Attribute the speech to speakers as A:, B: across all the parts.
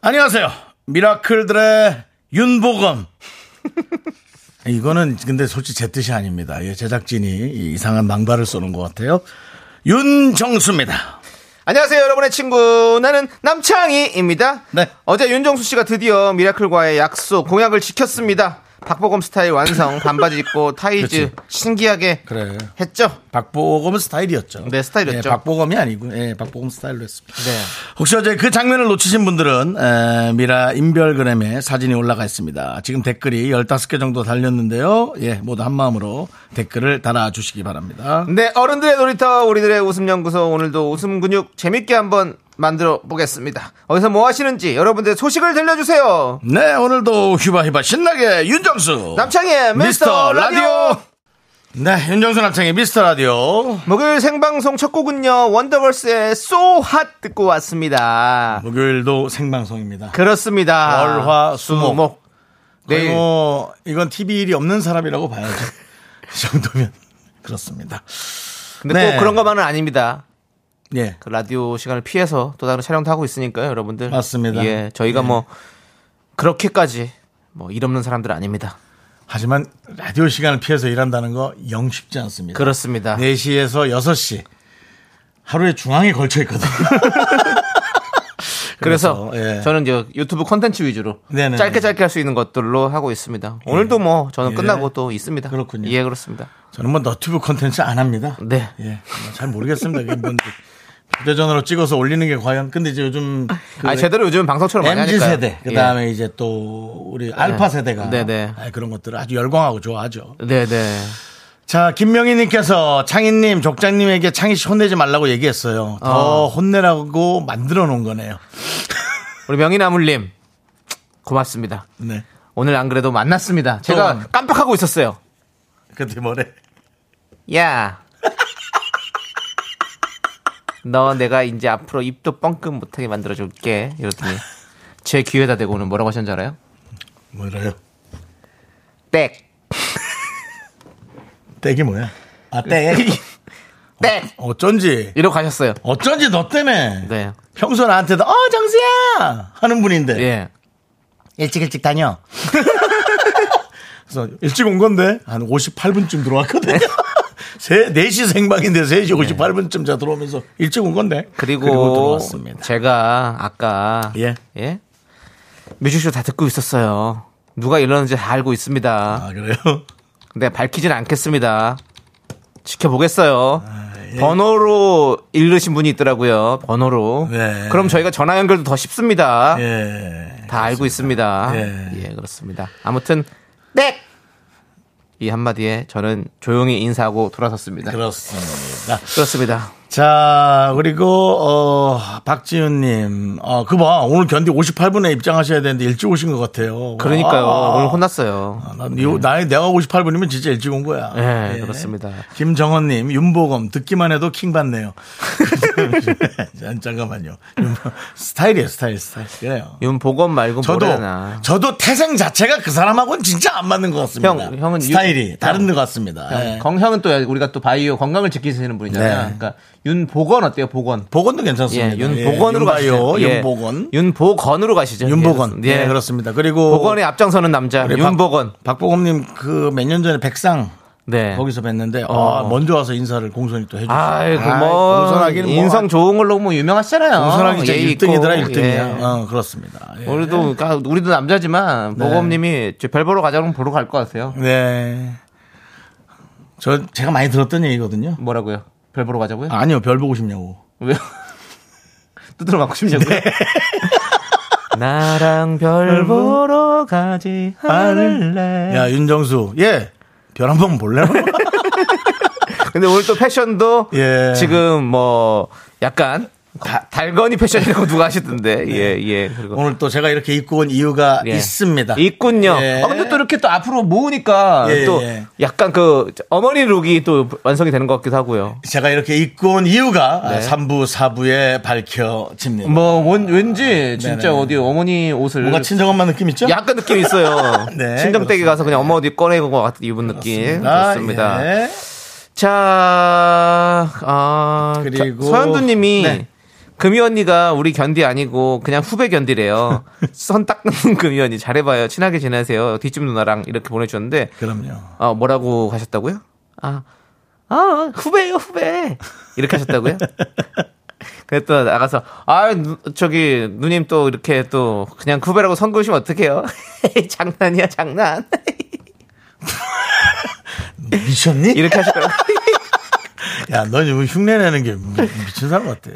A: 안녕하세요. 미라클들의 윤보검. 이거는 근데 솔직히 제 뜻이 아닙니다. 예, 제작진이 이 이상한 망발을 쏘는 것 같아요. 윤정수입니다.
B: 안녕하세요, 여러분의 친구. 나는 남창희입니다.
A: 네.
B: 어제 윤정수 씨가 드디어 미라클과의 약속, 공약을 지켰습니다. 박보검 스타일 완성, 반바지 입고 타이즈
A: 그치.
B: 신기하게
A: 그래.
B: 했죠?
A: 박보검 스타일이었죠.
B: 네, 스타일이었죠.
A: 예, 박보검이 아니고, 예, 박보검 스타일로 했습니다.
B: 네.
A: 혹시 어제 그 장면을 놓치신 분들은 에, 미라 인별그램에 사진이 올라가 있습니다. 지금 댓글이 15개 정도 달렸는데요. 예, 모두 한마음으로 댓글을 달아주시기 바랍니다.
B: 네, 어른들의 놀이터, 우리들의 웃음연구소, 오늘도 웃음 근육 재밌게 한번 만들어 보겠습니다. 어디서 뭐 하시는지 여러분들의 소식을 들려주세요.
A: 네, 오늘도 휘바휘바 신나게 윤정수.
B: 남창희의 미스터 라디오.
A: 네, 윤정수 남창의 미스터 라디오.
B: 목요일 생방송 첫 곡은요, 원더걸스의 So Hot 듣고 왔습니다.
A: 목요일도 생방송입니다.
B: 그렇습니다.
A: 월, 화, 수, 목. 거의
B: 네.
A: 뭐, 이건 TV 일이 없는 사람이라고 봐야죠. 이 정도면. 그렇습니다.
B: 근데
A: 네.
B: 꼭 그런 것만은 아닙니다.
A: 예.
B: 그 라디오 시간을 피해서 또 다른 촬영도 하고 있으니까요, 여러분들.
A: 맞습니다.
B: 예, 저희가
A: 예.
B: 뭐 그렇게까지 뭐 일 없는 사람들 아닙니다.
A: 하지만 라디오 시간을 피해서 일한다는 거 영 쉽지 않습니다.
B: 그렇습니다.
A: 네, 4시에서 6시. 하루에 중앙에 걸쳐 있거든요.
B: 그래서,
A: 예.
B: 저는 이제 유튜브 콘텐츠 위주로
A: 네네네.
B: 짧게 짧게 할 수 있는 것들로 하고 있습니다. 오늘도 뭐 저는
A: 예.
B: 끝나고 또 있습니다.
A: 그렇군요.
B: 예, 그렇습니다.
A: 저는 뭐 너튜브 컨텐츠 안 합니다.
B: 네.
A: 예, 뭐잘 모르겠습니다. 그게 뭔지. 휴대전화로 찍어서 올리는 게 과연. 근데 이제 요즘 그
B: 아, 제대로 요즘 방송처럼 많이
A: MZ
B: 하니까.
A: 세대, 그 다음에 이제 또 우리 알파 세대가
B: 네네.
A: 아, 그런 것들을 아주 열광하고 좋아하죠.
B: 네, 네.
A: 자, 김명희님께서 창희님, 족장님에게 창희 씨 혼내지 말라고 얘기했어요. 더 혼내라고 만들어 놓은 거네요.
B: 우리 명이나물님 고맙습니다.
A: 네.
B: 오늘 안 그래도 만났습니다. 제가
A: 또.
B: 깜빡하고 있었어요.
A: 근데 뭐래?
B: 야. 너 내가 이제 앞으로 입도 뻥끗 못하게 만들어줄게. 이러더니 제 귀에다 대고 오늘 뭐라고 하셨는지 알아요?
A: 뭐래요?
B: 땡.
A: 땡이 뭐야? 아, 땡.
B: 땡.
A: 어쩐지.
B: 이러고 가셨어요.
A: 어쩐지 너 때문에.
B: 네.
A: 평소 나한테도, 어, 정수야! 하는 분인데.
B: 예.
A: 일찍 일찍 다녀. 그래서 일찍 온 건데 한 58분쯤 들어왔거든요.
B: 네.
A: 세, 4시 생방인데 3시 58분쯤 자 들어오면서 일찍 온 건데.
B: 그리고,
A: 들어왔습니다.
B: 제가 아까
A: 예.
B: 예? 뮤직쇼 다 듣고 있었어요. 누가 이러는지 다 알고 있습니다.
A: 아, 그래요?
B: 근데 밝히진 않겠습니다. 지켜보겠어요.
A: 아, 예.
B: 번호로 읽으신 분이 있더라고요. 번호로.
A: 네.
B: 그럼 저희가 전화 연결도 더 쉽습니다.
A: 예.
B: 다 알고 있습니다.
A: 예.
B: 예, 그렇습니다. 아무튼 네. 이 한마디에 저는 조용히 인사하고 돌아섰습니다.
A: 그렇습니다.
B: 그렇습니다.
A: 자, 그리고, 어, 박지윤님. 어, 그 봐. 오늘 견디 58분에 입장하셔야 되는데 일찍 오신 것 같아요.
B: 그러니까요.
A: 와.
B: 오늘 혼났어요.
A: 아, 난 요- 나이 내가 58분이면 진짜 일찍 온 거야.
B: 예, 그렇습니다.
A: 김정원님, 윤보검 듣기만 해도 킹 받네요. 잠- 잠깐만요. 윤보- 스타일이에요, 스타일, 스타일. 그래요.
B: 윤보건 말고
A: 저도
B: 뭐래나.
A: 저도 태생 자체가 그 사람하고는 진짜 안 맞는 것 같습니다.
B: 형, 형은 유-
A: 스타일이 다른 것 같습니다. 예.
B: 건형은 또 우리가 또 바이오 건강을 지키시는 분이잖아요.
A: 네.
B: 그러니까 윤보건 어때요? 보건.
A: 보건도 괜찮습니다.
B: 예, 윤보건으로
A: 가요.
B: 가시죠. 예.
A: 윤보건.
B: 윤보건으로 가시죠.
A: 윤보건.
B: 예,
A: 예, 그렇습니다. 그리고
B: 보건에 앞장서는 남자
A: 우리
B: 윤보건.
A: 박, 보검님 그 몇 년 전에 백상
B: 네.
A: 거기서 뵀는데
B: 어.
A: 아, 먼저 와서 인사를 공손히 또 해주셨어요.
B: 아이고
A: 아이,
B: 뭐
A: 공손하기는 뭐
B: 인성 좋은 걸로 뭐 유명하시잖아요.
A: 공손하기 진짜
B: 예의
A: 1등이더라
B: 있고.
A: 1등이야.
B: 예.
A: 어, 그렇습니다. 예.
B: 우리도 그러니까 우리도 남자지만 모범님이 저별 보러 가자면 보러 갈 것 같아요.
A: 네. 저 제가 많이 들었던 얘기거든요.
B: 뭐라고요? 별 보러 가자고요?
A: 아니요, 별 보고 싶냐고.
B: 왜요? 두드려 맞고 싶냐고요?
A: 네.
B: 나랑
A: 음.
B: 별 보러 가지 않을래.
A: 야, 윤정수. 예. 별 한 번 볼래요?
B: 근데 오늘 또 패션도
A: 예.
B: 지금 뭐 약간 다- 달건이 패션이라고 누가 하시던데. 예, 예. 그리고
A: 오늘 또 제가 이렇게 입고 온 이유가
B: 예.
A: 있습니다.
B: 있군요.
A: 예.
B: 아, 근데 또 이렇게 또 앞으로 모으니까
A: 예,
B: 또
A: 예.
B: 약간 그 어머니 룩이 또 완성이 되는 것 같기도 하고요.
A: 제가 이렇게 입고 온 이유가
B: 네.
A: 3부, 4부에 밝혀집니다.
B: 뭐 원- 왠지 진짜
A: 네네.
B: 어디 어머니 옷을
A: 뭔가 친정 엄마 느낌 있죠?
B: 약간 느낌 있어요.
A: 네,
B: 친정 댁에 가서 그냥 엄마 어디 꺼내고 같은 입은 느낌
A: 아,
B: 그렇습니다.
A: 예.
B: 자, 아,
A: 그리고-
B: 자, 서현두님이
A: 네.
B: 금이 언니가 우리 견디 아니고 그냥 후배 견디래요. 선 닦는 금이 언니 잘해봐요. 친하게 지내세요. 뒷집 누나랑 이렇게 보내주셨는데
A: 그럼요.
B: 아, 뭐라고 하셨다고요? 아, 아, 후배예요, 후배. 이렇게 하셨다고요? 그랬더 나가서, 아, 누- 저기, 누님 또 이렇게 또 그냥 후배라고 선그으시면 어떡해요? 장난이야, 장난.
A: 미쳤니?
B: 이렇게 하셨다고.
A: 야, 너 지금 흉내내는 게 미- 미친 사람 같아.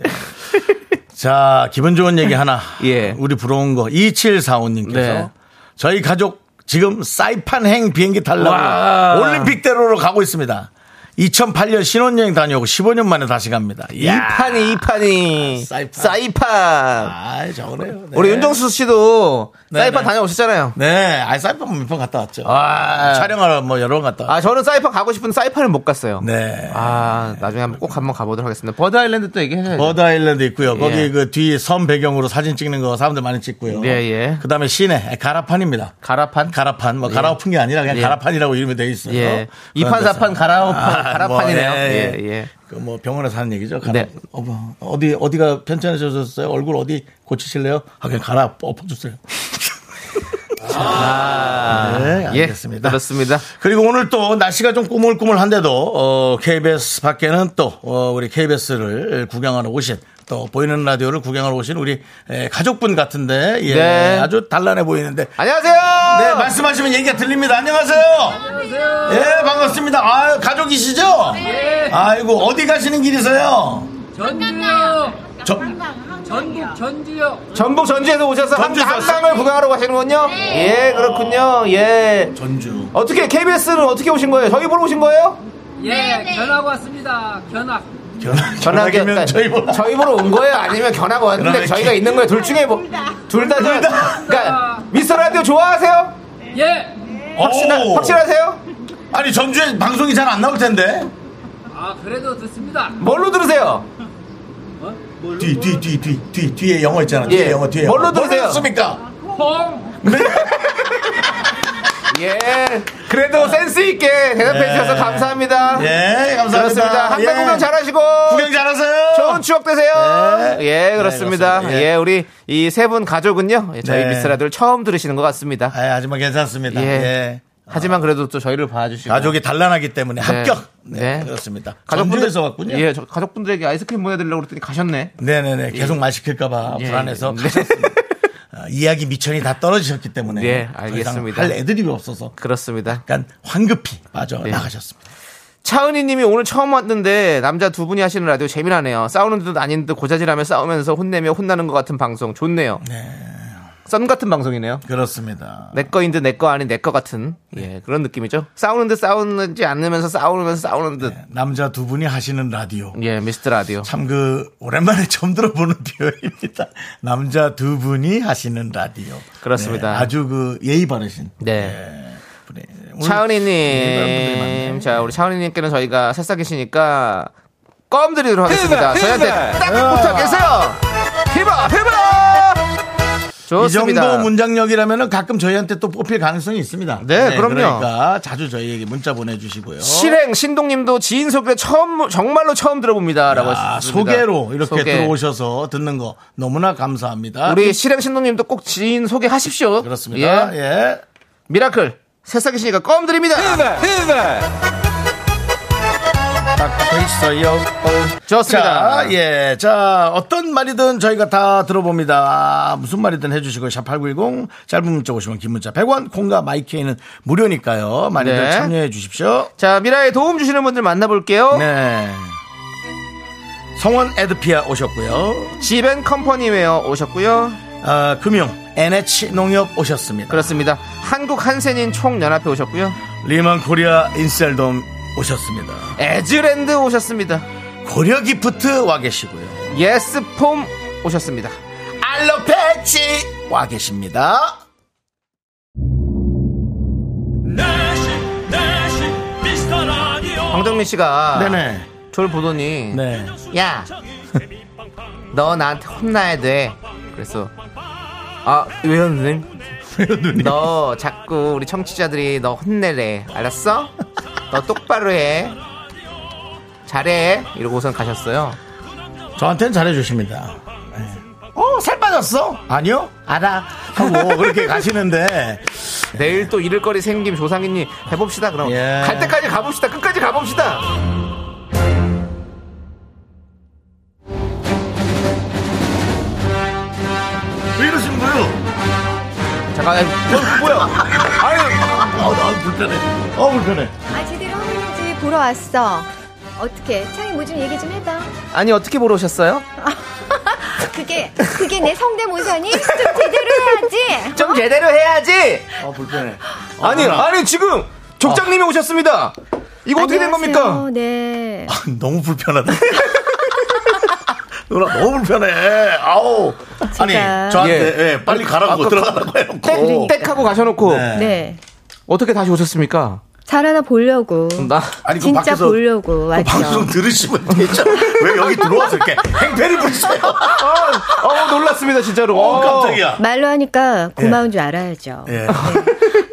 A: 자, 기분 좋은 얘기 하나.
B: 예.
A: 우리 부러운 거 2745님께서
B: 네.
A: 저희 가족 지금 사이판행 비행기
B: 와.
A: 타려고 올림픽대로로 가고 있습니다. 2008년 신혼여행 다녀오고 15년 만에 다시 갑니다. 야. 아,
B: 이판이, 이판이.
A: 사이판.
B: 사이판.
A: 아, 저거네요. 네.
B: 우리 윤정수 씨도
A: 네,
B: 사이판
A: 네.
B: 다녀오셨잖아요.
A: 네, 아 사이판 몇 번 갔다 왔죠.
B: 아.
A: 촬영하러 뭐 여러 번 갔다 왔죠.
B: 아, 저는 사이판 가고 싶은 사이판을 못 갔어요.
A: 네.
B: 아, 나중에 한번 꼭 한번 가보도록 하겠습니다. 버드 아일랜드 또 얘기해야죠.
A: 버드 아일랜드 있고요. 거기
B: 예.
A: 그 뒤에 섬 배경으로 사진 찍는 거 사람들 많이 찍고요.
B: 예, 예.
A: 그다음에 시내 아, 가라판입니다.
B: 가라판?
A: 가라판 뭐 갈아엎은 게 아니라 그냥
B: 예.
A: 가라판이라고 이름이 돼 있어요.
B: 예.
A: 그런
B: 이판,
A: 데서.
B: 사판, 가라오판, 가라판이네요.
A: 뭐, 예, 예.
B: 예, 예.
A: 그 뭐 병원에 사는 얘기죠. 가라,
B: 네.
A: 어, 어디 어디가 편찮으셨어요? 얼굴 어디 고치실래요? 아 그냥 가라 엎어주세요.
B: 아,
A: 네, 알겠습니다.
B: 예, 그렇습니다.
A: 그리고 오늘 또 날씨가 좀 꾸물꾸물한데도 어, KBS 밖에는 또 어, 우리 KBS를 구경하러 오신 또 보이는 라디오를 구경하러 오신 우리 에, 가족분 같은데 예,
B: 네. 아!
A: 아주 단란해 보이는데
B: 안녕하세요.
A: 네 말씀하시면 얘기가 들립니다. 안녕하세요. 안녕하세요. 예 반갑습니다. 아 가족이시죠? 네.
C: 예,
A: 아이고 어디 가시는 길이세요? 전주요. 네.
B: 전북 전주에서 오셔서 한-
A: 전주에서
B: 한강을 구경하러 가시는군요. 예, 그렇군요. 예.
A: 전주.
B: 어떻게 KBS는 어떻게 오신 거예요? 저희 보러 오신 거예요?
A: 네,
C: 예, 견학 왔습니다. 견학.
A: 전화기면 저희 뭐- 보러.
B: 네. 저희 보러 온 거예요? 아니면 견학 왔는데
A: 그러면
B: 저희가
A: 기-
B: 있는 거예요? 둘 중에 뭐? 둘 다. 둘 다. 그러니까 미스터 라디오 좋아하세요?
C: 예.
B: 확신
A: 오.
B: 확실하세요?
A: 아니 전주에 방송이 잘 안 나올 텐데.
C: 아, 그래도 듣습니다.
B: 뭘로 들으세요?
A: 뒤 뒤 뒤 뒤 뒤 뒤에 영어 있잖아. 뒤에
B: 예.
A: 영어 뒤에.
B: 뭘로
A: 영어.
B: 들으세요?
A: 들었습니까?
C: 콩.
B: 예. 그래도 센스 있게 대답해
A: 아. 예.
B: 주셔서 감사합니다.
A: 예, 감사합니다.
B: 그렇습니다. 한강 구경 잘하시고
A: 구경 잘하세요.
B: 좋은 추억 되세요.
A: 네.
B: 예,
A: 네,
B: 그렇습니다.
A: 그렇습니다. 예.
B: 예. 우리 이 세 분 가족은요. 예, 저희
A: 네.
B: 미스라들 처음 들으시는 것 같습니다.
A: 아, 하지만 괜찮습니다.
B: 예.
A: 예.
B: 하지만 그래도 또 저희를 봐주시고
A: 가족이 단란하기 때문에
B: 네.
A: 합격. 네,
B: 네.
A: 그렇습니다.
B: 가족분들-
A: 전주에서 왔군요.
B: 예, 저- 가족분들에게 아이스크림 보내드리려고 그랬더니 가셨네.
A: 네네네. 계속 말 시킬까봐
B: 예.
A: 불안해서
B: 네.
A: 가셨습니다. 아, 이야기 미천이 다 떨어지셨기 때문에
B: 예,
A: 더 이상
B: 알겠습니다.
A: 할 애드립이 없어서
B: 그렇습니다.
A: 약간 황급히 빠져
B: 네.
A: 나가셨습니다.
B: 차은희님이 오늘 처음 왔는데 남자 두 분이 하시는 라디오 재미나네요. 싸우는 듯 아닌 듯 고자질하며 싸우면서 혼내며 혼나는 것 같은 방송 좋네요. 썸 같은 방송이네요.
A: 그렇습니다.
B: 내 거인 듯 내 거 아닌 내 거 같은
A: 네.
B: 예 그런 느낌이죠. 싸우는 듯 싸우는지 않으면서 싸우면서 싸우는 듯.
A: 네. 남자 두 분이 하시는 라디오.
B: 예 미스터 라디오.
A: 참 그 오랜만에 처음 들어보는 디오입니다. 남자 두 분이 하시는 라디오.
B: 그렇습니다.
A: 네, 아주 그 예의 바르신.
B: 네.
A: 분이. 오늘 네, 분들이 많네요.
B: 차은희님 자 우리 차은희님께는 저희가 새싹이시니까 껌 드리도록 하겠습니다. 저희한테 딱 부탁해서요. 해봐 해봐.
A: 이
B: 좋습니다.
A: 정도 문장력이라면 가끔 저희한테 또 뽑힐 가능성이 있습니다.
B: 네, 그럼요.
A: 그러니까 자주 저희에게 문자 보내주시고요.
B: 실행 신동님도 지인 소개 처음 정말로 처음 들어봅니다라고
A: 아,
B: 하셨습니다.
A: 소개로 이렇게
B: 소개.
A: 들어오셔서 듣는 거 너무나 감사합니다.
B: 우리 실행 신동님도 꼭 지인 소개하십시오.
A: 그렇습니다.
B: 예.
A: 예.
B: 미라클 새싹이시니까 껌 드립니다.
A: 딱 있어요.
B: 좋습니다.
A: 자, 예. 자, 어떤 말이든 저희가 다 들어봅니다. 무슨 말이든 해주시고요. 샵8910, 짧은 문자 50원, 긴 문자 100원, 콩과 마이케이는 무료니까요. 많이들
B: 네.
A: 참여해 주십시오.
B: 자, 미라에 도움 주시는 분들 만나볼게요.
A: 네. 성원 에드피아 오셨고요.
B: 지벤 컴퍼니웨어 오셨고요.
A: 아, 금융, NH 농협 오셨습니다.
B: 그렇습니다. 한국 한센인 총연합회 오셨고요.
A: 리만 코리아 인셀돔 오셨습니다.
B: 에즈랜드 오셨습니다.
A: 고려 기프트 와 계시고요.
B: 예스폼 오셨습니다.
A: 알로 패치 와 계십니다.
D: 내식 내식 미스터 라디오
B: 황정민 씨가
A: 네네.
B: 저를 보더니
A: 네.
B: 야, 너 나한테 혼나야 돼. 그래서 아 왜요 선생님? 너 자꾸 우리 청취자들이 너 혼내래. 알았어? 너 똑바로 해. 잘해. 이러고 우선 가셨어요.
A: 저한테는 잘해주십니다. 네. 어, 살 빠졌어? 아니요? 알아. 하고 그렇게 가시는데.
B: 내일 또 잃을 거리 생김 조상이님 해봅시다. 그럼
A: 예.
B: 갈 때까지 가봅시다. 끝까지 가봅시다.
A: 왜 이러신 거예요?
B: 잠깐 아니, 저 뭐야? 아유
A: 어, 나 불편해. 어, 불편해.
E: 아 제대로 하는지 보러 왔어. 어떻게 창이 뭐 좀 얘기 좀 해봐.
B: 아니 어떻게 보러 오셨어요?
E: 그게 그게 내 성대모사니 좀 제대로 해야지.
B: 좀 제대로 해야지.
A: 어, 불편해. 아.
B: 아니 아니 지금 족장님이 오셨습니다. 이거 어떻게 된
E: 안녕하세요.
B: 겁니까?
E: 네.
A: 아, 너무 불편하다. 누나 너무 불편해. 아우. 아니
E: 제가-
A: 저한테
B: 예.
A: 예, 빨리 가라고
B: 아까
A: 들어가라고 해놓고.
B: 땡 하고 가셔놓고
A: 네.
E: 네.
B: 어떻게 다시 오셨습니까?
E: 잘 하나 보려고.
B: 나
A: 아니 그
E: 진짜
A: 밖에서
E: 보려고
A: 그
E: 왔죠.
A: 방송 들으시면 되죠. 왜 여기 들어와서 이렇게 행패를 부리세요?
B: 아, 어, 놀랐습니다 진짜로.
A: 어, 깜짝이야.
E: 말로 하니까 고마운 줄 알아야죠. 네.
A: 예.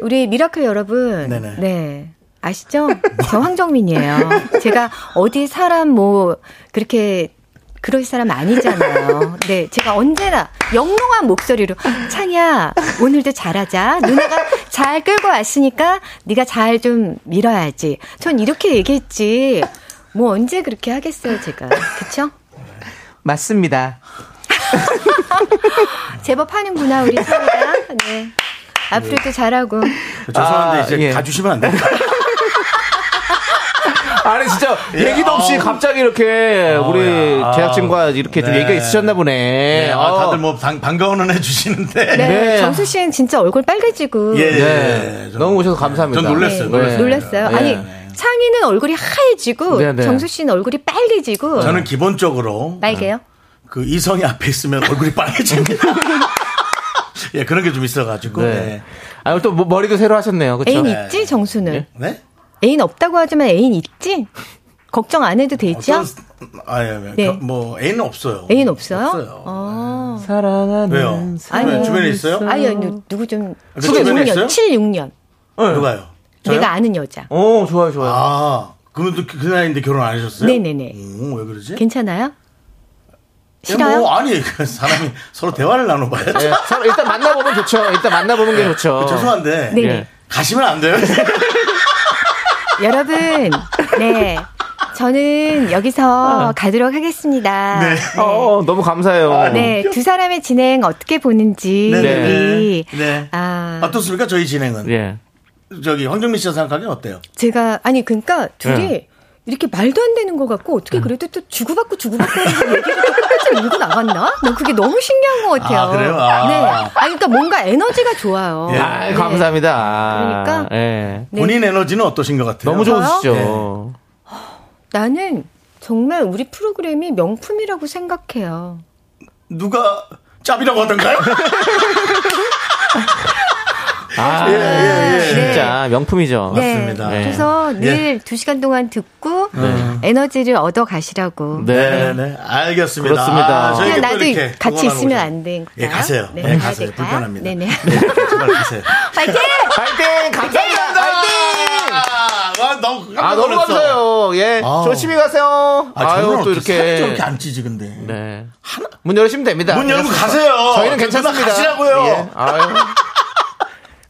E: 우리 미라클 여러분,
A: 네네.
E: 네. 아시죠? 저 황정민이에요. 제가 어디 사람 뭐 그렇게 그럴 사람 아니잖아요. 네, 제가 언제나 영롱한 목소리로 창이야 오늘도 잘하자. 누나가 잘 끌고 왔으니까 네가 잘 좀 밀어야지. 전 이렇게 얘기했지. 뭐 언제 그렇게 하겠어요, 제가. 그쵸?
B: 어. 맞습니다.
E: 제법 하는구나 우리 창이가. 네. 앞으로도 잘하고.
A: 죄송한데
B: 아,
A: 이제
B: 예.
A: 가주시면 안 될까요?
B: 아니 진짜
A: 예,
B: 얘기도 없이
A: 아우.
B: 갑자기 이렇게 우리
A: 아우야.
B: 제작진과 이렇게 좀
A: 네.
B: 얘기가 있으셨나 보네.
A: 네, 아,
B: 어.
A: 다들 뭐 반, 반가워는 해주시는데.
E: 네,
B: 네.
E: 정수 씨는 진짜 얼굴 빨개지고.
A: 예.
B: 네.
A: 좀-
B: 너무 오셔서 감사합니다.
A: 전 놀랐어요,
E: 네,
A: 놀랐어요.
E: 놀랐어요.
B: 예.
E: 아니 창희는 얼굴이 하얘지고
B: 네, 네.
E: 정수 씨는 얼굴이 빨개지고 음,
A: 저는 기본적으로
E: 빨개요.
A: 그 이성이 앞에 있으면 얼굴이 빨개집니다. 예, 그런 게 좀 있어가지고.
B: 네.
A: 네.
B: 아, 오늘 또 뭐- 머리도 새로 하셨네요. 그렇죠?
E: 애인 있지 정수는
B: 예?
A: 네?
E: 애인 없다고 하지만 애인 있지 걱정 안 해도 되죠.
A: 어떤 스- 아, 예, 예.
E: 네.
A: 그, 뭐, 애인은 없어요.
E: 애인 없어요?
A: 없어요.
E: 어.
B: 사랑하는
A: 왜요?
E: 사람.
A: 주변에- 주변에 있어요?
E: 아니요 누- 누구 좀
A: 그 주변에
E: 76년
A: 있어요?
E: 76년
B: 네.
A: 누가요?
E: 내가 아는 여자.
B: 어, 좋아요, 좋아요.
A: 아, 그분도 그 나이인데 결혼 안 하셨어요?
E: 네네네.
A: 오, 왜 그러지?
E: 괜찮아요?
A: 예,
E: 싫어요?
A: 뭐, 아니, 그 사람이 서로 대화를 나눠봐야죠.
B: 예, 서로 일단 만나보면 좋죠. 일단 만나보는 게 좋죠.
A: 죄송한데.
E: 네.
B: 예.
A: 가시면 안 돼요.
E: 여러분, 네. 저는 여기서 가도록 하겠습니다.
A: 네.
B: 어, 너무 감사해요.
E: 네,
A: 어.
E: 두 사람의 진행 어떻게 보는지 우리
A: 네.
E: 아,
A: 어떻습니까? 저희 진행은.
B: 예.
A: 저기, 황정민 씨가 생각하기엔 어때요?
E: 제가 아니 그러니까 둘이
B: 네.
E: 이렇게 말도 안 되는 것 같고
A: 음.
E: 어떻게 그래도 또 주고받고 주고받고 하는 얘기를 또 끝까지 밀고 나갔나? 난 그게 너무 신기한 것 같아요.
A: 아, 그래요? 아.
E: 네, 아니 그러니까 뭔가 에너지가 좋아요.
A: 예.
B: 아,
E: 네.
B: 감사합니다. 아,
E: 그러니까.
B: 예.
E: 네.
A: 본인 에너지는 어떠신 것 같아요?
B: 너무
E: 저요?
B: 좋으시죠.
E: 나는 정말 우리 프로그램이 명품이라고 생각해요.
A: 누가 짭이라고 하던가요?
B: 아,
E: 예.
B: 진짜 명품이죠.
E: 네.
A: 맞습니다.
B: 예.
E: 그래서
A: 예.
E: 늘 두 시간 동안 듣고 에너지를 얻어 가시라고.
A: 네, 네. 알겠습니다. 아,
B: 그렇습니다.
E: 그냥
A: 저희가 또
E: 나도
A: 이렇게
E: 같이
A: 응원하고
E: 있으면
A: 있어요.
E: 안 되니까.
A: 예, 가세요.
E: 네,
A: 예,
E: 가야
A: 가세요.
E: 될까요?
A: 불편합니다.
E: 네네.
A: 네, 제발 가세요.
E: 파이팅!
B: 파이팅!
E: 네,
B: 감사합니다! 파이팅!
A: 아, 와, 너무
B: 아, 너무 감사해요. 예.
A: 아우.
B: 조심히 가세요.
A: 아, 저는
B: 아유, 또 이렇게.
A: 저렇게 안 찌지 근데.
B: 네. 문 열으시면 됩니다.
A: 문 열고 가세요.
B: 저희는 괜찮습니다.
A: 가시라고요.
B: 예. 아유.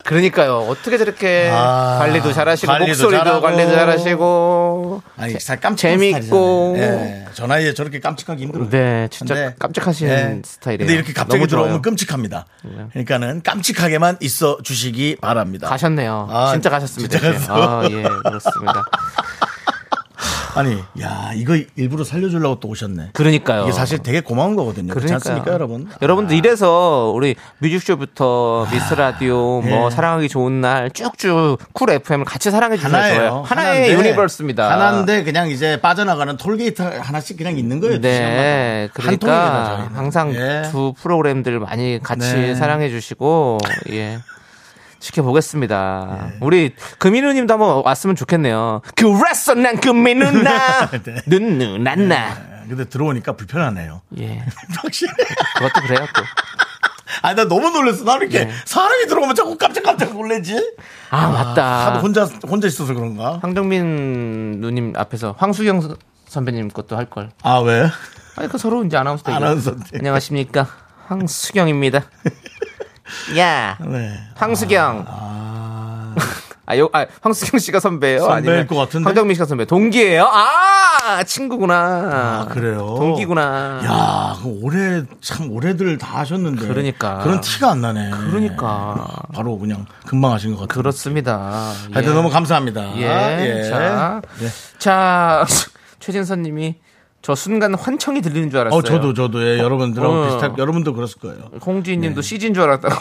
B: 그러니까요. 어떻게 저렇게
A: 아,
B: 관리도 잘하시고
A: 관리도
B: 목소리도
A: 잘하고.
B: 관리도 잘하시고.
A: 아니, 사- 깜찍한
B: 재밌고.
A: 스타일이잖아요. 예, 저 나이에 저렇게 깜찍하기 힘들어요.
B: 네, 진짜
A: 근데,
B: 깜찍하신
A: 예,
B: 스타일이에요.
A: 근데 이렇게 갑자기
B: 너무 좋아요. 네.
A: 들어오면 끔찍합니다. 그러니까는 깜찍하게만 있어 주시기 바랍니다.
B: 가셨네요.
A: 아,
B: 진짜 가셨습니다.
A: 진짜
B: 이제. 아, 예, 그렇습니다.
A: 아니, 야, 이거 일부러 살려주려고 또 오셨네.
B: 그러니까요.
A: 이게 사실 되게 고마운 거거든요. 그렇지
B: 그러니까요.
A: 않습니까, 여러분? 아.
B: 여러분들 이래서 우리 뮤직쇼부터 미스 라디오 뭐
A: 예.
B: 사랑하기 좋은 날 쭉쭉 쿨 FM을 같이 사랑해 주셔야 좋아요.
A: 네, 하나예요.
B: 하나의
A: 하나인데,
B: 유니버스입니다.
A: 하나인데 그냥 이제 빠져나가는 톨게이트 하나씩 그냥 있는 거예요.
B: 네,
A: 한 통이잖아,
B: 그러니까
A: 저희는.
B: 항상
A: 예.
B: 두 프로그램들 많이 같이
A: 네.
B: 사랑해 주시고 예.
A: 예.
B: 지켜보겠습니다. 우리 금인우님도 한번 왔으면 좋겠네요. 그랬어 난 금인누나
A: 네.
B: 눈누난나
A: 예, 근데 들어오니까 불편하네요.
B: 예
A: 확실히.
B: 그것도 그래요 또.
A: 아니, 나 너무 놀랐어. 나 이렇게
B: 네.
A: 사람이 들어오면 자꾸 깜짝깜짝 놀래지?
B: 아, 맞다.
A: 하도 혼자, 혼자 있어서 그런가?
B: 황정민 누님 앞에서 황수경 선- 선배님 것도 할 걸.
A: 아, 왜?
B: 아니 그 서로 이제 아나운서 네. 되기.
A: 아나운서 되기.
B: 안녕하십니까 황수경입니다. 야
A: 네.
B: 황수경. 아, 요, 아, 황수경 씨가 선배예요?
A: 선배일
B: 아니면
A: 것 같은데?
B: 황정민 씨가 선배. 동기예요? 아, 친구구나.
A: 아, 그래요?
B: 동기구나.
A: 야, 그 올해, 참, 올해들 다 하셨는데.
B: 그러니까.
A: 그런 티가 안 나네.
B: 그러니까.
A: 바로 그냥 금방 하신 것 같아요.
B: 그렇습니다.
A: 하여튼
B: 예.
A: 너무 아, 감사합니다.
B: 예. 자,
A: 예.
B: 자 최진선 님이 저 순간 환청이 들리는 줄 알았어요.
A: 어, 저도, 저도, 예, 여러분들하고
B: 어.
A: 비슷할, 여러분도 그랬을 거예요.
B: 홍지희 님도 CG인 줄 알았다고.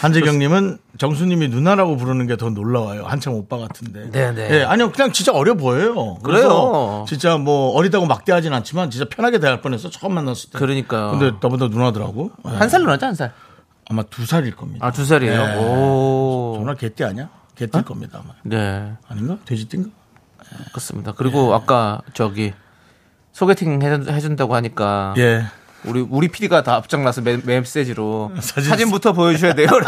A: 한재경님은 정수님이 누나라고 부르는 게 더 놀라워요. 한참 오빠 같은데.
B: 네네.
A: 예, 아니요, 그냥 진짜 어려 보여요. 그래서
B: 그래요.
A: 진짜 뭐 어리다고 막대하진 않지만 진짜 편하게 대할 뻔해서 처음 만났을 때.
B: 그러니까요.
A: 근데 나보다 누나더라고. 예,
B: 한 살로 나지 한 살.
A: 아마 두 살일 겁니다.
B: 아, 어? 두 살이에요.
A: 예.
B: 오.
A: 누나 개띠 아니야? 개띠일 겁니다. 아마.
B: 네.
A: 아닌가? 돼지띠인가?
B: 그렇습니다. 그리고
A: 네.
B: 아까 저기 소개팅 해준- 해준다고 하니까
A: 예.
B: 우리 우리 PD가 다 앞장나서 메, 메시지로
A: 음. 사진-
B: 사진, 부터 보여주셔야 돼요.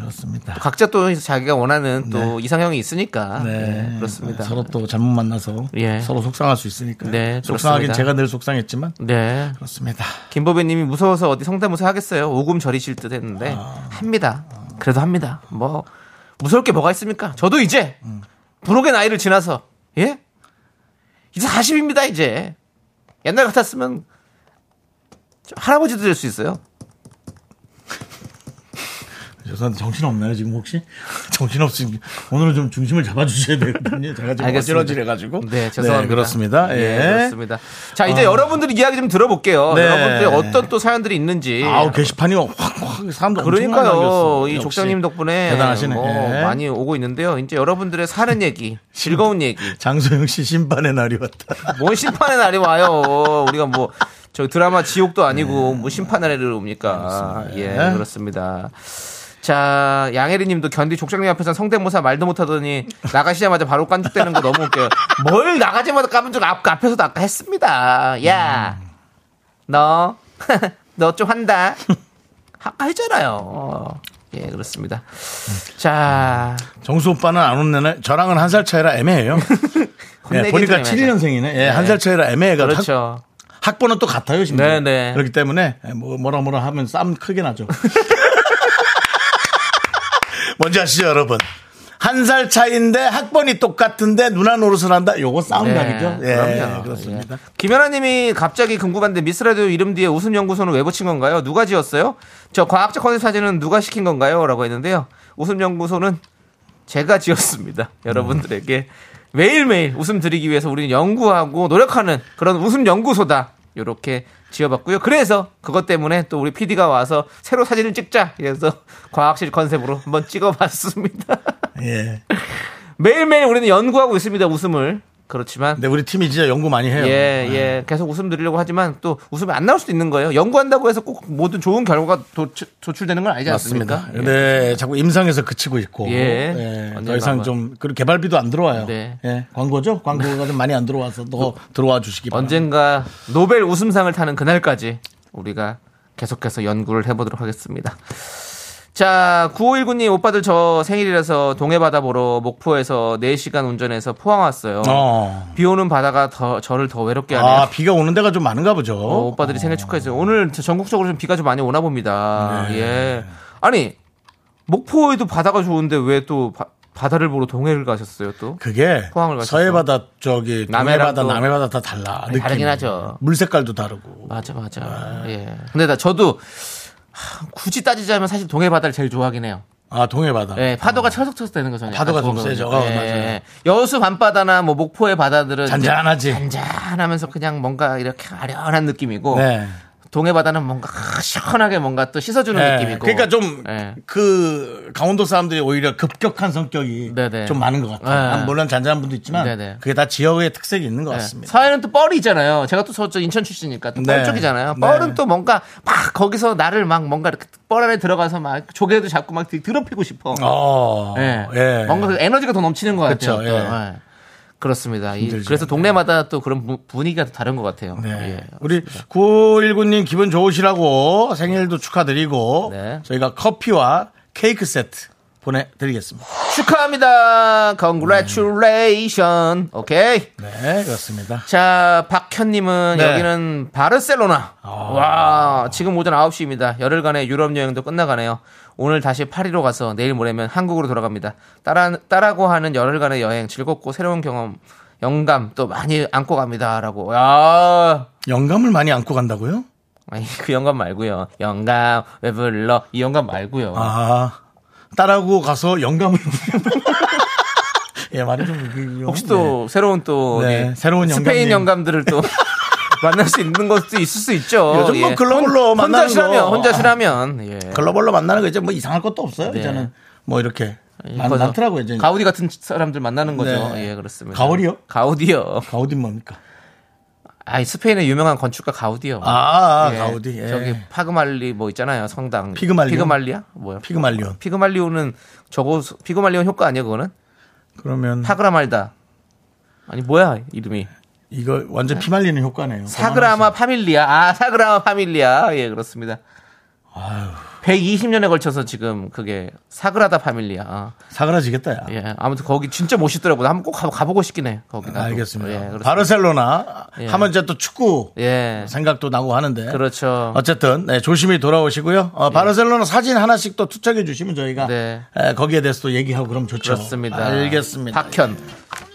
A: 그렇습니다.
B: 각자 또 자기가 원하는 또 이상형이 있으니까
A: 네.
B: 네, 그렇습니다.
A: 서로 또 잘못 만나서
B: 예.
A: 서로 속상할 수 있으니까.
B: 네,
A: 속상하긴
B: 그렇습니다.
A: 제가 늘 속상했지만.
B: 네.
A: 그렇습니다.
B: 김보배님이 무서워서 어디 성대모사 하겠어요. 오금 저리실 듯 했는데
A: 아.
B: 합니다. 그래도 합니다. 뭐 무서울 게 뭐가 있습니까? 저도 이제
A: 음.
B: 부록의 나이를 지나서 예 이제 40입니다 이제 옛날 같았으면 저 할아버지도 될 수 있어요.
A: 죄송한데 정신 없나요 지금 혹시? 정신 없으면 오늘은 좀 중심을 잡아주셔야 되거든요. 제가 지금
B: 알겠습니다.
A: 어지러지해가지고.
B: 네, 죄송합니다.
A: 그렇습니다. 예. 아.
B: 예, 그렇습니다. 자, 이제 여러분들 이야기 좀 들어볼게요.
A: 네.
B: 여러분들의 어떤 또 사연들이 있는지.
A: 아우 게시판이 확확 사람들 엄청 많이
B: 예. 그러니까요.
A: 남겼어요.
B: 이
A: 역시.
B: 족장님 덕분에
A: 대단하시네.
B: 뭐
A: 예.
B: 많이 오고 있는데요. 이제 여러분들의 사는 얘기, 즐거운 얘기,
A: 장소영 씨 신반의 날이 왔다.
B: 뭔 심판의 날이 와요. 우리가 뭐, 저 드라마 지옥도
A: 네.
B: 아니고, 뭐 심판의 날이 옵니까. 예, 그렇습니다. 자, 양혜리 님도 견디 족장님 앞에서 성대모사 말도 못하더니 나가시자마자 바로 깐죽대는 거 너무 웃겨요. 뭘 나가자마자 까문적 앞, 앞에서도 아까 했습니다. 야,
A: 음.
B: 너, 너 좀 한다. 아까 했잖아요. 예, 그렇습니다.
A: 음.
B: 자,
A: 정수 오빠는 안 웃는 날 저랑은 한 살 차이라 애매해요. 예,
B: 혼내기
A: 보니까
B: 좀 애매하죠.
A: 7년생이네. 예, 한 살 차이라 애매해가 지고
B: 그렇죠.
A: 학번은 또 같아요, 심지어.
B: 네, 네.
A: 그렇기 때문에 뭐 뭐라 뭐라 하면 쌈 크게 나죠. 뭔지 아시죠, 여러분? 한 살 차이인데 학번이 똑같은데 누나 노릇을 한다. 요거 싸움 각이죠. 예,
B: 네, 그럼요.
A: 그렇습니다.
B: 예. 김연아님이 갑자기 궁금한데 미스라디오 이름 뒤에 웃음 연구소는 왜 붙인 건가요? 누가 지었어요? 저 과학적 컨셉 사진은 누가 시킨 건가요?라고 했는데요. 웃음 연구소는 제가 지었습니다. 여러분들에게 매일 매일 웃음 드리기 위해서 우리는 연구하고 노력하는 그런 웃음 연구소다. 이렇게 지어봤고요. 그래서 그것 때문에 또 우리 PD가 와서 새로 사진을 찍자. 그래서 과학실 컨셉으로 한번 찍어봤습니다.
A: 예.
B: 매일매일 우리는 연구하고 있습니다. 웃음을. 그렇지만
A: 근데 우리 팀이 진짜 연구 많이 해요.
B: 예, 예. 계속 웃음 드리려고 하지만 또 웃음이 안 나올 수도 있는 거예요. 연구한다고 해서 꼭 모든 좋은 결과가 도출, 도출되는 건 아니지 않습니까?
A: 맞습니다. 근데 네, 자꾸 임상에서 그치고 있고
B: 예.
A: 예, 더
B: 언젠가
A: 이상
B: 한번.
A: 좀 그리고 개발비도 안 들어와요.
B: 네.
A: 예, 광고죠? 광고가 좀 많이 안 들어와서 더 들어와 주시기 바랍니다.
B: 언젠가 노벨 웃음상을 타는 그날까지 우리가 계속해서 연구를 해보도록 하겠습니다. 자, 9519님 오빠들 저 생일이라서 동해바다 보러 목포에서 4시간 운전해서 포항 왔어요.
A: 어.
B: 비 오는 바다가 더, 저를 더 외롭게 하네요.
A: 아 비가 오는 데가 좀 많은가 보죠.
B: 어, 오빠들이 생일 축하해주세요. 오늘 저- 전국적으로 좀 비가 좀 많이 오나 봅니다.
A: 네.
B: 예. 아니, 목포에도 바다가 좋은데 왜 또 바다를 보러 동해를 가셨어요, 또?
A: 그게
B: 포항을 가셨어.
A: 서해바다 저기
B: 남해랑
A: 남해바다
B: 또-
A: 남해바다 다 달라.
B: 아니, 다르긴
A: 느낌이.
B: 하죠.
A: 물 색깔도 다르고.
B: 맞아, 맞아. 예. 근데 나 저도 하, 굳이 따지자면 사실 동해 바다를 제일 좋아하긴 해요.
A: 아, 동해바다.
B: 예, 파도가 철석철석 되는 거잖아요.
A: 파도가
B: 약간
A: 좀
B: 그런
A: 세죠.
B: 거.
A: 어,
B: 예,
A: 맞아요.
B: 예. 여수 밤바다나 뭐 목포의 바다들은 이제
A: 잔잔하지.
B: 네. 잔잔하면서 그냥 뭔가 이렇게 아련한 느낌이고
A: 네.
B: 동해 바다는 뭔가 시원하게 뭔가 또 씻어주는
A: 네.
B: 느낌이고.
A: 그러니까 좀,
B: 예.
A: 그, 강원도 사람들이 오히려 급격한 성격이
B: 네네.
A: 좀 많은 것 같아요.
B: 네.
A: 물론 잔잔한 분도 있지만,
B: 네네.
A: 그게 다 지역의 특색이 있는 것
B: 예.
A: 같습니다.
B: 서해는 또 뻘이 있잖아요. 제가 또 저쪽 인천 출신이니까 또 뻘
A: 네.
B: 쪽이잖아요.
A: 네.
B: 뻘은 또 뭔가 막 거기서 나를 막 뭔가 이렇게 뻘 안에 들어가서 막 조개도 잡고 막 드럽히고 싶어.
A: 어,
B: 예.
A: 예.
B: 뭔가 그 에너지가 더 넘치는 것
A: 그쵸,
B: 같아요. 또.
A: 예.
B: 예. 그렇습니다. 이-
A: 힘들죠.
B: 그래서 동네마다 또 그런 부- 분위기가 다른 것 같아요.
A: 네.
B: 예.
A: 우리 9519님 기분 좋으시라고 생일도 축하드리고
B: 네.
A: 저희가 커피와 케이크 세트 보내드리겠습니다.
B: 축하합니다. Congratulation. 오케이.
A: 네, 그렇습니다.
B: 자, 박현님은
A: 네. 아.
B: 여기는 바르셀로나. 와, 지금 오전 9시입니다. 열흘간의 유럽 여행도 끝나가네요. 오늘 다시 파리로 가서 내일 모레면 한국으로 돌아갑니다. 따라, 따라고 하는 열흘간의 여행 즐겁고 새로운 경험, 영감 또 많이 안고 갑니다. 라고. 야
A: 영감을 많이 안고 간다고요?
B: 아니, 그 영감 말고요 영감, 왜 불러? 이 영감 말고요
A: 아, 딸하고 가서 영감을. 예, 말이 좀. 이게-
B: 혹시 또 새로운 또
A: 네,
B: 예,
A: 새로운 영감님.
B: 스페인 영감들을 또 만날 수 있는 것도 있을 수 있죠. 예.
A: 요즘 뭐 글로벌로
B: 혼-
A: 만나는
B: 혼자시라면
A: 거.
B: 혼자시라면 예.
A: 네. 글로벌로 만나는 거 이제 뭐 이상할 것도 없어요.
B: 네.
A: 이제는 뭐 이렇게 많,
B: 거죠.
A: 많더라고요. 이제
B: 음, 가우디 같은 사람들 만나는 거죠.
A: 네.
B: 예, 그렇습니다.
A: 가오리요?
B: 가우디요.
A: 가우디 뭡니까?
B: 아, 스페인의 유명한 건축가 가우디요.
A: 아,
B: 예.
A: 가우디. 예.
B: 저기 파그말리 뭐 있잖아요. 성당.
A: 피그말리온?
B: 피그말리아? 뭐야?
A: 피그말리온.
B: 피그말리온은 저거 수- 피그말리온 효과 아니에요, 그거는?
A: 그러면
B: 파그라말다. 아니 뭐야, 이름이.
A: 이거 완전 피말리는 효과네요.
B: 사그라마 파밀리아. 아, 사그라마 파밀리아. 예, 그렇습니다. 120년에 걸쳐서 지금 그게 사그라다 파밀리아. 아,
A: 사그라지겠다, 야.
B: 예. 아무튼 거기 진짜 멋있더라고요. 한번 꼭 가, 가보고 싶긴 해. 거기 나도. 예,
A: 알겠습니다.
B: 그렇습니다.
A: 바르셀로나
B: 예.
A: 하면 이제 또 축구
B: 예.
A: 생각도 나고 하는데.
B: 그렇죠. 예.
A: 어쨌든 네, 조심히 돌아오시고요. 어, 바르셀로나 사진 하나씩 또 투척해 주시면 저희가
B: 네.
A: 에, 거기에 대해서 또 얘기하고 그럼 좋죠.
B: 그렇습니다.
A: 알겠습니다.
B: 박현.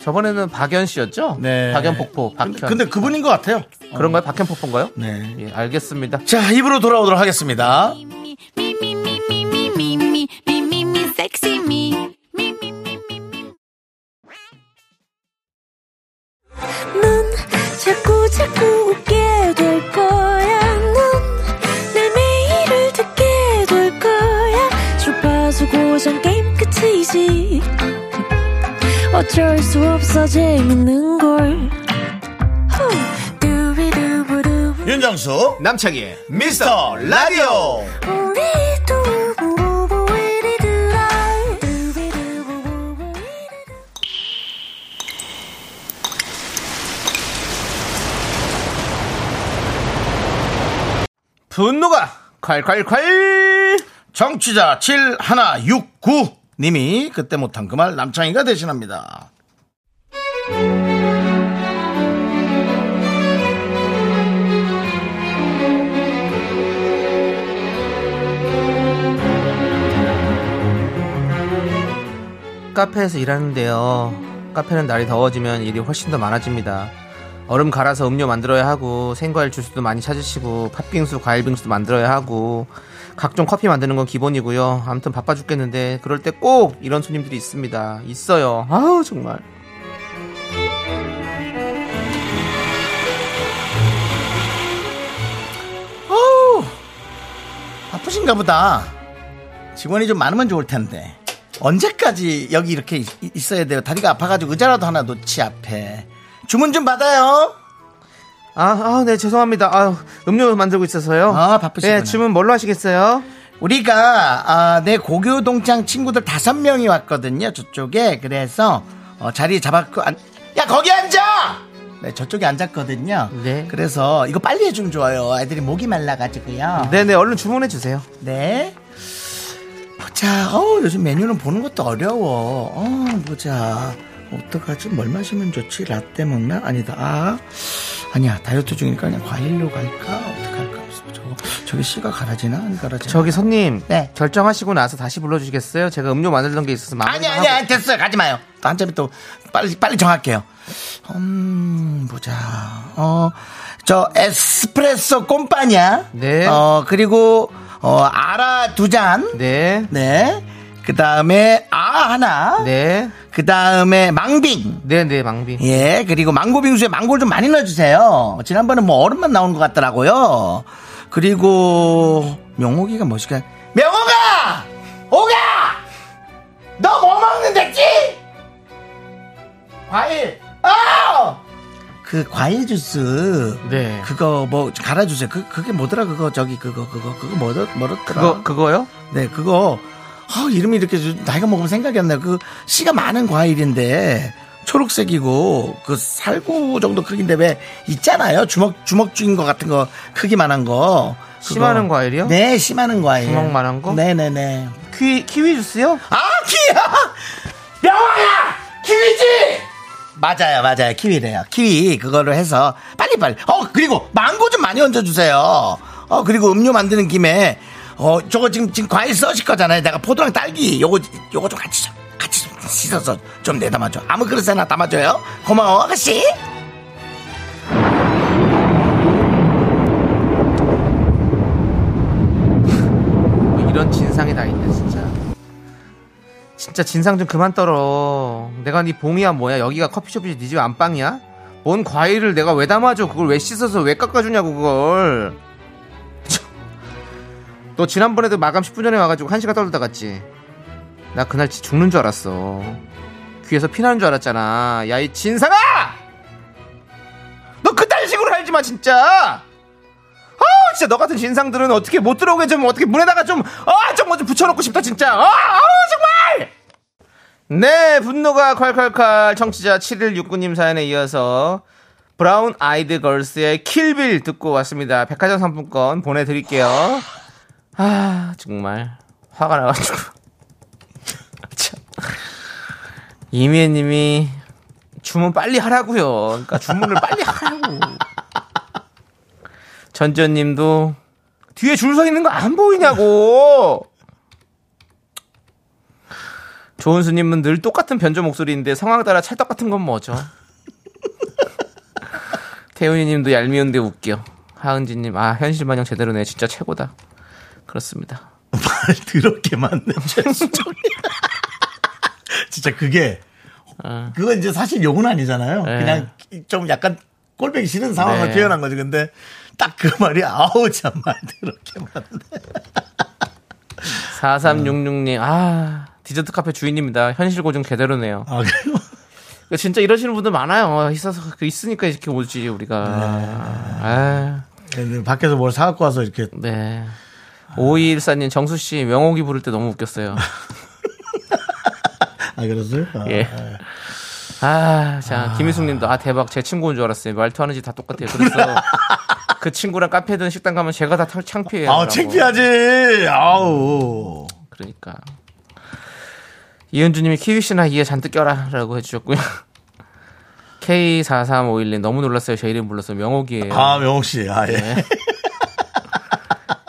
B: 저번에는 박현 씨였죠?
A: 네.
B: 박현 폭포. 박현.
A: 근데, 근데 그분인 것 같아요.
B: 그런가요? 박현 폭포인가요?
A: 네.
B: 예, 알겠습니다.
A: 자, 입으로 돌아오도록 하겠습니다.
F: me, me, me, me, me, me, me, me, me, me, me, sexy me. Me, me, me, me, me. 넌 자꾸, 자꾸 웃게 될 거야. 넌내 매일을 듣게 될 거야. 주파수 고정 게임 끝이지. 어쩔 수 없어 재밌는 걸. 후. 두비두부두부.
A: 윤정수 남창희 미스터 라디오.
B: 분노가 콸콸콸!
A: 정취자 7169 님이 그때 못한 그 말 남창희가 대신합니다.
B: 카페에서 일하는데요. 카페는 날이 더워지면 일이 훨씬 더 많아집니다. 얼음 갈아서 음료 만들어야 하고 생과일 주스도 많이 찾으시고 팥빙수, 과일빙수도 만들어야 하고 각종 커피 만드는 건 기본이고요. 아무튼 바빠 죽겠는데 그럴 때 꼭 이런 손님들이 있습니다. 있어요. 아우 정말.
A: 어우, 바쁘신가 보다. 직원이 좀 많으면 좋을 텐데. 언제까지 여기 이렇게 있- 있어야 돼요? 다리가 아파가지고 의자라도 하나 놓지 앞에. 주문 좀 받아요.
B: 아, 아, 네 죄송합니다. 아, 음료 만들고 있어서요.
A: 아, 바쁘시구나.
B: 네, 주문 뭘로 하시겠어요?
A: 우리가 아, 내 고교 동창 친구들 다섯 명이 왔거든요. 저쪽에 그래서 어, 자리 잡았고 안- 야 거기 앉아. 네 저쪽에 앉았거든요.
B: 네.
A: 그래서 이거 빨리 해주면 좋아요. 애들이 목이 말라가지고요.
B: 네, 네 얼른 주문해 주세요.
A: 네. 보자. 어, 요즘 메뉴는 보는 것도 어려워. 어, 보자. 어떡하지? 뭘 마시면 좋지? 라떼 먹나? 아니다. 아, 아니야. 다이어트 중이니까 그냥 과일로 갈까? 어떡할까? 저거, 저게 씨가 갈아지나? 안 갈아지나?
B: 저기 손님
A: 네.
B: 결정하시고 나서 다시 불러주시겠어요? 제가 음료 만들던 게 있어서 마무리
A: 아니, 아니, 아니, 됐어요. 가지 마요. 또 한참이 또, 빨리, 빨리 정할게요. 음, 보자. 어, 저, 에스프레소 꼼빠냐?
B: 네.
A: 어, 그리고, 어, 아라 두 잔.
B: 네.
A: 네. 그 다음에 아 하나.
B: 네.
A: 그 다음에 망빙.
B: 네, 네, 망비.
A: 예, 그리고 망고빙수에 망고를 좀 많이 넣어주세요. 지난번에 뭐 얼음만 나온 것 같더라고요. 그리고 명옥이가 멋있게 명옥아! 옥아! 너 뭐 먹는댔지? 과일. 아! 그 과일 주스.
B: 네.
A: 그거 뭐 갈아주세요. 그, 그게 뭐더라? 그거 저기 그거 그거 그거 뭐더, 뭐더라?
B: 그거, 그거요?
A: 네, 그거 아, 이름이 이렇게 좀 나이가 먹으면 생각이 안 나요. 그 씨가 많은 과일인데 초록색이고 그 살구 정도 크기인데 왜 있잖아요. 주먹 주먹 쥐인 것 같은 거 크기만한 거. 그거.
B: 씨많은 과일이요?
A: 네, 씨많은 과일.
B: 주먹만한 거?
A: 네, 네, 네.
B: 키, 키위 주스요?
A: 아, 키야. 명왕아, 키위지. 맞아요, 맞아요. 키위래요. 키위 그거를 해서 빨리 빨리. 어 그리고 망고 좀 많이 얹어 주세요. 어 그리고 음료 만드는 김에 어 저거 지금 지금 과일 써실 거잖아요. 내가 포도랑 딸기 요거 요거 좀 같이 좀 같이 좀 씻어서 좀 내담아줘. 아무 그릇에 나 담아줘요. 고마워 아가씨.
B: 뭐 이런 진상이 다 있네, 진짜. 진짜 진상 좀 그만 떨어. 내가 네 봉이야 뭐야? 여기가 커피숍이지 네 집 안방이야? 뭔 과일을 내가 왜 담아줘? 그걸 왜 씻어서 왜 깎아주냐고 그걸. 참. 너 지난번에도 마감 10분 전에 와가지고 1시간 떨다 갔지? 나 그날 진짜 죽는 줄 알았어. 귀에서 피나는 줄 알았잖아. 야 이 진상아! 너 그딴 식으로 알지 마 진짜! 아 진짜 너 같은 진상들은 어떻게 못 들어오게 좀 어떻게 문에다가 좀아좀뭐 좀 붙여놓고 싶다 진짜 아 아우, 정말 네 분노가 콸콸콸 청취자 7169님 사연에 이어서 브라운 아이드 걸스의 킬빌 듣고 왔습니다 백화점 상품권 보내드릴게요 아 정말 화가 나가지고 참. 이미애님이 주문 빨리 하라고요 그러니까 주문을 빨리 하라고 전전님도 뒤에 줄 서 있는 거 안 보이냐고. 조은수님은 늘 똑같은 변조 목소리인데 상황 따라 찰떡 같은 건 뭐죠? 태훈이님도 얄미운데 웃겨. 하은지님 아 현실 반영 제대로네 진짜 최고다. 그렇습니다.
A: 말 더럽게 맞는 죄수종이 진짜 그게 그건 이제 사실 욕은 아니잖아요.
B: 아. 네.
A: 그냥 좀 약간 꼴보기 싫은 상황을
B: 네.
A: 표현한 거지. 근데 딱 그 말이 아우 참말 더럽게 맞네.
B: 4366님 아 디저트 카페 주인입니다. 현실 고증 제대로네요.
A: 아 그래요?
B: 진짜 이러시는 분들 많아요. 있어서 있으니까 이렇게 오지 우리가. 아.
A: 근데 네, 밖에서 뭘 사갖고 와서 이렇게
B: 네. 5214님, 정수씨, 명옥이 부를 때 너무 웃겼어요.
A: 아 그랬어요? 아,
B: 예. 아, 자, 김희숙님도, 아, 대박, 제 친구인 줄 알았어요. 말투하는 짓 다 똑같아요. 그래서 그 친구랑 카페든 식당 가면 제가 다 탕- 창피해요.
A: 아
B: 라고.
A: 창피하지. 아우.
B: 그러니까. 이은주님이 키위씨나 이에 잔뜩 껴라. 라고 해주셨고요. K43511 너무 놀랐어요. 제 이름 불러서 명옥이에요.
A: 아 명옥 씨. 아 예.
B: 네,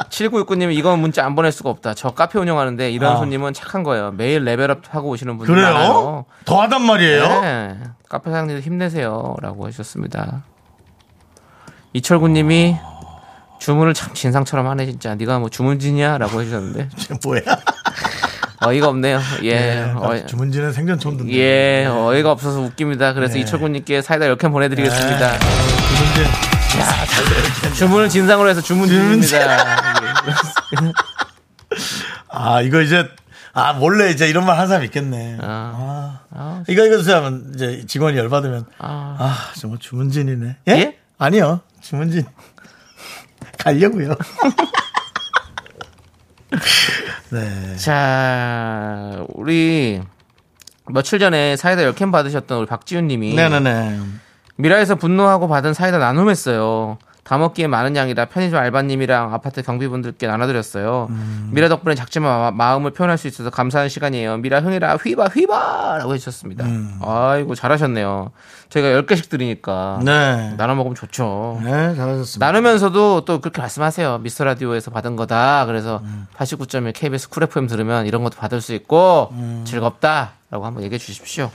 B: 7969님 이건 문자 안 보낼 수가 없다. 저 카페 운영하는데 이런 손님은 착한 거예요. 매일 레벨업 하고 오시는 분들 많아요.
A: 그래요? 더 하단 말이에요?
B: 네. 카페 사장님들 힘내세요라고 하셨습니다. 이철구님이 주문을 참 진상처럼 하네 진짜. 네가 뭐 주문진이야라고 해주셨는데
A: 쟤 뭐야? 아,
B: 어이가 없네요. 예, 어이,
A: 주문지는 생전 처음 듣는.
B: 예, 어이가 없어서 웃깁니다. 그래서
A: 네.
B: 이철구님께 사이다 10캔 보내드리겠습니다.
A: 주문지.
B: 주문을 진상으로 해서
A: 네. 주문진.
B: 주문진입니다.
A: 아 이거 이제 아 몰래 이제 이런 말 하는 사람 있겠네. 아. 이거 이거 주세요 하면 이제 직원이 열받으면
B: 아.
A: 아 정말 주문진이네.
B: 예?
A: 아니요 주문진 가려고요. 네.
B: 자, 우리 며칠 전에 사이다 10캔 받으셨던 우리 박지훈 님이
A: 네네네.
B: 미라에서 분노하고 받은 사이다 나눔했어요. 다 먹기에 많은 양이라 편의점 알바님이랑 아파트 경비분들께 나눠드렸어요.
A: 음.
B: 미라 덕분에 작지만 마- 마음을 표현할 수 있어서 감사한 시간이에요. 미라 흥이라 휘바 휘바 라고 해주셨습니다.
A: 음.
B: 아이고 잘하셨네요. 저희가 10개씩 드리니까
A: 네.
B: 나눠 먹으면 좋죠.
A: 네 잘하셨습니다.
B: 나누면서도 또 그렇게 말씀하세요. 미스터 라디오에서 받은 거다. 그래서
A: 음.
B: 89.1 KBS 쿨 FM 들으면 이런 것도 받을 수 있고
A: 음.
B: 즐겁다라고 한번 얘기해 주십시오.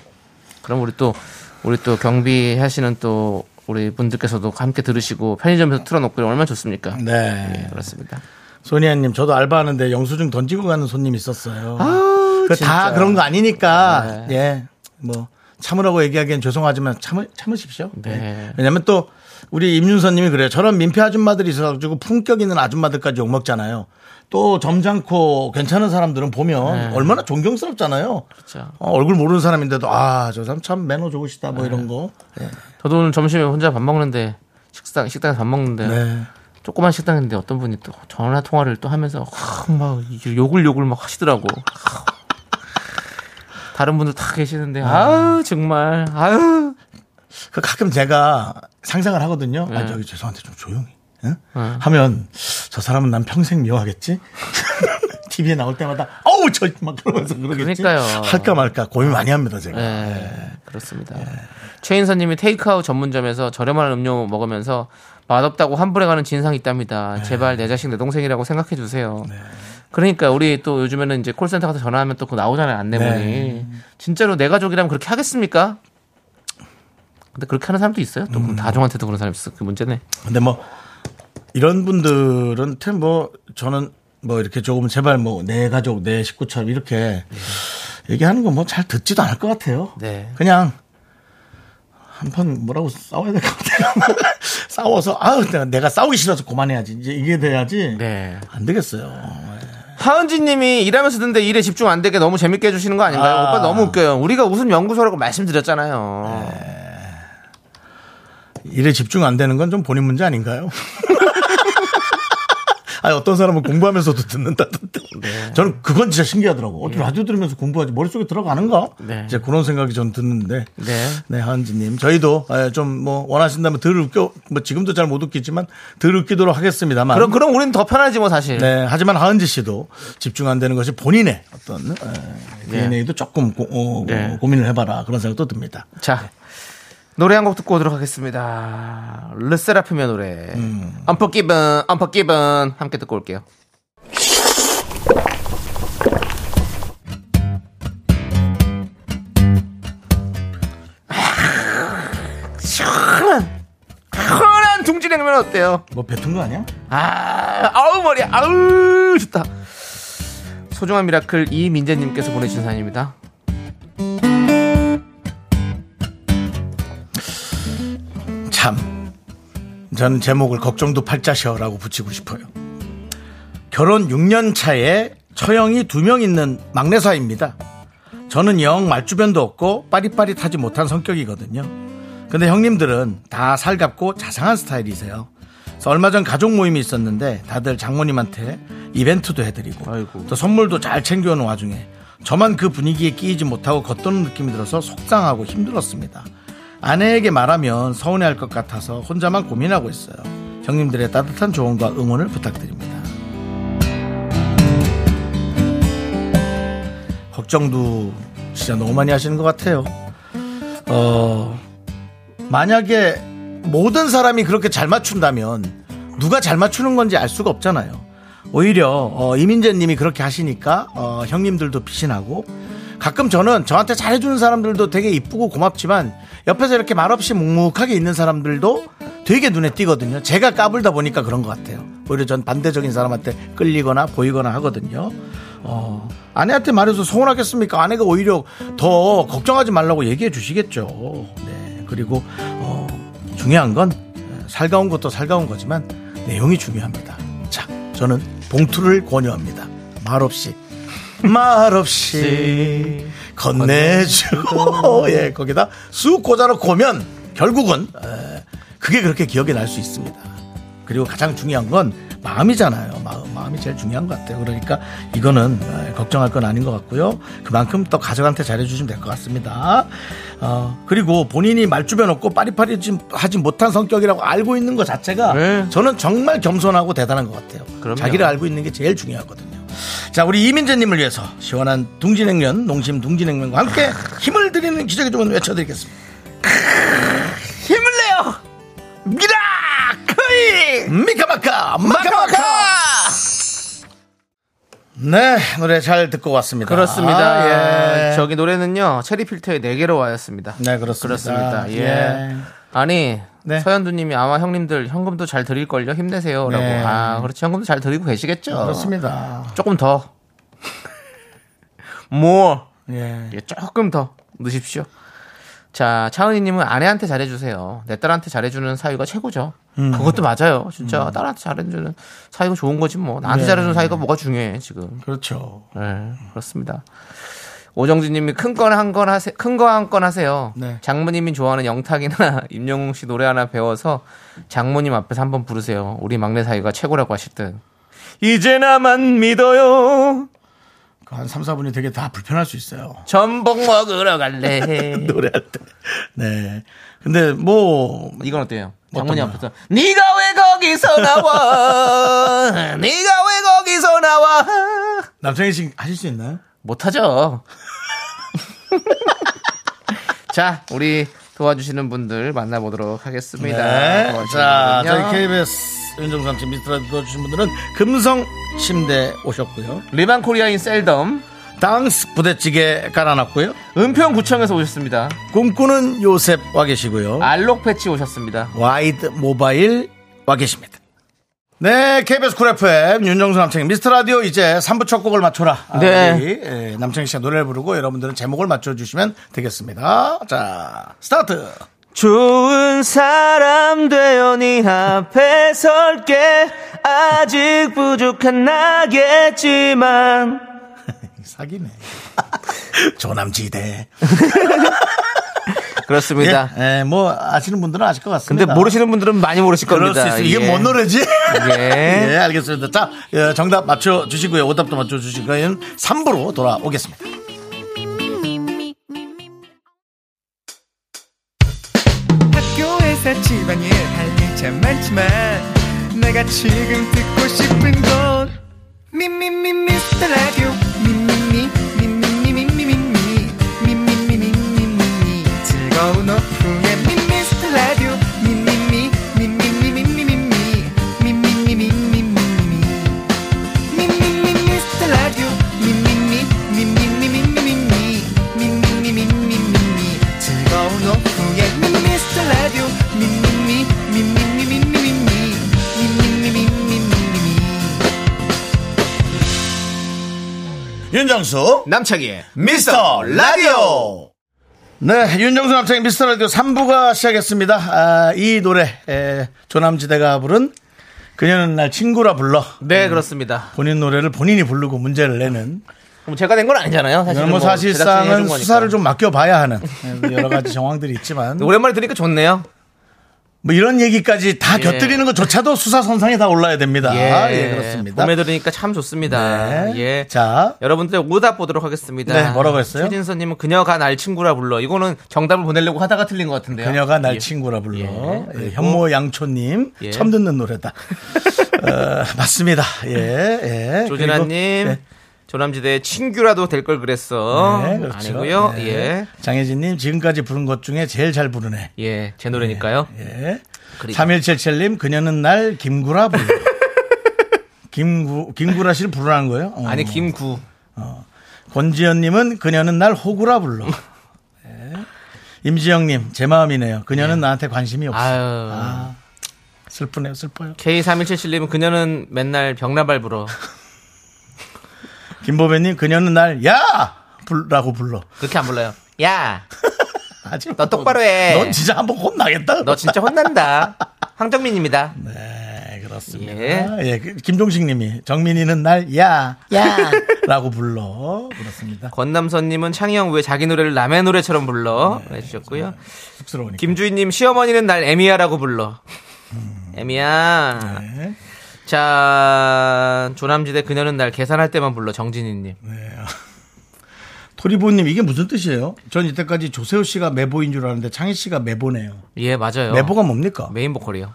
B: 그럼 우리 또 우리 또 경비 하시는 또 우리 분들께서도 함께 들으시고 편의점에서 틀어놓고 이러면 얼마나 예. 좋습니까?
A: 네.
B: 그렇습니다.
A: 소니아님 저도 알바하는데 영수증 던지고 가는 손님 있었어요. 그
B: 진짜. 네.
A: 다 그런 거 아니니까 예 뭐 참으라고 얘기하기엔 죄송하지만 참을 참으십시오.
B: 네.
A: 예. 왜냐면 또 우리 임윤서님이 그래요. 저런 민폐 아줌마들이 있어가지고 품격 있는 아줌마들까지 욕 먹잖아요. 또 점잖고 괜찮은 사람들은 보면
B: 네.
A: 얼마나 존경스럽잖아요.
B: 그렇죠.
A: 어, 얼굴 모르는 사람인데도 아 저 사람 참 매너 좋으시다 뭐
B: 네.
A: 이런 거. 예.
B: 저도 오늘 점심에 혼자 밥 먹는데 식당 식당에서 밥 먹는데
A: 네.
B: 조그만 식당인데 어떤 분이 또 전화 통화를 또 하면서 확 막 욕을 욕을 막 하시더라고. 다른 분들 다 계시는데 아우 정말 아우
A: 그 가끔 제가 상상을 하거든요.
B: 네.
A: 아, 저기 죄송한데 좀 조용히. 예? 하면 저 사람은 난 평생 미워하겠지. TV에 나올 때마다 어우 저막 그러면서 그러겠지.
B: 그러니까요.
A: 할까 말까 고민 많이 합니다 제가.
B: 네, 그렇습니다. 최인선님이 테이크아웃 전문점에서 저렴한 음료 먹으면서 맛없다고 환불해 가는 진상이 있답니다. 제발 내 자식 내 동생이라고 생각해 주세요. 그러니까 우리 또 요즘에는 이제 콜센터 가서 전화하면 또 그거 나오잖아요 안내문이. 진짜로 내 가족이라면 그렇게 하겠습니까? 근데 그렇게 하는 사람도 있어요. 또 그럼 다종한테도 그런 사람 있어. 그 문제네.
A: 근데 뭐 이런 분들한테 뭐 저는 뭐 이렇게 조금 제발 뭐 내 가족 내 식구처럼 이렇게 얘기하는 건 뭐 잘 듣지도 않을 것 같아요.
B: 네.
A: 그냥 한 번 뭐라고 싸워야 될 것 같아요. 싸워서 아 내가, 내가 싸우기 싫어서 그만해야지 이제 이게 돼야지
B: 네.
A: 안 되겠어요.
B: 하은지님이 일하면서 듣는데 일에 집중 안 되게 너무 재밌게 해주시는 거 아닌가요?
A: 아.
B: 오빠 너무 웃겨요. 우리가 웃음 연구소라고 말씀드렸잖아요.
A: 일에 집중 안 되는 건 좀 본인 문제 아닌가요? 아니 어떤 사람은 공부하면서도 듣는다던데
B: 네.
A: 저는 그건 진짜 신기하더라고 어떻게 라디오 들으면서 공부하지 머릿속에 들어가는가
B: 네.
A: 이제 그런 생각이 전 드는데
B: 네.
A: 네 하은지님 저희도 좀 뭐 원하신다면 덜 웃겨 뭐 지금도 잘 못 웃기지만 덜 웃기도록 하겠습니다만
B: 그럼 그럼 우리는 더 편하지 뭐 사실.
A: 네, 하지만 하은지 씨도 집중 안 되는 것이 본인의 어떤 예, 에, DNA도 조금 고, 어,
B: 네.
A: 고민을 해봐라 그런 생각도 듭니다.
B: 자 노래 한 곡 듣고 오도록 하겠습니다. 르세라핌의 노래. Unforgiven, Unforgiven 함께 듣고 올게요. 아, 시원한 시원한 둥지냉면 어때요?
A: 뭐 뱉은 거 아니야?
B: 아, 아우 머리, 아우 좋다. 소중한 미라클 이민재님께서 보내주신 사연입니다.
A: 참. 전 제목을 걱정도 팔자셔라고 붙이고 싶어요. 결혼 6년 차에 처형이 두 명 있는 막내사입니다. 저는 영 말주변도 없고 빠릿빠릿하지 못한 성격이거든요. 근데 형님들은 다 살갑고 자상한 스타일이세요. 그래서 얼마 전 가족 모임이 있었는데 다들 장모님한테 이벤트도 해드리고
B: 아이고.
A: 또 선물도 잘 챙겨오는 와중에 저만 그 분위기에 끼이지 못하고 겉도는 느낌이 들어서 속상하고 힘들었습니다. 아내에게 말하면 서운해할 것 같아서 혼자만 고민하고 있어요. 형님들의 따뜻한 조언과 응원을 부탁드립니다. 걱정도 진짜 너무 많이 하시는 것 같아요. 어, 만약에 모든 사람이 그렇게 잘 맞춘다면 누가 잘 맞추는 건지 알 수가 없잖아요. 오히려 어, 이민재님이 그렇게 하시니까 어, 형님들도 비신하고 가끔 저는 저한테 잘해주는 사람들도 되게 이쁘고 고맙지만 옆에서 이렇게 말없이 묵묵하게 있는 사람들도 되게 눈에 띄거든요. 제가 까불다 보니까 그런 것 같아요. 오히려 전 반대적인 사람한테 끌리거나 보이거나 하거든요. 어, 아내한테 말해서 서운하겠습니까? 아내가 오히려 더 걱정하지 말라고 얘기해 주시겠죠. 네. 그리고 어, 중요한 건 살가운 것도 살가운 거지만 내용이 중요합니다. 자, 저는 봉투를 권유합니다. 말 없이 말 없이 네. 건네주고 예 거기다 쑥 꽂아놓고 오면 결국은 에, 그게 그렇게 기억이 날 수 있습니다. 그리고 가장 중요한 건 마음이잖아요. 마음, 마음이 제일 중요한 것 같아요. 그러니까 이거는 에, 걱정할 건 아닌 것 같고요. 그만큼 또 가족한테 잘해주시면 될 것 같습니다. 어, 그리고 본인이 말주변 없고 빠릿빠릿하지 못한 성격이라고 알고 있는 것 자체가
B: 네.
A: 저는 정말 겸손하고 대단한 것 같아요.
B: 그럼요.
A: 자기를 알고 있는 게 제일 중요하거든요. 자, 우리 이민재님을 위해서 시원한 둥지냉면, 농심 둥지냉면과 함께 힘을 드리는 기적의 주문 외쳐드리겠습니다. 힘을 내요! 미라클! 미카마카! 마카마카! 네, 노래 잘 듣고 왔습니다.
B: 그렇습니다.
A: 아, 예.
B: 저기 노래는요 체리 필터의 네 개로 와였습니다.
A: 네, 그렇습니다.
B: 그렇습니다. 예.
A: 예.
B: 아니
A: 네.
B: 서현두님이 아마 형님들 현금도 잘 드릴 걸요 힘내세요라고. 그렇죠.
A: 네. 어.
B: 아 그렇지 현금도 잘 드리고 계시겠죠.
A: 그렇습니다.
B: 조금 더. more.
A: 예.
B: 예, 조금 더 넣으십시오. 자, 차은희님은 아내한테 잘해주세요. 내 딸한테 잘해주는 사이가 최고죠.
A: 음.
B: 그것도 맞아요. 진짜 딸한테 잘해주는 사이가 좋은 거지 뭐.
A: 네.
B: 나한테 잘해주는 사이가 뭐가 중요해 지금.
A: 그렇죠.
B: 네, 그렇습니다. 오정진님이 큰 건 한 건 하세요. 큰 거 한 건 하세요.
A: 네.
B: 장모님이 좋아하는 영탁이나 임영웅 씨 노래 하나 배워서 장모님 앞에서 한번 부르세요. 우리 막내 사이가 최고라고 하실 듯. 이제 나만 믿어요.
A: 그한 3, 4분이 되게 다 불편할 수 있어요.
B: 전복 먹으러 갈래.
A: 노래할 때. 네. 근데 뭐,
B: 이건 어때요?
A: 어떤
B: 장모님
A: 거요?
B: 앞에서 네가 왜 거기서 나와? 네가 왜 거기서 나와?
A: 남창희 씨 하실 수 있나요?
B: 못하죠. 자, 우리 도와주시는 분들 만나보도록 하겠습니다. 도와주시는
A: 네. 자,
B: 분은요.
A: 저희 KBS 윤정수 남친 미스터라디오 도와주신 분들은 금성 침대 오셨고요.
B: 리반 코리아인 셀덤,
A: 당스 부대찌개 깔아놨고요.
B: 은평구청에서 오셨습니다.
A: 꿈꾸는 요셉 와 계시고요.
B: 알록 패치 오셨습니다.
A: 와이드 모바일 와 계십니다. 네, KBS 쿨 FM 윤정수 남창희 미스터 라디오 이제 3부 첫 곡을 맞춰라. 아,
B: 네.
A: 우리, 예, 남창희 씨가 노래를 부르고 여러분들은 제목을 맞춰주시면 되겠습니다. 자, 스타트.
B: 좋은 사람 되어 네 앞에 설게 아직 부족한 나겠지만
A: 사기네. 조남지대.
B: 그렇습니다.
A: 예, 예, 뭐 아시는 분들은 아실 것 같습니다.
B: 근데 모르시는 분들은 많이 모르실
A: 그럴
B: 겁니다.
A: 수 있어요. 이게
B: 예.
A: 뭔 노래지?
B: 예.
A: 예, 알겠습니다. 자, 예, 정답 맞춰주시고요. 오답도 맞춰주시고요. 3부로 돌아오겠습니다.
G: 학교에서 집안일 할 일 참 많지만 내가 지금 듣고 싶은 건 미미미 미스터 라디오 미미미 미미미 미미미 미미미 미미미 즐거운 오후에 미스터 라디오 미미미 미미미 미미미 미미미 미미미
A: 윤정수 남창희의 미스터 라디오 네 윤정수 남창희 미스터 라디오 3부가 시작했습니다 아, 이 노래 에, 조남지대가 부른 그녀는 날 친구라 불러
B: 네, 그렇습니다.
A: 본인 노래를 본인이 부르고 문제를 내는
B: 그럼 제가 된 건 아니잖아요. 사실은
A: 이건 뭐
B: 뭐 제작진이
A: 사실상은
B: 해준 거니까.
A: 수사를 좀 맡겨봐야 하는 음, 여러 가지 정황들이 있지만
B: 오랜만에 들으니까 좋네요.
A: 뭐 이런 얘기까지 다
B: 예.
A: 곁들이는 것조차도 수사 선상에 다 올라야 됩니다 아, 예, 그렇습니다
B: 봄에 들으니까 참 좋습니다.
A: 네.
B: 예.
A: 자
B: 여러분들 오답 보도록 하겠습니다.
A: 네, 뭐라고 했어요?
B: 최진서님은 그녀가 날 친구라 불러. 이거는 정답을 보내려고 하다가 틀린 것 같은데요.
A: 그녀가 날
B: 예.
A: 친구라 불러.
B: 예,
A: 예,
B: 그리고-
A: 현모 양초님
B: 예.
A: 처음 듣는 노래다. 어, 맞습니다. 예, 예.
B: 조진아님,
A: 그리고- 네,
B: 조남지대 친규라도 될 걸 그랬어.
A: 네, 그렇죠.
B: 아니고요.
A: 네.
B: 예.
A: 장혜진님 지금까지 부른 것 중에 제일 잘 부르네.
B: 예, 제 노래니까요.
A: 예.
B: 그리고-
A: 3177님 그녀는 날 김구라 불러. 김구 김구라 씨를 부르라는 거예요? 어.
B: 아니 김구.
A: 권지현님은 그녀는 날 호구라 불러. 예. 임지영님 제 마음이네요. 그녀는 나한테 관심이 없어.
B: 아유.
A: 슬프네요, 슬퍼요.
B: K3177님 그녀는 맨날 병나발 불어.
A: 김보배님 그녀는 날 야! 불라고 불러.
B: 그렇게 안 불러요. 야,
A: 아직 뭐,
B: 너 똑바로 해.
A: 넌 진짜 한번 혼나겠다.
B: 너 진짜 혼난다. 황정민입니다.
A: 네, 그렇습니다.
B: 예.
A: 예, 그 김종식님이 정민이는 날 야, 야라고 불러. 그렇습니다.
B: 권남선님은 창희형 왜 자기 노래를 남의 노래처럼 불러
A: 네,
B: 해주셨고요.
A: 쑥스러우니까.
B: 김주희님 시어머니는 날 에미야라고 불러. 에미야.
A: 네.
B: 자 조남지대 그녀는 날 계산할 때만 불러 정진희님.
A: 네. 토리보님 이게 무슨 뜻이에요? 전 이때까지 조세호 씨가 메보인 줄 알았는데 창희 씨가 메보네요.
B: 예 맞아요.
A: 메보가 뭡니까?
B: 메인 보컬이요.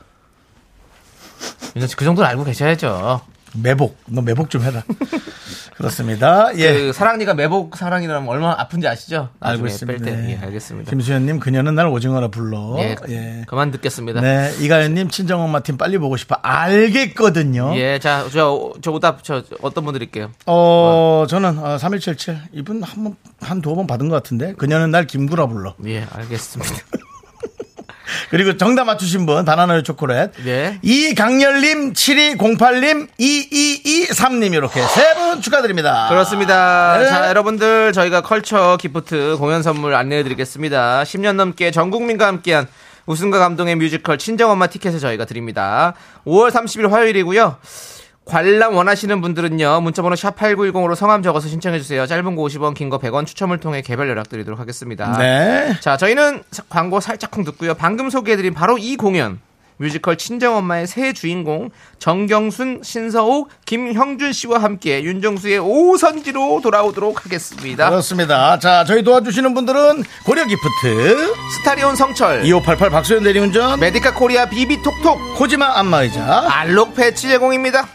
B: 윤정 씨그 정도는 알고 계셔야죠.
A: 매복. 너 매복 좀 해라. 그렇습니다. 예.
B: 그 사랑니가 매복 사랑이라면 얼마나 아픈지 아시죠?
A: 알고
B: 나중에 뺄
A: 있습니다.
B: 때.
A: 네.
B: 예, 알겠습니다.
A: 김수현님 그녀는 날 오징어라 불러.
B: 예,
A: 예.
B: 그만 듣겠습니다.
A: 네, 이가연님 친정엄마 팀 빨리 보고 싶어. 알겠거든요.
B: 예, 자, 저, 저 오답, 저, 어떤 분 드릴게요?
A: 어, 저는 어, 3177. 이분 한 번, 한 두 번 받은 것 같은데. 그녀는 날 김구라 불러.
B: 예, 알겠습니다.
A: 그리고 정답 맞추신 분, 바나나의 초콜릿.
B: 예.
A: 이강렬님, 7208님, 2223님, 이렇게 세 분 축하드립니다.
B: 그렇습니다.
A: 네.
B: 자, 여러분들 저희가 컬처 기프트 공연 선물 안내해 드리겠습니다. 10년 넘게 전 국민과 함께한 우승과 감동의 뮤지컬 친정엄마 티켓을 저희가 드립니다. 5월 30일 화요일이고요. 관람 원하시는 분들은요. 문자번호 샵 8910으로 성함 적어서 신청해 주세요. 짧은 거 50원, 긴 거 100원 추첨을 통해 개별 연락 드리도록 하겠습니다.
A: 네.
B: 자, 저희는 사- 광고 살짝쿵 듣고요. 방금 소개해드린 바로 이 공연. 뮤지컬 친정엄마의 새 주인공 정경순, 신서옥, 김형준 씨와 함께 윤정수의 오선지로 돌아오도록 하겠습니다.
A: 그렇습니다. 자, 저희 도와주시는 분들은 고려 기프트,
B: 스타리온 성철,
A: 2588 박소연 대리운전,
B: 메디카 코리아 비비톡톡,
A: 코지마 안마의자,
B: 알록 패치 제공입니다.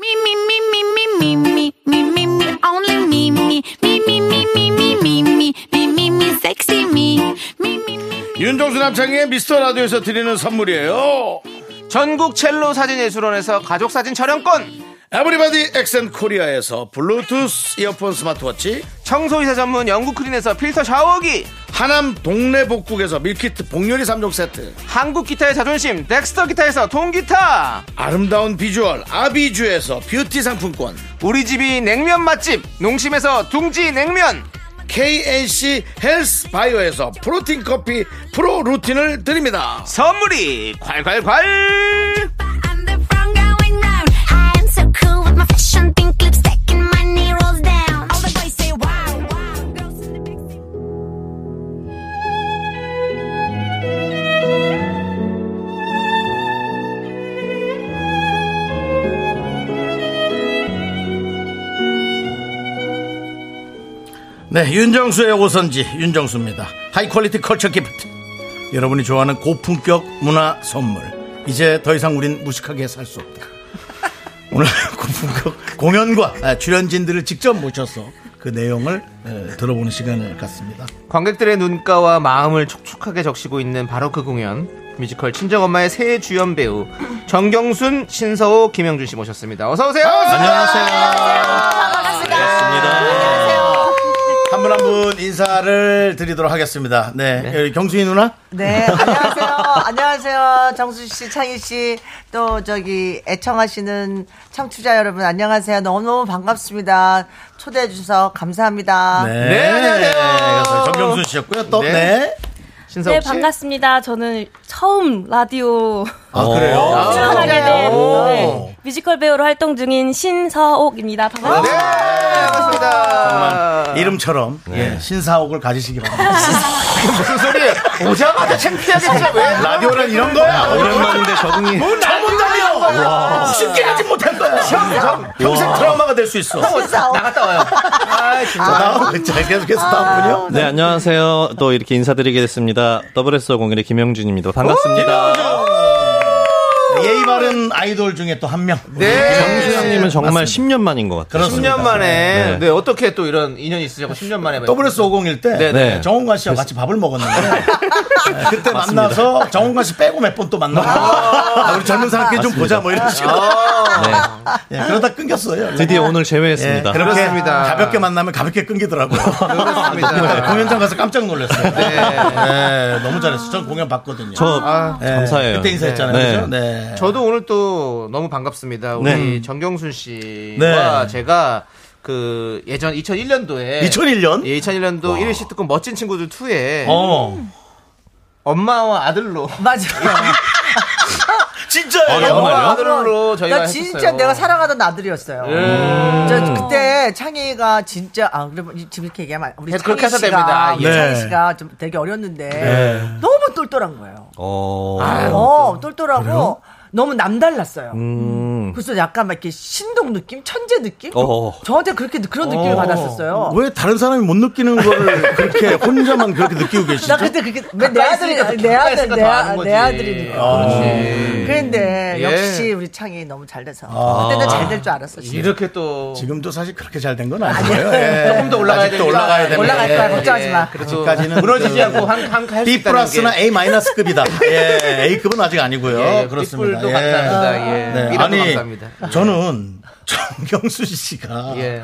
F: Me, me, me, me, me, me, me, me, me, me, only me, me, me, me, me, me, me, me, me, me, me, me, sexy me, me, me, me.
A: 윤종수 남창의 미스터 라디오에서 드리는 선물이에요.
B: 전국 첼로 사진예술원에서 가족사진 촬영권,
A: 에브리바디 엑센 코리아에서 블루투스 이어폰 스마트워치,
B: 청소이사 전문 영국크린에서 필터 샤워기,
A: 하남 동네 복국에서 밀키트 복요리 3종 세트,
B: 한국 기타의 자존심, 덱스터 기타에서 통기타,
A: 아름다운 비주얼 아비주에서 뷰티 상품권,
B: 우리 집이 냉면 맛집 농심에서 둥지 냉면
A: KNC 헬스 바이오에서 프로틴 커피 프로 루틴을 드립니다.
B: 선물이 콸콸콸
F: I'm the front going round. I am so cool with my fashion, pink lipstick and my knee rolls down. All the boys say wow, wow. Girls in the big city.
A: 네, 윤정수의 오선지 윤정수입니다. 하이퀄리티 컬처 기프트. 여러분이 좋아하는 고품격 문화 선물. 이제 더 이상 우린 무식하게 살 수 없다. 오늘 고품격 공연과 아, 출연진들을 직접 모셔서 그 내용을 에, 들어보는 시간을 갖습니다.
B: 관객들의 눈가와 마음을 촉촉하게 적시고 있는 바로 그 공연 뮤지컬 친정엄마의 새 주연 배우 정경순 신서호 김영준 씨 모셨습니다 어서 오세요
A: 안녕하세요. 반갑습니다. 한 분 한 분 인사를 드리도록 하겠습니다. 네, 여기 경수이 누나.
H: 네, 안녕하세요. 안녕하세요. 정수 씨, 창희 씨, 또 저기 애청하시는 청취자 여러분, 안녕하세요. 너무너무 반갑습니다. 초대해 주셔서 감사합니다.
B: 네, 안녕하세요.
A: 정경순 씨였고요. 또
B: 네.
A: 네.
B: 신서호 씨
I: 네, 반갑습니다. 저는 처음 라디오
A: 아 그래요.
B: 어.
I: 출연하게 된
A: 오.
I: 네, 뮤지컬 배우로 활동 중인 신서옥입니다.
B: 네
I: 반갑습니다.
B: 반갑습니다
A: 이름처럼 예, 신사옥을 가지시기 바랍니다.
B: 무슨 소리예요 오자마자 창피하게 진짜 왜 네, 뭐
A: 라디오는 아, 이런 거야. 뭐
J: 오랜만인데 적응이
A: 뭔 잘못 달려. 뭐 쉽게 하지 못할 거야. 평생 트라우마가 될 수 있어.
B: 나갔다 와요 아 진짜
A: 나오고 계속해서 나오군요.
J: 네 안녕하세요 또 이렇게 인사드리게 됐습니다 WSO 공일의 김영준입니다 반갑습니다
A: 아. 예의 바른 아이돌 중에 또 한 명. 음.
B: 네.
J: 정수영님은 정말
A: 맞습니다.
J: 10년 만인 것 같아요
B: 10년 만에 네. 어떻게 또 이런 인연이 있으셨고 10년 만에
A: WS 501 때
J: 네.
A: 정홍관 씨와 같이 밥을 먹었는데 네, 그때 만나서 정홍관 씨 빼고 몇 번 또 만나고 아, 우리 젊은 사람끼리 좀 보자 뭐 이런 식으로
B: 아.
J: 네.
A: 예, 그러다 끊겼어요.
J: 드디어 오늘
A: 예,
J: 제외했습니다
A: 그렇게
B: 그렇습니다.
A: 가볍게 만나면 가볍게 끊기더라고요.
B: 그렇습니다.
A: 네, 공연장 가서 깜짝 놀랐어요. 네, 너무 잘했어요. 전 공연 봤거든요.
J: 저
A: 예,
J: 감사해요
A: 그때 인사했잖아요.
J: 네.
A: 그죠? 네.
B: 아, 저도 오늘 또 너무 반갑습니다. 우리
J: 네.
B: 정경순 씨와
A: 네.
B: 제가 그 예전 2001년도에
A: 2001년?
B: 예, 2001년도 1일 시트콤 멋진 친구들 2에
A: 어.
B: 엄마와 아들로
H: 맞아요.
A: 진짜예요.
B: 아,
J: 어, 정말요?
B: 엄마와 아들로 저희가
H: 나 진짜
B: 했었어요. 예. 음.
H: 내가 사랑하던 아들이었어요. 저 그때 창희가 진짜 아 그러면 이- 지금 이렇게 얘기하면 안- 우리
B: 네,
H: 창희
B: 그렇게 해서
H: 씨가
B: 됩니다.
H: 우리
A: 예.
H: 창희
A: 네.
H: 씨가 좀 되게 어렸는데
B: 네.
H: 너무 똘똘한 거예요.
J: 어...
H: 어 똘똘하고 너무 남달랐어요.
J: 음...
H: 그래서 약간 막 이렇게 신동 느낌, 천재 느낌.
J: 어.
H: 저한테 그렇게 그런 느낌을 받았었어요.
A: 왜 다른 사람이 못 느끼는 거를 그렇게 혼자만 그렇게 느끼고 계시죠?
H: 나 그때 그게 왜내
B: 가까이
H: 아들이
B: 있으니까
H: 내 아들
B: 가까이 있으니까
H: 내,
B: 더
H: 아-
B: 아는 거지.
H: 내
A: 어.
H: 아들이니까.
B: 그렇지.
H: 그런데
B: 예. 아.
H: 역시 우리 창이 너무 잘 돼서 그때는 잘 될 줄 알았어. 지금.
B: 이렇게 또
A: 지금도 사실 그렇게 잘 된 건 아니에요. 예.
B: 조금 더 올라가야
A: 아직도
B: 됩니다.
A: 올라가야 됩니다.
H: 올라갈 거야,
A: 예.
H: 걱정하지 마.
B: 그래도
A: 아직까지는
B: 무너지지
A: 그-
B: 않고 한한할수
A: B 플러스나 A 마이너스급이다. 예, A급은 아직 아니고요.
B: 예,
A: 그렇습니다.
B: 네, 뿔도 감사합니다. 예, 삐라도 감사합니다.
A: 네, 저는 정경수 씨가
B: 예.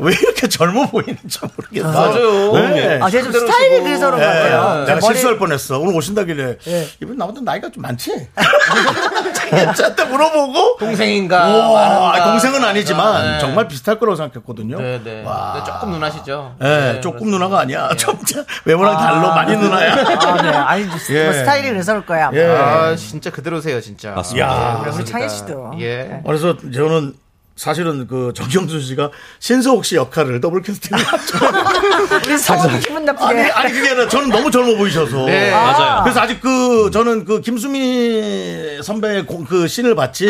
A: 왜 이렇게 젊어 보이는지 모르겠어요.
B: 네.
A: 네.
B: 맞아요.
H: 아, 제가 좀 스타일이 그래서 그런 것 같아요.
A: 내가
H: 머리-
A: 실수할 뻔했어. 오늘 오신다길래
H: 예.
A: 이분 나보다 나이가 좀 많지? 괜찮다 물어보고
B: 동생인가?
A: 와,
B: 아는가?
A: 동생은 아니지만
B: 네.
A: 정말 비슷할 거라고 생각했거든요.
B: 네, 네.
A: 와.
B: 근데 조금 네, 눈하시죠?
A: 예, 조금 누나가 아니야. 진짜 외모랑 달라 많이 누나야.
H: 아, 네. 아니, 뭐
A: 예.
H: 스타일이 그래서 그럴 거야.
A: 예.
B: 아, 진짜 그대로세요, 진짜.
J: 맞습니다.
A: 야.
B: 예, 그렇습니다.
H: 창희 씨도.
I: 네.
B: 예.
A: 그래서 저는 사실은 그 정경수 씨가 신서옥 씨 역할을 더블 캐스팅을
H: 우리 성원이 기분
A: 아니,
H: 나쁘게.
A: 아니 그게 아니라 저는 너무 젊어 보이셔서.
B: 네.
J: 맞아요.
A: 그래서 아직 그 저는 그 김수미 선배의 공- 그 신을 봤지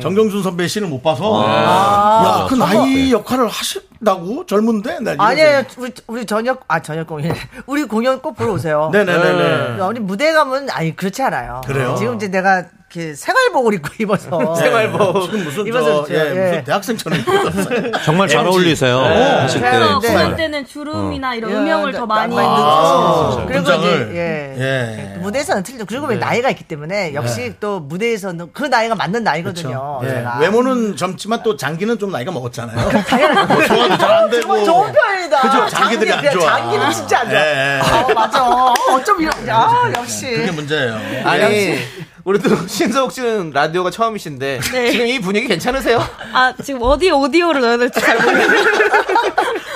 A: 정경준 선배의 신을 못 봐서 야, 그 나이 역할을 하신다고 젊은데 나 이래서-
H: 아니에요. 우리, 우리 저녁, 아, 저녁 공연. 우리 공연 꼭 보러 오세요.
A: 네네네네.
H: 야, 우리 무대 가면 아니 그렇지 않아요.
A: 그래요?
H: 지금 이제 내가 이렇게 생활복을 입고 입어서
B: 네, 뭐.
A: 생활복 지금 무슨
H: 입어서
A: 저,
H: 저-
A: 예, 무슨
H: 예.
A: 대학생처럼 입고 왔어요.
J: 정말 잘
A: MG.
J: 어울리세요. 하실 때.
I: 그래서
H: 네.
I: 공연 때는 주름이나 이런
H: 예,
I: 음영을
H: 나-
I: 더
H: 나-
I: 많이
H: 많이
A: 아,
H: 그리고
A: 분장을.
H: 이제, 예.
A: 예. 네.
H: 무대에서는 틀리죠. 그리고 왜 나이가 있기 때문에 역시 또 무대에서는 그 나이가 맞는 나이거든요. 네. 아.
A: 예.
H: 제가.
A: 외모는 젊지만 또 장기는 좀 나이가 먹었잖아요. 뭐 소화도 잘 안 되고.
H: 정말 좋은 편이다.
A: 그죠? 장기들이 안
H: 장기,
A: 좋아.
H: 장기는 진짜 안 좋아.
A: 예, 예.
H: 아, 맞아. 어쩜 이런, 아, 역시.
A: 그게 문제예요.
B: 아니, 우리 또 신서옥 씨는 라디오가 처음이신데
I: 네.
B: 지금 이 분위기 괜찮으세요?
I: 아 지금 어디 오디오를 넣어야 될지 잘 모르겠어요.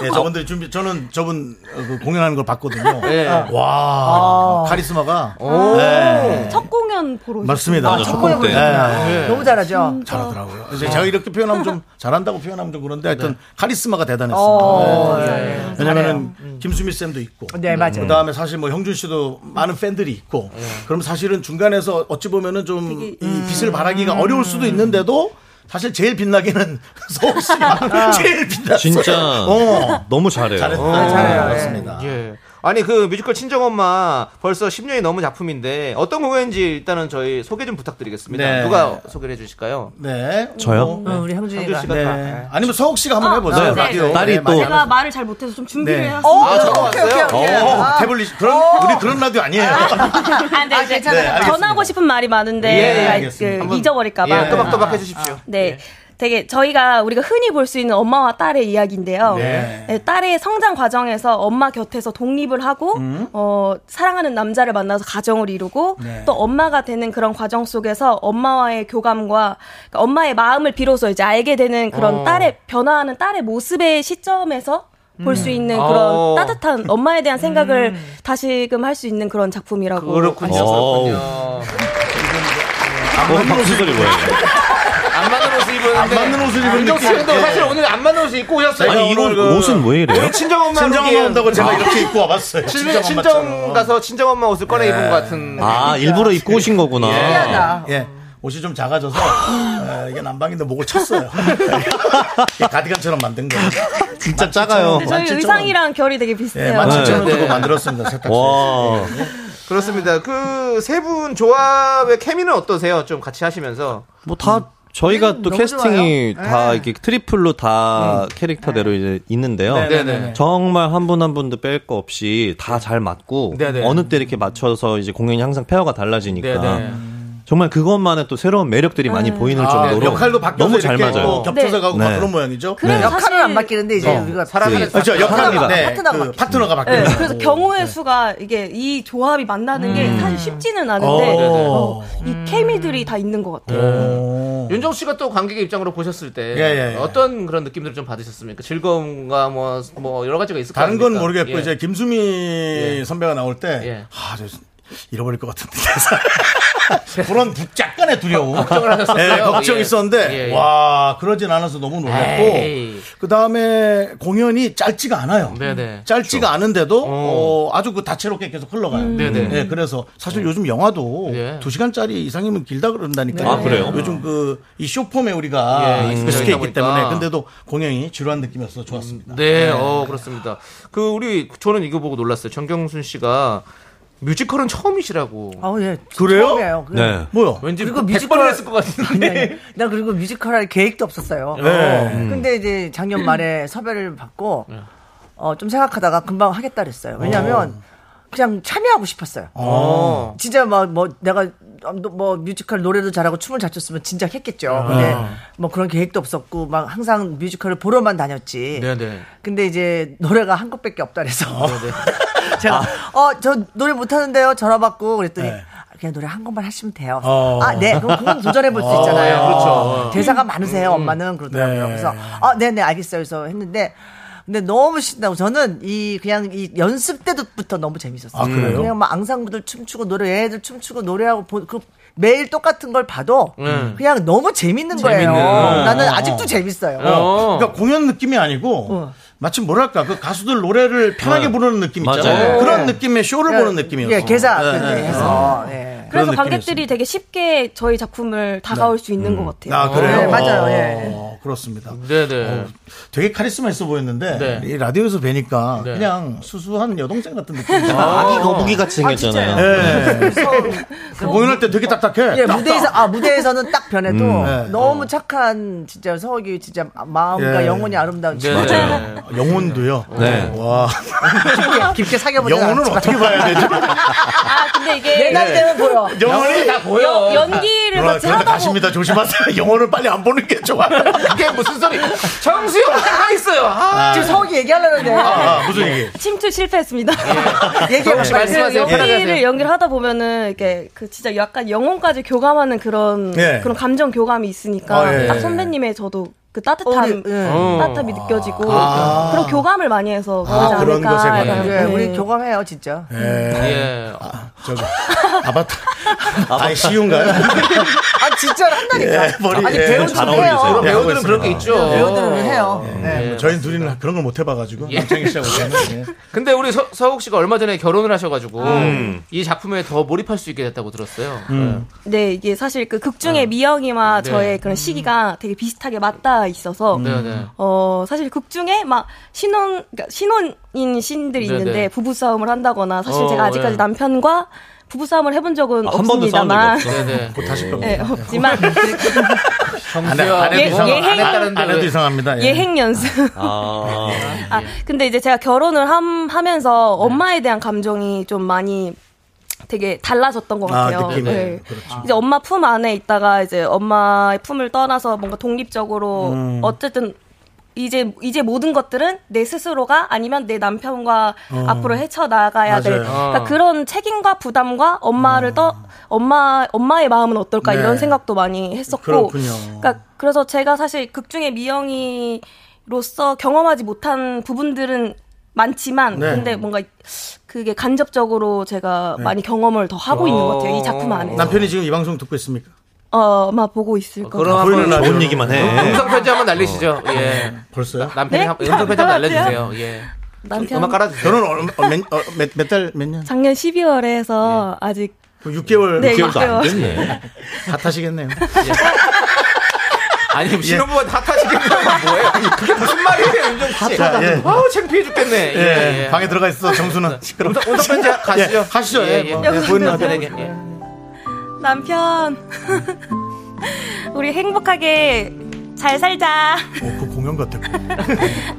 A: 예, 저분들이 준비, 저는 저분 어, 그 공연하는 걸 봤거든요.
B: 예.
H: 어.
A: 와, 아, 카리스마가. 네.
I: 첫 공연 보러 오셨어요.
A: 맞습니다.
J: 아, 첫 공연
A: 네.
H: 네. 너무 잘하죠.
A: 잘하더라고요. 네. 이제 제가 이렇게 표현하면 좀 잘한다고 표현하면 좀 그런데 하여튼 카리스마가
H: 어,
A: 대단했습니다. 네.
H: 네.
A: 왜냐면은 김수미 쌤도 있고.
H: 네, 맞아요.
A: 그 다음에 사실 뭐 형준 씨도 많은 팬들이 있고.
H: 네.
A: 그럼 사실은 중간에서 어찌 보면은 좀 이
H: 음.
A: 빛을 발하기가 어려울 수도 있는데도 사실 제일 빛나기는 서울
H: 아.
A: 씨가 제일 빛났어요.
J: 진짜
A: 어.
J: 너무 잘해요.
A: 잘했다.
H: 잘해요.
A: 맞습니다.
B: 예. 아니 그 뮤지컬 친정엄마 벌써 10년이 넘은 작품인데 어떤 공연인지 일단은 저희 소개 좀 부탁드리겠습니다.
A: 네.
B: 누가 소개를 해주실까요?
A: 네.
J: 저요?
A: 어,
H: 어, 우리 형준이가.
B: 현주 씨가 다.
A: 네. 아니면 서욱 씨가 한번
I: 아,
A: 해보세요.
I: 네.
A: 라디오.
J: 딸이
A: 네,
J: 또-
A: 많이
I: 제가 말을 잘 못해서 좀 준비를
A: 네.
I: 해왔어요.
H: 어,
B: 아, 저거
H: 오케이, 오케이,
B: 왔어요?
H: 오케이.
A: 어,
H: 아,
A: 태블릿 그런 우리 그런 라디오 아니에요.
I: 아, 네, 네.
H: 괜찮아요.
A: 알겠습니다.
I: 전하고 싶은 말이
B: 예,
I: 많은데
B: 예,
I: 아,
A: 알겠습니다.
I: 그,
A: 한번-
I: 잊어버릴까봐.
B: 예, 또박또박 해주십시오.
I: 네. 되게 저희가 우리가 흔히 볼 수 있는 엄마와 딸의 이야기인데요.
A: 네.
I: 네, 딸의 성장 과정에서 엄마 곁에서 독립을 하고
A: 음.
I: 어, 사랑하는 남자를 만나서 가정을 이루고
A: 네.
I: 또 엄마가 되는 그런 과정 속에서 엄마와의 교감과 그러니까 엄마의 마음을 비로소 이제 알게 되는 그런
B: 어.
I: 딸의 변화하는 딸의 모습의 시점에서
A: 음.
I: 볼 수 있는 그런
B: 어.
I: 따뜻한 엄마에 대한 생각을 네, 다시금 할 수 있는 그런 작품이라고
B: 그렇군요.
J: 어우.
B: 그렇군요.
J: 어, 박수 소리 뭐예요?
B: 안 맞는 옷을 입었는데.
A: 안 맞는 옷을 입은
B: 윤정수
A: 느낌.
B: 형도
A: 예.
B: 사실 오늘 안 맞는 옷을 입고 오셨어요.
J: 아니, 이거
B: 오늘 그-
J: 옷은 왜 이래요?
B: 우리 친정엄마
A: 친정엄마
B: 룩이에요.
A: 온다고 제가 이렇게 입고 와봤어요.
B: 친- 친정
A: 친정엄마처럼. 예.
B: 가서 친정엄마 옷을 꺼내 입은 것 같은.
J: 아, 일부러 입고 오신 거구나.
H: 신기하다.
A: 예. 옷이 좀 작아져서 아, 이게 난방인데 목을 쳤어요. 이게 가디건처럼 만든 거예요.
J: 진짜
A: 어,
J: 작아요.
I: 근데 저희
A: 만칠천원.
I: 의상이랑 결이 되게
A: 예,
I: 비슷해요.
A: 만칠천원
B: 네.
A: 주고 만들었습니다. 세탁소.
J: 와.
B: 그렇습니다. 그 세 분 조합의 케미는 어떠세요? 좀 같이 하시면서.
J: 뭐 다
B: 음,
J: 저희가 또
H: 너무
B: 네.
J: 캐스팅이 다 이렇게 트리플로 다 캐릭터대로 이제 있는데요.
B: 네네.
J: 정말 한 분 한 분도 뺄 거 없이 다 잘 맞고
B: 네네.
J: 어느 때 이렇게 맞춰서 이제 공연이 항상 페어가 달라지니까
B: 네네. 음.
J: 정말 그것만의 또 새로운 매력들이 많이 보이는
A: 아,
B: 네.
J: 정도로
A: 역할도 바뀌어서
J: 너무 잘
A: 이렇게
J: 맞아요.
A: 뭐 겹쳐서 가고
J: 네.
A: 막 그런 모양이죠.
I: 그래서
J: 네.
H: 역할은 안
I: 사실-
H: 바뀌는데 이제 우리가
I: 그렇죠.
B: 사람이
A: 그죠 역할이
J: 파트너가
A: 네,
H: 바뀌어요.
A: 그 파트너가 바뀌어요.
I: 네, 그래서 경우의 수가 이게 이 조합이 만나는
A: 음.
I: 게 사실 쉽지는 않은데
A: 오.
I: 어, 이 케미들이 다 있는 것 같아요.
A: 어.
B: 윤정수 씨가 또 관객의 입장으로 보셨을 때
A: 예, 예, 예.
B: 어떤 그런 느낌들을 좀 받으셨습니까? 즐거움과 뭐, 뭐 여러 가지가 있을 예. 것
A: 다른
B: 같아요.
A: 건 모르겠고 이제 김수미 선배가 나올 때
B: 예.
A: 아, 저 잃어버릴 것 같은데 그런 부- 약간의 두려움
B: 걱정을 하셨었어요.
A: 예, 걱정
B: 예.
A: 있었는데
B: 예, 예.
A: 와 그러진 않아서 너무
B: 에이.
A: 놀랐고 그 다음에 공연이 짧지가 않아요.
B: 네네. 그렇죠.
A: 짧지가 않은데도 어, 아주 그 다채롭게 계속 흘러가요.
B: 음. 네네.
A: 예, 그래서 사실 요즘 영화도
B: 예. 네.
A: 두 시간짜리 이상이면 길다 그런다니까요.
J: 아, 그래요?
A: 요즘 그 이 쇼폼에 우리가
B: 예, 익숙해져
A: 익숙해 있기
B: 보니까.
A: 때문에 근데도 공연이 지루한 느낌이어서 좋았습니다.
B: 네, 어, 그렇습니다. 그, 우리, 저는 이거 보고 놀랐어요. 정경순 씨가 뮤지컬은 처음이시라고.
H: 아우 예.
A: 그래요?
H: 처음이에요. 그래.
J: 네.
A: 뭐요?
B: 왠지
H: 그리고
B: 100번을
H: 뮤지컬-
B: 했을 것 같은데.
H: 아니, 난 그리고 뮤지컬 할 계획도 없었어요. 근데 이제 작년 말에 섭외를 받고 어, 좀 생각하다가 금방 하겠다 그랬어요. 왜냐하면 그냥 참여하고 싶었어요.
B: 어.
H: 진짜 막 뭐 내가 뭐 뮤지컬 노래도 잘하고 춤을 잘 췄으면 진작 했겠죠. 근데 뭐 그런 계획도 없었고 막 항상 뮤지컬을 보러만 다녔지.
A: 네네.
H: 근데 이제 노래가 한 곡밖에 없다 그래서 제가 어 저 노래 못하는데요 전화 받고 그랬더니 아,
A: 네.
H: 그냥 노래 한 곡만 하시면 돼요.
A: 어.
H: 아, 네. 그럼 그건 도전해 볼 수 있잖아요.
B: 어, 그렇죠.
H: 대사가 많으세요, 엄마는 그러더라고요.
A: 네.
H: 그래서 아, 네, 네, 알겠어요. 그래서 했는데 근데 너무 신나고 저는 이 그냥 이 연습 때부터 너무 재밌었어요.
A: 아, 그래요?
H: 그냥 막 앙상블들 춤추고 노래 애들 춤추고 노래하고 보, 그 매일 똑같은 걸 봐도 그냥 너무 재밌는 거예요. 나는 아직도 재밌어요.
B: 어.
A: 그러니까 공연 느낌이 아니고 마침 뭐랄까 그 가수들 노래를 편하게 부르는 느낌
J: 맞아요.
A: 있잖아요.
J: 네.
A: 그런 느낌의 쇼를 보는 느낌이었어요.
H: 예, 개사
A: 네, 네, 네.
H: 해서 예.
I: 그래서
A: 그런 네.
I: 관객들이 되게 쉽게 저희 작품을 다가올 수 있는 것 같아요.
A: 아 그래요?
H: 네, 맞아요.
A: 어,
H: 예.
A: 그렇습니다.
B: 네네.
A: 어, 되게 카리스마 있어 보였는데
B: 네.
A: 이 라디오에서 뵈니까
B: 네.
A: 그냥 수수한 여동생 같은 느낌이죠.
J: 아기 거북이 같이 생겼잖아요.
A: 공연할 때 되게 딱딱해.
H: 예,
A: 딱-
H: 그 무대에서 아 무대에서는 딱 변해도
A: 네.
H: 너무 착한 진짜 서욱이 진짜 마음과
A: 예.
H: 영혼이 아름다운
B: 네.
H: 친구.
B: 네.
A: 어, 영혼도요.
J: 네.
A: 와
H: 깊게, 깊게 사귀어보자.
A: 영혼은 어떻게 봐야 되죠?
I: 아, 근데
H: 내
I: 이게
H: 나이 되면 보여.
A: 영혼이 다 어,
I: 여- 연기를
A: 그러나
I: 같이 하다 보면
A: 가십니다. 조심하세요. 영혼을 빨리 안 보는 게 좋아요.
B: 그게 무슨 소리? 정수영 하나 있어요. 아,
H: 지금 서욱이 얘기하려는데
A: 아, 무슨 얘기?
I: 침투 실패했습니다.
H: 얘기해봐.
B: 혹시 말씀하세요.
I: 그
B: 편하게 하세요.
I: 연기를 연기를 하다 보면은 이렇게 그 진짜 약간 영혼까지 교감하는 그런
A: 네.
I: 그런 감정 교감이 있으니까
A: 아, 예,
I: 딱
A: 예.
I: 선배님의 저도 그
H: 우리,
I: 따뜻함
H: 예.
B: 어. 음.
I: 따뜻함이 느껴지고
A: 아.
I: 그런 교감을 많이 해서 그러지
A: 아, 그런
I: 않을까
A: 것에 관한.
I: 이런,
H: 예,
I: 네.
H: 우리 교감해요 진짜.
A: 예.
B: 예.
A: 저기 아바타. 아이 쉬운가요?
H: 아 진짜 로 한다니까.
A: 예, 머리.
H: 아니
A: 예,
H: 배우들
A: 잘
H: 해요.
A: 어울리세요. 네, 하고
B: 배우들은
A: 있습니다.
B: 그런 게 있죠.
H: 배우들은 해요. 네.
B: 예,
A: 저희 둘이는 그런 걸 못 해봐가지고 남창희 예, 씨하고 저는 예.
B: 근데 우리 서, 서욱 씨가 얼마 전에 결혼을 하셔가지고
I: 음.
B: 이 작품에 더 몰입할 수 있게 됐다고 들었어요.
A: 음.
I: 네, 이게 사실 그
A: 아.
I: 극중의 미영이와
B: 네.
I: 아, 저의 그런 시기가 되게 비슷하게 맞닿아 있어서
B: 네, 네.
I: 어 사실 극중에 막 신혼 그러니까 신혼인 신들이
B: 네,
I: 있는데
B: 네.
I: 부부 싸움을 한다거나 사실
B: 어,
A: 예.
I: 제가 아직까지
B: 네.
I: 남편과 부부 싸움을 해본 적은
J: 아, 한 번도 싸운 적이
I: 없습니다만
J: 없어.
B: 네, 네.
A: 곧 다시 겁니다.
I: 네, 없지만
A: 안, 해-
B: 정수영
A: 안
I: 예,
A: 해도 이상,
I: 예행-
A: 안, 안 해도 이상합니다. 예.
I: 예행 연습.
J: 아,
I: 아, 근데 이제 제가 결혼을 함, 하면서 엄마에 대한 감정이 좀 많이 되게 달라졌던 것
A: 아,
I: 같아요.
A: 느낌이.
I: 네.
A: 그렇죠.
I: 이제 엄마 품 안에 있다가 이제 엄마의 품을 떠나서 뭔가 독립적으로 어쨌든 이제 이제 모든 것들은 내 스스로가 아니면 내 남편과 앞으로 헤쳐 나가야 될
A: 맞아요.
I: 그러니까 그런 책임과 부담과 엄마를 떠 엄마 엄마의 마음은 어떨까
A: 네.
I: 이런 생각도 많이 했었고
A: 그렇군요.
I: 그러니까 그래서 제가 사실 극중의 미영이로서 경험하지 못한 부분들은 많지만
A: 네.
I: 근데 뭐 뭔가 그게 간접적으로 제가 많이 경험을 더 하고 있는 것 같아요 이 작품 안에서
A: 남편이 지금 이 방송 듣고 있습니까?
I: 어 아마 보고 있을 것 같아요
B: 그럼
A: 보이는 어?
B: 한번
J: 좋은 얘기만 해.
B: 음성 편지 한번 날리시죠. 예.
A: 벌써요?
B: 남편이
I: 네?
B: 한- 음성 편지 한번 날려주세요. 예.
I: 남편
B: 음악 깔아주세요.
A: 결혼 얼- 어, 몇- 어, 몇, 몇 달, 몇 년?
I: 작년 12월에 해서 아직
A: 그 6개월.
I: 네,
J: 기억도
I: 6개월
J: 안 됐네.
A: 다 타시겠네요. 예.
B: 아니 신혼부가 핫하시겠다고 뭐예요? 그게 무슨 말이에요, 윤정 씨?
A: 핫하다. 예.
B: 아우 창피해 죽겠네.
A: 예,
B: 예, 예.
A: 방에 들어가 있어, 정수는. 시끄러
B: 음성 음성 편지 가시죠.
A: 예, 가시죠. 예, 뭐.
I: 예, 보이는
B: 남편에게. 예.
I: 남편 우리 행복하게 잘 살자
A: 어, 그 공연 같아.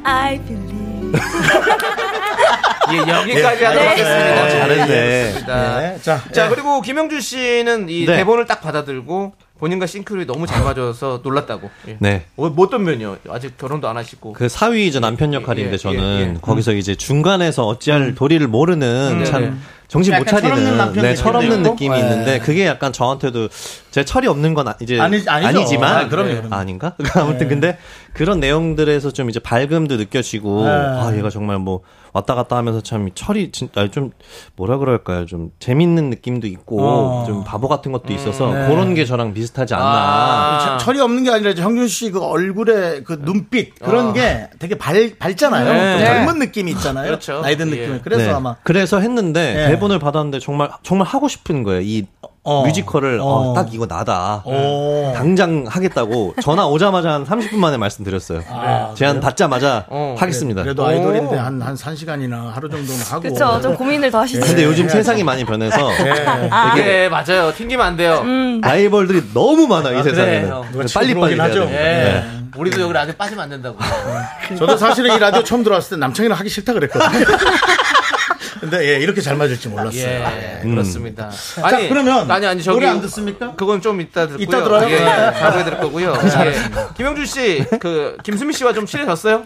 I: I believe
B: 예, 여기까지
A: 예,
B: 하도록 하겠습니다.
J: 어, 잘했네.
B: 좋습니다.
A: 네, 자,
B: 자,
A: 예.
B: 그리고 김영준 씨는 이
J: 네.
B: 대본을 딱 받아들고 본인과 싱크로이 너무 잘 맞아서 놀랐다고. 예.
J: 네.
B: 어, 뭐 어떤 면이요? 아직 결혼도 안 하시고.
J: 그 사위이자 남편 역할인데
B: 예,
J: 저는
B: 예, 예.
J: 거기서 이제 중간에서 어찌할
A: 음.
J: 도리를 모르는
B: 음.
J: 참
B: 네네.
J: 정신 못
A: 약간 철없는
J: 차리는
A: 남편
J: 네,
A: 느낌도
J: 철없는
A: 있고.
J: 느낌이
A: 네.
J: 있는데 그게 약간 저한테도 제 철이 없는 건 아- 이제
A: 아니- 아니죠.
J: 지만
A: 아, 그럼요, 네. 그럼요.
J: 아닌가? 아무튼 근데 그런 내용들에서 좀 이제 밝음도 느껴지고
A: 네.
J: 아 얘가 정말 뭐 왔다 갔다 하면서 참 철이 진짜 좀 뭐라 그럴까요? 좀 재밌는 느낌도 있고
A: 어. 네.
J: 좀 바보 같은 것도 있어서 그런 게 저랑 비슷하지 않나.
A: 철- 철이 없는 게 아니라 이제 형준 씨 그 얼굴에 그 눈빛
B: 어.
A: 그런 게 되게 밝, 밝잖아요.
B: 네.
A: 좀 젊은 느낌이 있잖아요.
B: 그렇죠.
A: 나이 든
B: 예.
A: 느낌이. 그래서
J: 네.
A: 아마
J: 그래서 했는데
A: 예.
J: 대본을 받았는데 정말 정말 하고 싶은 거예요. 이
A: 어.
J: 뮤지컬을 네.
A: 어.
J: 어, 딱 이거 나다.
A: 어.
J: 당장 하겠다고 전화 오자마자 한 30분 만에 말씀드렸어요. 네. 제안 받자마자
B: 어,
J: 하겠습니다.
A: 아, 그래도 아이돌인데 한, 한 1시간이나 하루 정도는 하고. 네.
I: 그렇죠 좀 고민을 더 하시죠
H: 예.
J: 근데 요즘
A: 해야죠.
J: 세상이 많이 변해서
B: 아, 예, 맞아요. 튕기면 안 돼요.
J: 라이벌들이 너무 많아요, 이 세상에는.
B: 그래요.
A: 누가 치고
J: 네, 빨리 빨리
A: 들어오긴
J: 해야 네.
A: 하죠.
J: 돼요.
B: 예.
J: 네.
B: 우리도 여기 아직 빠지면 안 된다고.
A: 저도 사실은 이 라디오 처음 들어왔을 때 남창이랑 하기 싫다 그랬거든요. 근데 예, 이렇게 잘 맞을지 몰랐어요.
B: 예,
J: 음.
B: 그렇습니다. 아니,
A: 그러면
B: 아니 아니 저기
A: 노래 안 듣습니까?
B: 그건 좀 이따 듣고요.
A: 이따 들어요?
B: 예, 바로 들을 거고요. 예. 김영준 씨, 그 김수미 씨와 좀 친해졌어요?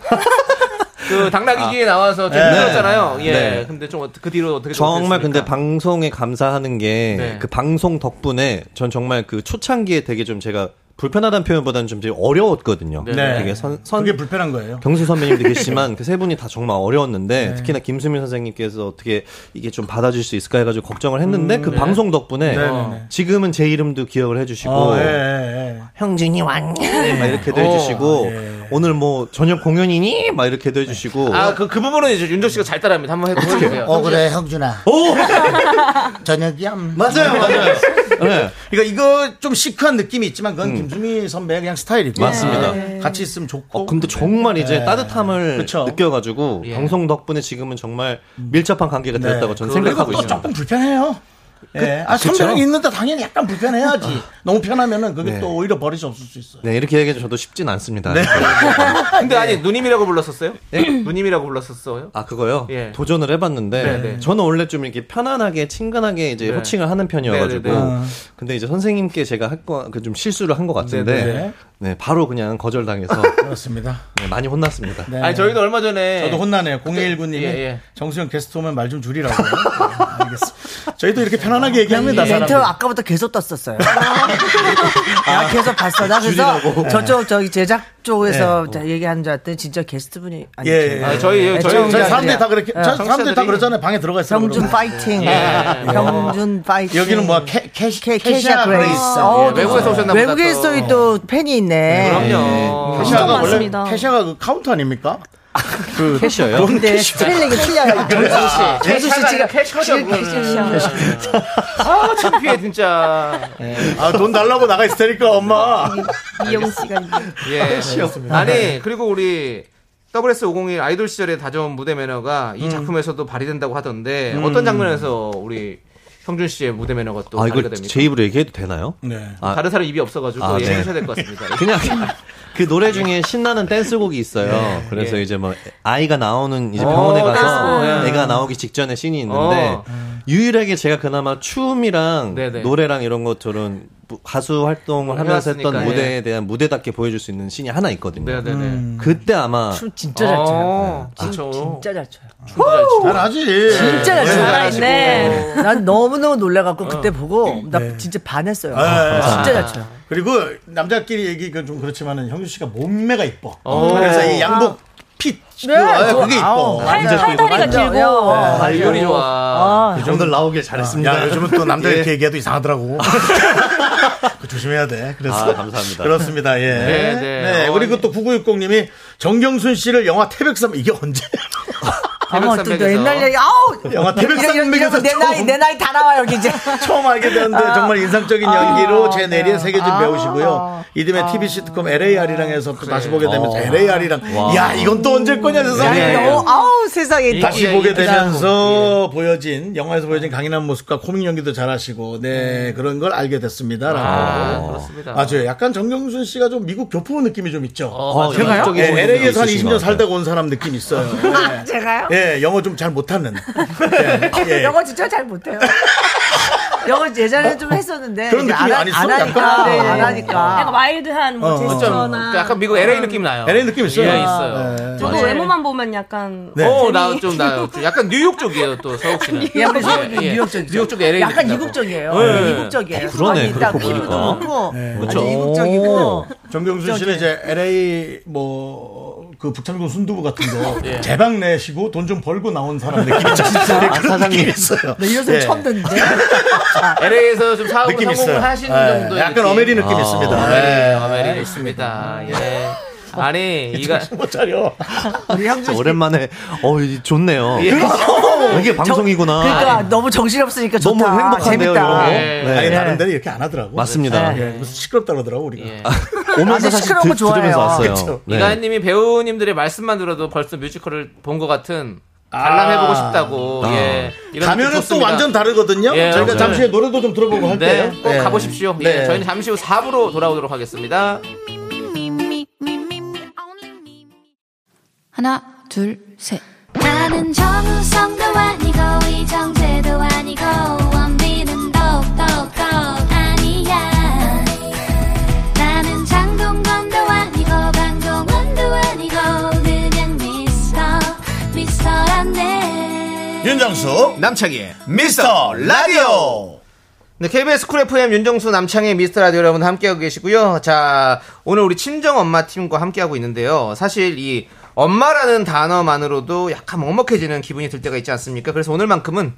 B: 그 당나귀기에 나와서 좀
A: 네.
B: 힘들었잖아요. 예.
J: 네.
B: 근데 좀 그 뒤로 어떻게
J: 정말
B: 되셨습니까?
J: 근데 방송에 감사하는 게
B: 네.
J: 그 방송 덕분에 전 정말 그 초창기에 되게 좀 제가 불편하다는 표현보다는 좀 되게 어려웠거든요.
B: 네.
J: 되게 선, 선
A: 그게 불편한 거예요.
J: 경수 선배님도 계시지만 그 세 분이 다 정말
B: 네.
J: 어려웠는데 특히나 김수민 선생님께서 어떻게 이게 좀 받아줄 수 있을까 해가지고 걱정을 했는데
B: 음,
J: 그
B: 네.
J: 방송 덕분에
A: 네네네.
J: 지금은 제 이름도 기억을 해주시고
A: 어, 예, 예,
J: 형준이 왔냐 막 이렇게도
B: 어,
J: 해주시고 오늘 뭐 저녁 공연이니 막 이렇게도 해주시고
B: 아, 그, 그 부분은 이제 윤정 씨가 잘 따라합니다. 한번
A: 예.
B: 해보세요.
A: 어 그래 형준아. 저녁이야. 맞아요, 맞아요. 그러니까 이거 좀 시크한 느낌이 있지만 그건 김수미 선배의 그냥 스타일이고
J: 음.
A: 네.
J: 맞습니다.
A: 같이 있으면 좋고. 그렇죠.
J: 어, 근데 정말 이제 따뜻함을
A: 그쵸.
J: 느껴가지고
B: 네. 예. 음. 네.
J: 방송 덕분에 지금은 정말 밀접한 관계가 되었다고 저는
A: 그리고
J: 생각하고 그,
A: 또
J: 있습니다.
A: 조금 불편해요. 예. 아, 선배랑 있는데 당연히 약간 불편해야지. 너무 편하면은 그게
J: 아. 네.
A: 또 오히려 버릇이 없을 수 있어요.
J: 네 이렇게 얘기해도 저도 쉽진
B: 네.
J: 않습니다.
A: 네.
B: 근데 아니 누님이라고 불렀었어요? 누님이라고 불렀었어요?
J: 아 그거요?
B: 예.
J: 도전을 해봤는데
B: 네, 네.
J: 저는 원래 좀 이렇게 편안하게 친근하게 이제
B: 네.
J: 호칭을 하는 편이어가지고
B: 네, 네, 네.
J: 근데 이제 선생님께 제가 할거좀 실수를 한 것 같은데
B: 네,
J: 네,
A: 네.
J: 바로 그냥 거절당해서
A: 그렇습니다.
J: 네, 많이 혼났습니다.
A: 네.
B: 아니 저희도 얼마 전에
A: 저도 혼나네요. 0119님이
B: 예, 예.
A: 정수영 게스트 오면 말 좀 줄이라고. 네, 알겠습니다. 저희도 이렇게 편안하게 얘기합니다.
H: 멘트
A: 사람.
H: 아까부터 계속 떴었어요. 아, 계속 봤어. 나 그래서 저쪽 저기 제작 쪽에서 자, 얘기하는 줄 알았더니 진짜 게스트분이 아니
A: 예, 예.
B: 아, 저희 저희
H: 애청자.
A: 저희
H: 혼자
A: 사람들이 다 그렇게
H: 그래요.
A: 저 사람들이 다
B: 청취자들이-
A: 그러잖아요. 방에 들어가 있어.
H: 형준 파이팅. 형준 파이팅.
A: 여기는 뭐야? 캐, 캐,
H: 음. 캐-
A: 캐,
H: 캐시아
A: 캐시아
H: 그레이스.
A: 그레이스.
H: 어,
B: 예, 외국에서 오셨나 보다.
H: 외국에서
B: 또.
H: 또. 또 팬이 있네.
B: 그럼요.
A: 캐시아가
I: 엄청
A: 원래
I: 많습니다.
A: 캐시아가 그 카운터 아닙니까? 그
J: 캐셔요?
H: 근데 스펠링이 틀려요. 정수 씨 지금
B: 캐셔죠. 아, 창피해 진짜.
A: 아, 돈 달라고 나가 있을 테니까 엄마.
I: 이영 씨가
B: 예. 아니, 그리고 우리 WS501 아이돌 시절의 다져온 무대 매너가 이 작품에서도 발휘된다고 하던데 어떤 장면에서 우리 형준 씨의 무대 매너가 또
J: 아 이걸
B: 발휘됩니까?
J: 제 입으로 얘기해도 되나요?
A: 네.
J: 아,
B: 다른 사람 입이 없어가지고
J: 아,
B: 얘기해
J: 네.
B: 주셔야 될 것 같습니다.
J: 그냥 그 노래 중에 신나는 댄스곡이 있어요. 그래서
B: 예.
J: 이제 뭐 아이가 나오는 이제
B: 어,
J: 병원에 가서
B: 댄스곡, 예.
J: 애가 나오기 직전에 씬이 있는데
B: 어.
J: 유일하게 제가 그나마 춤이랑
B: 네네.
J: 노래랑 이런 것들은 부- 가수 활동을 하면서 했던
B: 해왔으니까,
J: 무대에
A: 예.
J: 대한 무대답게 보여줄 수 있는 씬이 하나 있거든요.
B: 네네네.
H: 음.
J: 그때 아마
H: 춤 진짜 잘 춰요.
B: 어, 진짜.
H: 진짜 잘 춰요.
A: 잘하지.
H: 진짜
A: 네.
H: 잘 춰요.
I: 살아있네.
H: 난 너무너무 놀래갖고
A: 어.
H: 그때
A: 네.
H: 보고 나 진짜 반했어요.
A: 아,
H: 진짜 잘 쳐요.
A: 그리고 남자끼리 얘기 그건 좀 그렇지만은 형준 씨가 몸매가 이뻐. 그래서 이 양복 핏.
H: 네,
A: 아, 그게 이뻐.
I: 팔다리가 길고
A: 네.
B: 아, 요리 좋아.
A: 이 정도 나오길 잘했습니다. 음. 아, 야, 요즘은 또 남자 이렇게 얘기해도 이상하더라고. 그거 조심해야 돼. 그래서
J: 아, 감사합니다.
A: 그렇습니다. 예.
B: 네,
A: 네,
B: 네. 어,
A: 그리고 또 9960님이 정경순 씨를 영화 태백산 이게 언제?
H: 아무튼
B: 태백산맥에서.
H: 옛날 얘기 아우
A: 영화
H: 이런 이런
A: 태백산맥에서
H: 이런 내
A: 처음
H: 나이 내 나이 다 나와 여기 이제
A: 처음 알게 되는데 정말 인상적인 연기로 제 내리에 새겨진 배우시고요. 이듬해 TV 시트콤 LAR이랑 해서 또 다시 보게 되면서 LAR이랑 야 이건 또 언제 거냐 세상에.
B: 네.
H: 너무 아우 세상에
A: 다시
B: 예,
A: 보게
B: 예,
A: 되면서 보여진 영화에서 보여진 강인한 모습과 코믹 연기도 잘하시고 네 그런 걸 알게 됐습니다라고
B: 아, 그렇습니다.
A: 맞아요 약간 정경순 씨가 좀 미국 교포 느낌이 좀 있죠
B: 어, 맞아요.
A: 예, LA에서 한
J: 있으신
A: 20년
J: 것 같아요.
A: 살다가 온 사람 느낌 있어요 예.
H: 아, 제가요
A: 예, 영어 좀 잘 못하는 예, 예.
H: 영어 진짜 잘 못해요 영어 예전에 좀 했었는데
A: 그런
H: 이제
A: 느낌이
H: 안,
A: 안 있어?
H: 안 하니까
A: 약간?
H: 네, 안
A: 어.
I: 약간
H: 하니까
I: 와일드한 뭐
A: 어.
B: 좀그
I: 제스처나 어.
B: 약간 미국 LA 느낌 나요.
A: LA 느낌 있어요.
B: 예, 있어요.
I: 저도 외모만 보면 약간
A: 네.
B: 어, 나 좀 나요. 좀 약간 뉴욕 쪽이에요, 또 서욱 씨는. 예,
H: 약간 서울은 뉴욕적이죠.
B: 뉴욕 쪽 LA.
H: 약간
B: 느낌 나고.
H: 이국적이에요 이국적이에요
J: 그러네,
H: 아니, 딱
J: 그렇게
H: 피부도
J: 보니까.
H: 그렇고
B: 네.
A: 그렇죠.
H: 완전 이국적이고
A: 정경순 씨는 이제 LA 뭐 그 북창동 순두부 같은 거
B: 예.
A: 제방 내시고 돈 좀 벌고 나온 사람 느낌 있잖아요. 그런 사장님 있어요.
H: 나 네, 이런 소리
A: 예.
H: 처음 듣는데
B: LA에서 좀 사업을
A: 느낌
B: 성공을
A: 있어요.
B: 하시는
A: 예.
B: 정도.
A: 약간 어메리 느낌 있습니다.
B: 어메리,
A: 예.
B: 어메리 있습니다.
A: 네.
B: 예. 아니, 이가.
A: 못 차려.
H: 우리 형준 씨
J: 오랜만에 어 이- 좋네요. 그렇죠.
B: 예.
J: 이게 방송이구나.
H: 그러니까 너무 정신없으니까 좋다
J: 아, 너무 행복한데요,
H: 재밌다
J: 이런 거.
B: 예.
J: 네.
A: 아니 다른 데는 이렇게 안 하더라고.
J: 맞습니다.
A: 예, 무슨 시끄럽다 그러더라고 우리가.
B: 예.
J: 오면서
H: 아주
J: 사실
H: 시끄러운
J: 들,
H: 거 좋아해요.
J: 들으면서 왔어요.
A: 그쵸.
J: 네.
B: 이가인님이 배우님들의 말씀만 들어도 벌써 뮤지컬을 본 것 같은 관람해보고 싶다고.
J: 아.
B: 예. 이런
A: 아. 어. 가면은
B: 느낌
A: 또
B: 좋습니다.
A: 완전 다르거든요.
B: 예,
A: 저희가
B: 맞아요.
A: 잠시 후에 노래도 좀 들어보고 할게요.
B: 네, 꼭
A: 예.
B: 가보십시오. 예,
A: 네.
B: 저희는 잠시 후 4부로 돌아오도록 하겠습니다.
F: me, me, me, me, me, me, only me. me.
K: 하나, 둘, 셋.
F: 나는 정우성도 아니고 이정재도 아니고 원빈은 더욱더 아니야 나는 장동건도 아니고 강동원도 아니고 그냥 미스터 미스터란데
A: 윤정수 남창희의 미스터 라디오
B: 네, KBS 쿨 FM 윤정수 남창의 미스터 라디오 여러분 함께하고 계시고요. 자, 오늘 우리 친정 엄마 팀과 함께하고 있는데요. 사실 이 엄마라는 단어만으로도 약간 먹먹해지는 기분이 들 때가 있지 않습니까? 그래서 오늘만큼은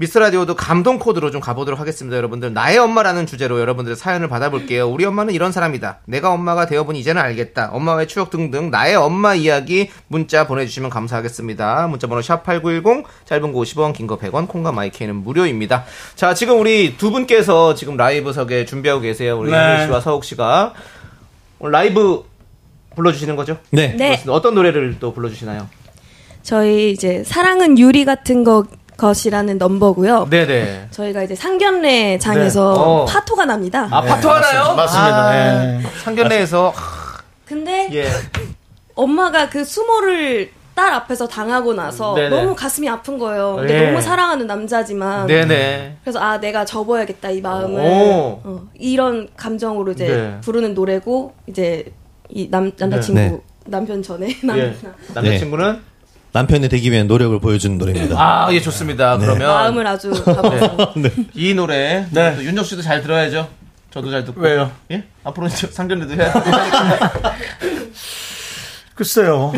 B: 미스터 라디오도 감동 코드로 좀 가보도록 하겠습니다, 여러분들. 나의 엄마라는 주제로 여러분들의 사연을 받아볼게요. 우리 엄마는 이런 사람이다. 내가 엄마가 되어보니 이제는 알겠다. 엄마의 추억 등등 나의 엄마 이야기 문자 보내주시면 감사하겠습니다. 문자번호 샵8910 짧은 거 50원, 긴 거 100원, 콩과 마이크는 무료입니다. 자, 지금 우리 두 분께서 지금 라이브석에 준비하고 계세요. 우리
A: 네.
B: 현우 씨와 서욱 씨가 오늘 라이브 불러주시는 거죠?
J: 네.
I: 네.
B: 어떤 노래를 또 불러주시나요?
I: 저희 이제 사랑은 유리 같은 것 것이라는 넘버고요.
B: 네네.
I: 저희가 이제 상견례
B: 네.
I: 장에서
B: 어.
I: 어. 파토가 납니다.
B: 아, 파토 하나요?
A: 맞습니다.
B: 아,
A: 예.
B: 상견례에서.
I: 근데
B: 예.
I: 엄마가 그 수모를 딸 앞에서 당하고 나서
B: 네네.
I: 너무 가슴이 아픈 거예요. 근데
B: 예.
I: 너무 사랑하는 남자지만
B: 네네.
I: 그래서 아 내가 접어야겠다 이 마음을
B: 오.
I: 어, 이런 감정으로 이제
B: 네.
I: 부르는 노래고 이제 이 남 남자친구
J: 네.
I: 남편 전에 남
B: 예. 남자친구는
J: 남편이 되기 위한 노력을 보여주는 노래입니다.
B: 아, 예, 좋습니다. 그러면
I: 마음을 아주 담아서
B: 이 노래
A: 네.
B: 또 윤정 씨도 잘 들어야죠. 저도 잘 듣고.
A: 왜요?
B: 예? 앞으로는 저 상견례도 해야 되니까.
A: 글쎄요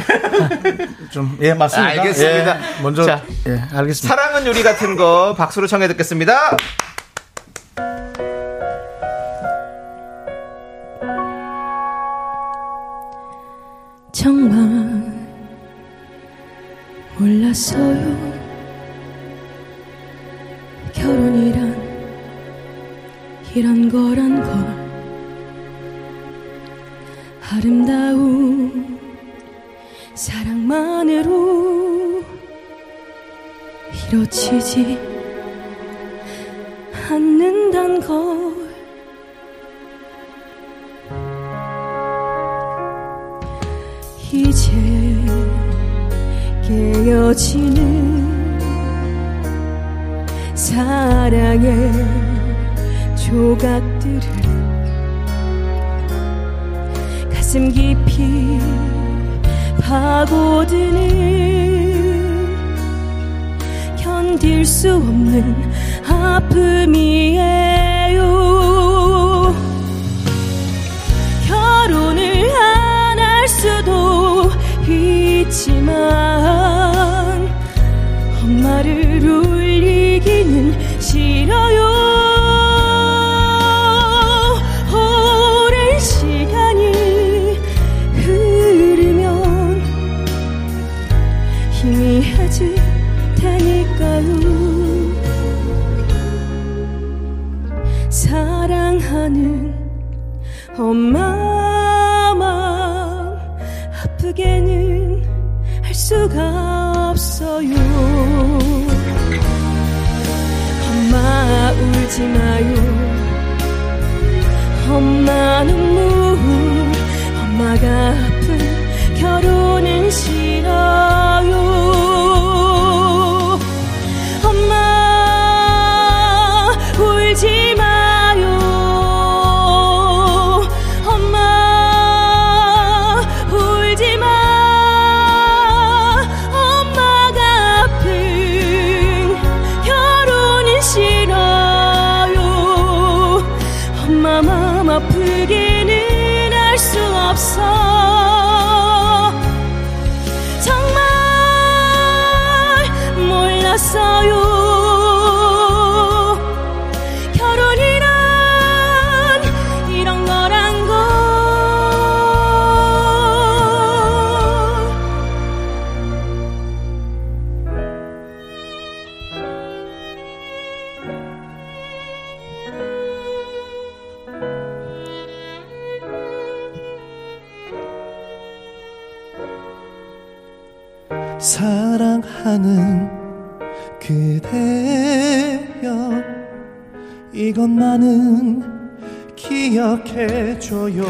A: 좀 예 맞습니다
B: 알겠습니다.
A: 예, 먼저
B: 자.
A: 예 알겠습니다
B: 사랑은 요리 같은 거 박수로 청해 듣겠습니다.
F: 정말 몰랐어요 결혼이란 이런 거란 걸 아름다운 사랑만으로 이루어지지 않는단 걸 이제 깨어지는 사랑의 조각들을 가슴 깊이 파고드는 견딜 수 없는 아픔이에요 결혼을 안 할 수도 있지만 엄마를 울리기는 싫어요 오랜 시간이 흐르면 희미해질 테니까요 사랑하는 엄마만 아프게는 할 수가 없어요. 엄마 울지 마요. 엄마 눈물, 엄마가 아픈 결혼은 싫어요. 엄마 울지 마요 엄마 울지 마 엄마가 아픈 결혼은 싫어요 엄마 마음 아프기는 할 수 없어 정말 몰랐어요 결혼이란 이런 거란 걸
G: 사랑하는 그대여 이것만은 기억해줘요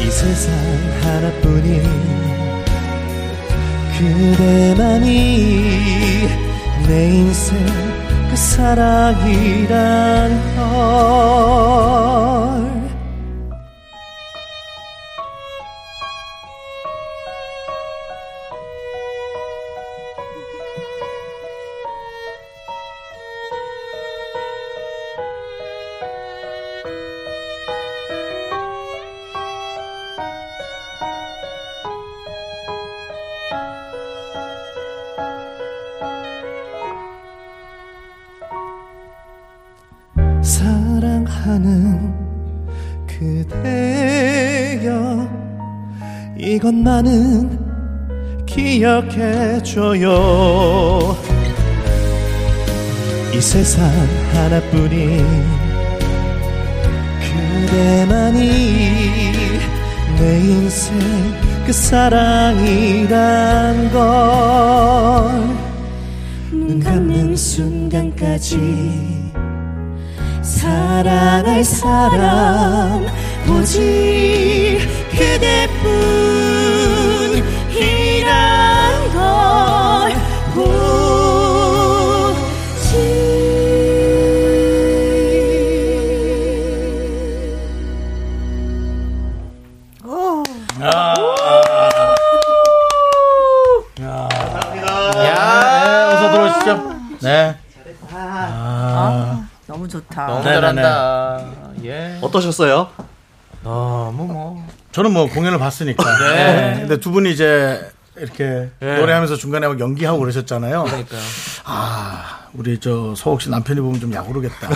G: 이 세상 하나뿐인 그대만이 내 인생 그 사랑이란 걸 사랑하는 그대여 이것만은 기억해줘요 이 세상 하나뿐인 그대만이 내 인생 그 사랑이란 걸눈 감는 순간까지 사랑할 사람 오직 그대뿐이란 걸 보지
A: 야, 네, 어서 들어오시죠. 네. 아,
H: 너무 좋다.
B: 너무
A: 네네네.
B: 잘한다. 예.
J: 어떠셨어요?
B: 너무 뭐.
A: 저는 뭐 공연을 봤으니까.
B: 네.
A: 네. 근데 두 분이 이제 이렇게
B: 네.
A: 노래하면서 중간에 막 연기하고 그러셨잖아요. 아, 우리 저 서옥 씨 남편이 보면 좀 약오르겠다.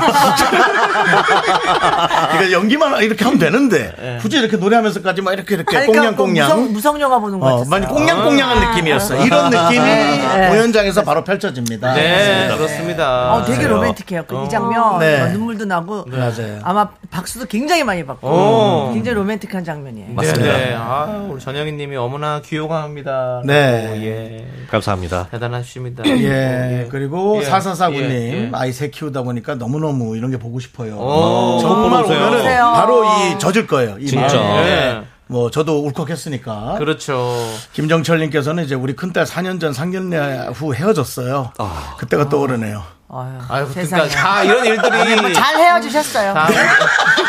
A: 그러니까 연기만 이렇게 하면 되는데
B: 네.
A: 굳이 이렇게 노래하면서까지 막 이렇게 이렇게
H: 그러니까 뭐 무성,
A: 꽁냥꽁냥.
H: 무성 영화 보는 거
A: 어,
H: 같았어요.
A: 많이
B: 아.
A: 꽁냥꽁냥한 느낌이었어요. 이런 느낌이 공연장에서 바로 펼쳐집니다.
B: 네, 그렇습니다.
I: 아,
B: 네,
H: 어, 되게 로맨틱해요. 그 이 장면
A: 네.
H: 어, 눈물도 나고
A: 맞아요.
H: 아마 박수도 굉장히 많이 받고
B: 오.
H: 굉장히 로맨틱한 장면이에요.
B: 네,
J: 맞습니다.
B: 네. 아, 우리 전영희 님이 어머나 귀여워합니다.
A: 네.
B: 예.
J: 감사합니다.
B: 대단하십니다.
A: 예, 그리고
B: 예,
A: 사사사구님
B: 예, 예.
A: 아이 새 키우다 보니까 너무 너무 이런 게 보고 싶어요.
B: 오,
A: 정말
J: 보세요.
A: 오면은
H: 보세요.
A: 바로 이 젖을 거예요. 이
J: 진짜.
A: 마음이.
B: 예.
A: 뭐 저도 울컥했으니까.
B: 그렇죠.
A: 김정철님께서는 이제 우리 큰딸 4년 전 상견례 후 헤어졌어요. 그때가 떠오르네요.
H: 아유,
B: 아유,
H: 세상에. 아,
B: 그러니까 다 이런 일들이
H: 잘 헤어지셨어요.
B: 다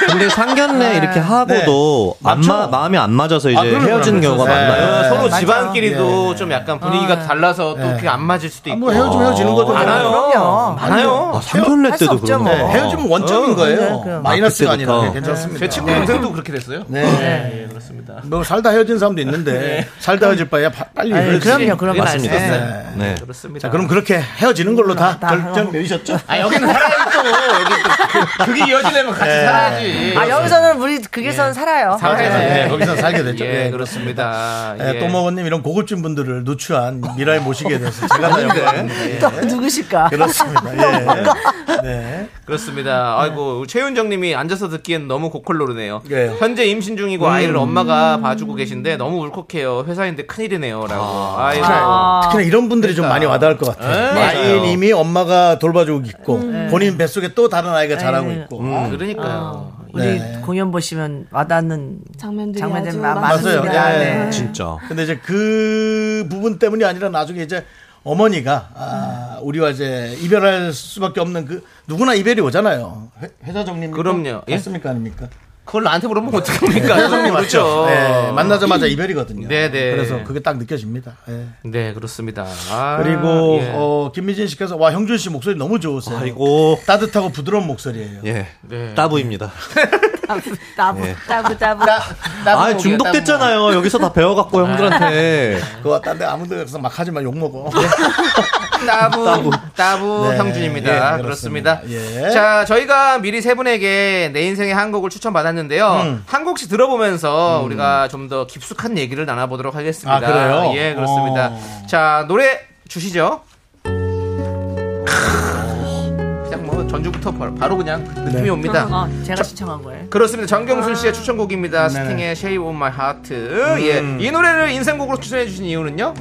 J: 근데 상견례 이렇게 하고도 안 마- 마음이 안 맞아서 이제
A: 아, 그럼요,
J: 헤어지는
A: 그럼요.
J: 경우가
A: 네.
J: 많나요?
B: 어, 서로
H: 맞아요.
B: 집안끼리도 좀 약간 분위기가 달라서 또 그게 안 맞을 수도
A: 아,
B: 있고.
A: 뭐 헤어지면 헤어지는 거죠.
B: 많아요.
H: 그럼요.
B: 많아요.
J: 아, 상견례
H: 할수
J: 때도
H: 없죠,
J: 그런
H: 뭐.
A: 네,
J: 거예요.
A: 헤어지면 원점인 거예요.
H: 네, 그럼.
A: 마이너스가
J: 아,
A: 아니라
J: 그때부터.
A: 네, 괜찮습니다.
B: 제 친구 동생도 그렇게 됐어요.
A: 네. 네. 그렇습니다. 뭐 살다 헤어진 사람도 있는데 살다 헤어질 바에 바- 빨리 헤어지
H: 그럼요, 그럼요.
J: 맞습니다.
B: 네.
J: 네.
B: 그렇습니다.
A: 자, 아, 그럼 그렇게 헤어지는 걸로 다,
H: 다
A: 결정 내리셨죠?
B: 아, 여기는 살아야지 또. 여기 또. 그게 이어지려면 같이 살아야지.
H: 아 여기서는 우리 그게서는 살아요.
B: 살아야지.
A: 네, 거기서 살게 됐죠.
B: 예,
A: 예,
B: 그렇습니다.
A: 예,
B: 예.
A: 또먹어님 이런 고급진 분들을 노출한 미라에 모시게 돼서 제가 다 영광입니다.
H: 네.
A: 예.
H: 또 누구실까?
A: 네. 그렇습니다. 예. 네.
B: 그렇습니다. 아이고, 우리 최윤정님이 앉아서 듣기엔 너무 고컬로르네요.
A: 예.
B: 현재 임신 중이고 아이를 엄마가 봐주고 계신데 너무 울컥해요. 회사인데 큰일이네요. 라고. 아, 이고
A: 특히나 이런 분들이 좀 많이 와닿을 것 같아요.
B: 네.
A: 아이는
B: 맞아요. 음. 예.
A: 이미 엄마가 돌봐주고 있고 본인 뱃속에 또 다른 아이가 자라고 있고.
B: 그러니까요.
H: 아. 우리
A: 네.
H: 공연 보시면 와닿는
I: 장면들이
H: 장면들
I: 아주 음,
H: 많-
I: 많습니다.
A: 맞아요.
H: 맞습니다.
A: 예.
H: 네.
J: 진짜.
A: 근데 이제 그 부분 때문이 아니라 나중에 이제 어머니가 아, 우리와 이제 이별할 수밖에 없는 그 누구나 이별이 오잖아요. 회, 사정님
B: 그럼요. 예?
A: 맞습니까 아닙니까?
B: 그걸 나한테 물어보면 어떡합니까?
A: 회사정님 맞죠.
B: 그렇죠.
A: 네, 만나자마자 이별이거든요.
B: 네, 네.
A: 그래서 그게 딱 느껴집니다. 예.
B: 네, 그렇습니다. 아,
A: 그리고
B: 예.
A: 어, 김미진 씨께서 와 형준 씨 목소리 너무 좋으세요.
J: 아이고.
A: 따뜻하고 부드러운 목소리예요.
J: 예.
B: 네.
J: 따부입니다.
I: 따부 따부 따부
J: 아, 중독됐잖아요. 여기서 다 배워갖고 형들한테.
A: 그거 딴데 아무도 그래서 막 하지 마 욕 먹어.
B: 따부, 따부,
A: 네,
B: 형준입니다.
A: 예, 그렇습니다.
B: 그렇습니다.
A: 예.
B: 자, 저희가 미리 세 분에게 내 인생의 한 곡을 추천받았는데요.
A: 음.
B: 한 곡씩 들어보면서 우리가 좀 더 깊숙한 얘기를 나눠보도록 하겠습니다.
A: 아, 그래요?
B: 예, 그렇습니다.
A: 어.
B: 자, 노래 주시죠. 그냥 뭐 전주부터 바로, 바로 그냥 느낌이
A: 네.
B: 옵니다.
H: 어, 제가 시청한 거예요.
B: 그렇습니다. 정경순
H: 아.
B: 씨의 추천곡입니다.
A: 네.
B: 스팅의 Shape of My Heart.
A: 음.
B: 예. 이 노래를 인생곡으로 추천해주신 이유는요?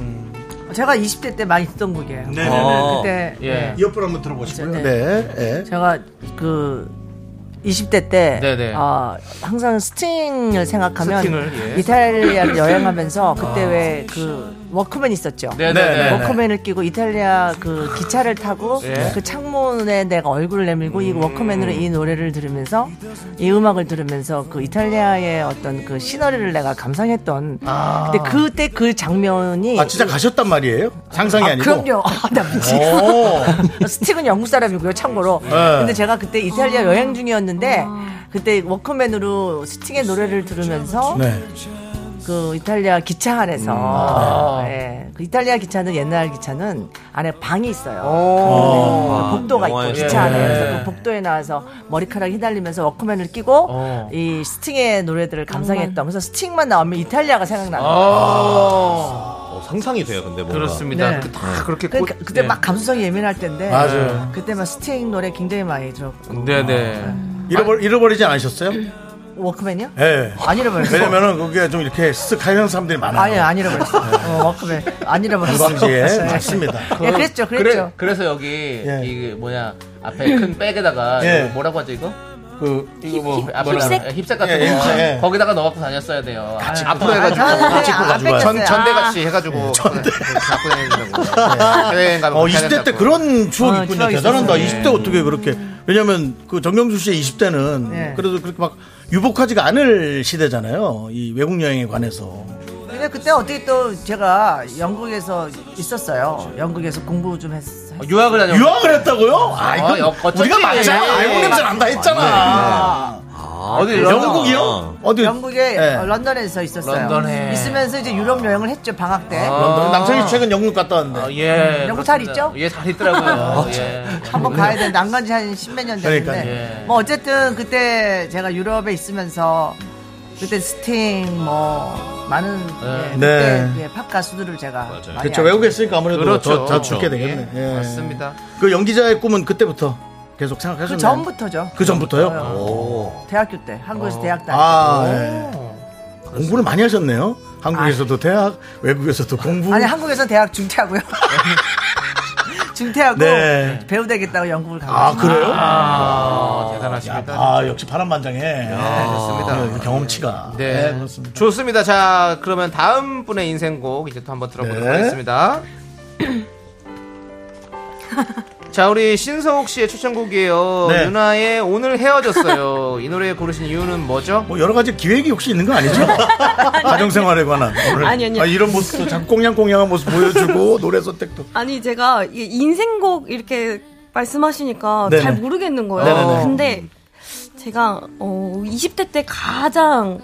H: 제가 20대 때 많이 듣던 곡이에요.
B: 네.
J: 어.
H: 네, 그때
A: 네,
B: 예.
A: 이어폰 한번 들어보시고요.
H: 네.
A: 네. 예.
H: 제가 그 20대 때
B: 네네.
H: 아, 항상 스팅을 생각하면
B: 스팅을, 예.
H: 이탈리아를 여행하면서 그때 왜 그 워크맨 있었죠.
B: 네네네.
H: 워크맨을 끼고 이탈리아 그 기차를 타고
B: 예.
H: 그 창문에 내가 얼굴을 내밀고
A: 음.
H: 이 워크맨으로 이 노래를 들으면서 이 음악을 들으면서 그 이탈리아의 어떤 그 시너리를 내가 감상했던. 근데 그때 그 장면이
A: 아 진짜 가셨단 말이에요? 상상이
H: 아,
A: 아, 니고 어.
H: 그럼요. 아, 나 미치. 스틱은 영국 사람이고요, 참고로.
A: 예.
H: 근데 제가 그때 이탈리아 여행 중이었는데 그때 워크맨으로 스틱의 노래를 들으면서
A: 네. 음.
H: 그 이탈리아 기차
A: 아.
H: 안에서 예, 그 이탈리아 기차는 옛날 기차는 안에 방이 있어요. 그 복도가 있고
J: 영화에서.
H: 기차 안에
J: 예.
H: 그래서 그 복도에 나와서 머리카락 휘날리면서 워크맨을 끼고
B: 어.
H: 이 스팅의 노래들을 감상했던 그래서 스팅만 나오면 이탈리아가 생각나는 거예요.
B: 어,
J: 어, 상상이 돼요, 근데 뭔가.
B: 그렇습니다.
H: 네.
B: 그- 다 그렇게 꽃-
H: 그러니까 그때
B: 네.
H: 막 감수성이 예민할 때인데
A: 맞아요.
H: 그때 막 스팅 노래 굉장히 많이 들었고
B: 네네.
A: 잃어버, 잃어버리지 않으셨어요? 예.
H: 워크맨요? 안 잃어버렸어.
A: 왜냐면은 그게 좀 이렇게 쓱 하는 사람들이
H: 아니 예.
A: 많아요.
H: 안 잃어버렸어. 어, 워크맨 안 잃어버렸어.
A: 관광지에 맞습니다.
H: 예, 그랬죠, 그랬죠.
B: 그래, 서 여기
A: 예.
B: 이 뭐냐 앞에 큰 백에다가
A: 예.
B: 이거 뭐라고 하죠 이거?
A: 그
B: 이거 뭐 앞에 힙색? 힙색 같은
A: 예,
B: 거
A: 힙색, 예.
B: 거기다가 넣어갖고 다녔어야 돼요. 아, 앞으로 해가지고
H: 같이
A: 끌고 가지고 와요.
B: 전 전대 같이 해가지고 아. 네, 전대 갖고 다니라고. 여행 가면
A: 어,
B: 그렇게
A: 20대 때
B: 하겠다고.
A: 그런 추억이
H: 어,
A: 있군요.
H: 추억이
A: 대단하다.
H: 있었어요.
A: 20대 어떻게 그렇게. 왜냐면 그 정경수 씨의 20대는
H: 네.
A: 그래도 그렇게 막 유복하지가 않을 시대잖아요. 이 외국 여행에 관해서.
H: 근데 그때 어떻게 또 제가 영국에서 있었어요. 영국에서 공부 좀 했어요.
B: 어, 유학을 다녀.
A: 유학을 했다고? 아,
B: 어,
A: 이거
B: 역- 어쩐지.
A: 우리가 맞잖아.
B: 예. 네.
A: 알고 냄새 난다 했잖아. 네.
B: 어디
A: 영국이요? 어디?
H: 영국에
A: 예.
H: 어, 런던에서 있었어요.
B: 런던에. 아,
H: 있으면서 이제 유럽 여행을 했죠 방학 때.
A: 런던. 남창희 씨 최근 영국 갔다 왔는데.
B: 어, 예.
H: 영국 잘 있죠?
B: 예잘 있더라고요. 예.
H: 한번 가야 되는데 안 간지 한 십몇 년 됐는데
B: 그러니까요. 예.
H: 뭐 어쨌든 그때 제가 유럽에 있으면서 그때 스팅 뭐 많은 예, 그때
A: 네.
H: 예, 팝 가수들을 제가 많이
A: 그렇죠.
H: 알죠.
A: 외국에 있으니까 아무래도
B: 그렇죠.
A: 더, 더 죽게 되겠네.
B: 예,
A: 예.
B: 맞습니다.
A: 그 연기자의 꿈은 그때부터 계속 생각하셨나요?
H: 그 전부터죠.
A: 그 전부터요?
H: 어.
A: 오.
H: 대학교 때
B: 어.
H: 한국에서 대학 다닐 때.
A: 아, 예. 공부를 많이 하셨네요. 한국에서도 대학, 외국에서도 공부.
H: 아니 한국에서 대학 중퇴하고요. 중퇴하고
A: 네.
H: 배우 되겠다고 영국을 가고
A: 아, 그래요?
B: 아,
A: 야,
B: 대단하십니다.
A: 아, 역시 바람만장해.
B: 좋습니다.
A: 예, 그 경험치가.
B: 네.
A: 그렇습니다.
B: 좋습니다. 자, 그러면 다음 분의 인생곡 이제 또 한번 들어보도록
A: 네.
B: 하겠습니다. 자, 우리 신서옥 씨의 추천곡이에요.
A: 네.
B: 누나의 오늘 헤어졌어요. 이 노래 고르신 이유는 뭐죠?
A: 뭐 여러 가지 기획이 혹시 있는 거 아니죠? 가정생활에 관한. 오늘.
I: 아니, 아니요.
A: 아, 이런 모습도 참 꽁냥꽁냥한 모습 보여주고 노래 선택도.
I: 아니 제가 이 인생곡 이렇게 말씀하시니까
A: 네네.
I: 잘 모르겠는 거예요.
A: 네네네.
I: 근데 제가 어, 20대 때 가장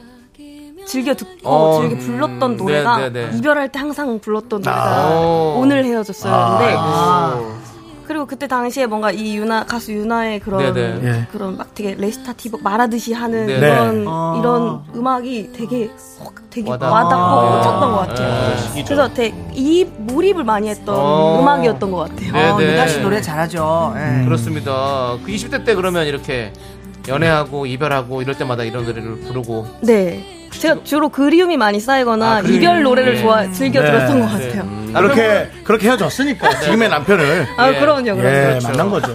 I: 즐겨 듣고
B: 어,
I: 즐겨
B: 음,
I: 불렀던 노래가
B: 네네네. 아.
I: 이별할 때 항상 불렀던 노래가
B: 오.
I: 오늘 헤어졌어요인데
B: 아.
I: 그리고 그때 당시에 뭔가 이 유나 가수 유나의 그런
B: 네네.
A: 예.
I: 그런 막 되게 레시타티브 말하듯이 하는
B: 네.
I: 그런
A: 네.
I: 이런
H: 어,
I: 음악이 되게 확 되게
B: 와닿-
I: 와닿고
B: 아. 네.
I: 꽂혔던 것 같아요. 그래서 되게 이 몰입을 많이 했던
B: 어.
I: 음악이었던 것 같아요.
B: 네,
H: 어,
B: 네.
H: 유나 씨 노래 잘하죠. 예.
J: 음.
B: 그렇습니다. 그 20대 때 그러면 이렇게 연애하고 이별하고 이럴 때마다 이런 노래를 부르고
I: 네. 제가 주로 그리움이 많이 쌓이거나
B: 아, 그리움.
I: 이별 노래를
B: 네.
I: 좋아 즐겨
A: 네.
I: 들었던 것 같아요.
B: 음.
A: 그렇게, 그렇게 헤어졌으니까. 지금의 남편을.
I: 아
B: 예.
I: 그럼요, 그럼요.
A: 예,
B: 네. 그렇죠.
A: 만난 거죠.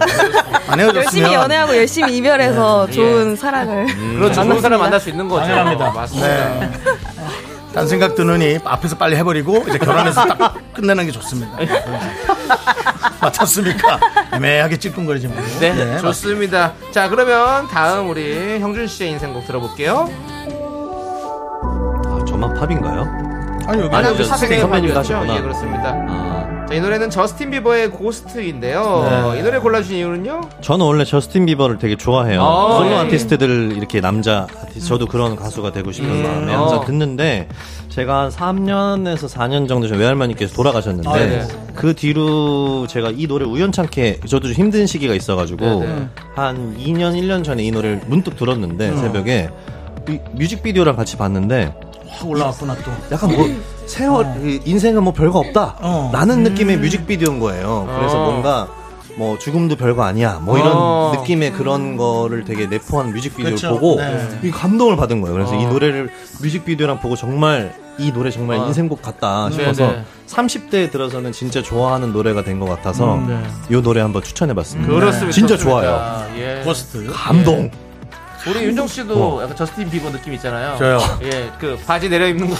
A: 안 헤어졌으면.
I: 열심히 연애하고 열심히 이별해서 좋은 사랑을
J: 음.
B: 그렇죠. 좋은 사람 만날 수 있는 거죠. 어, 맞습니다.
A: 네. 딴 생각 드느니 앞에서 빨리 해버리고 이제 결혼해서 딱 끝내는 게 좋습니다. 네. 맞췄습니까? 애매하게 찔끔거리지 말고.
B: 네,
A: 네,
B: 좋습니다. 자, 그러면 다음 우리 형준 씨의 인생곡 들어볼게요.
J: 아, 저만 팝인가요?
A: 아니, 여기
J: 아니요,
B: 저
J: 그 선생님, 선배님
B: 팝이었죠?
J: 하셨구나.
B: 예, 그렇습니다.
J: 아,
B: 자, 이 노래는 저스틴 비버의
J: 네.
B: 고스트인데요. 이 노래 골라주신 이유는요?
J: 저는 원래 저스틴 비버를 되게 좋아해요.
B: 아,
J: 솔로
B: 예.
J: 아티스트들 이렇게 남자 아티스트 저도 그런 가수가 되고 싶은 마음에
B: 어.
J: 항상 듣는데 제가 한 3년에서 4년 정도 전 외할머니께서 돌아가셨는데
B: 네.
J: 그 뒤로 제가 이 노래 우연찮게 저도 좀 힘든 시기가 있어가지고
B: 네, 네.
J: 한 2년 1년 전에 이 노래를 문득 들었는데 새벽에 이 뮤직비디오랑 같이 봤는데
A: 확 올라왔구나 또.
J: 약간 뭐 세월 이 인생은 뭐 별거 없다
A: 어.
J: 라는 느낌의 뮤직비디오인 거예요. 그래서
B: 어.
J: 뭔가 뭐 죽음도 별거 아니야 뭐 이런
B: 어.
J: 느낌의 그런 거를 되게 내포한 뮤직비디오를
A: 그쵸.
J: 보고
A: 네.
J: 이 감동을 받은 거예요. 그래서 이 노래를 뮤직비디오랑 보고 정말 이 노래 정말
B: 어.
J: 인생곡 같다 싶어서
B: 네네.
J: 30대에 아, 들어서는 진짜 좋아하는 노래가 된 것 같아서 이 노래 한번 추천해봤습니다.
B: 음, 네. 그렇습니다.
J: 진짜
B: 좋습니다.
J: 좋아요.
B: 예.
A: 고스트.
J: 감동.
B: 우리 윤정 씨도 약간 저스틴 비버 느낌 있잖아요.
A: 저요?
B: 예, 그 바지 내려 입는 거.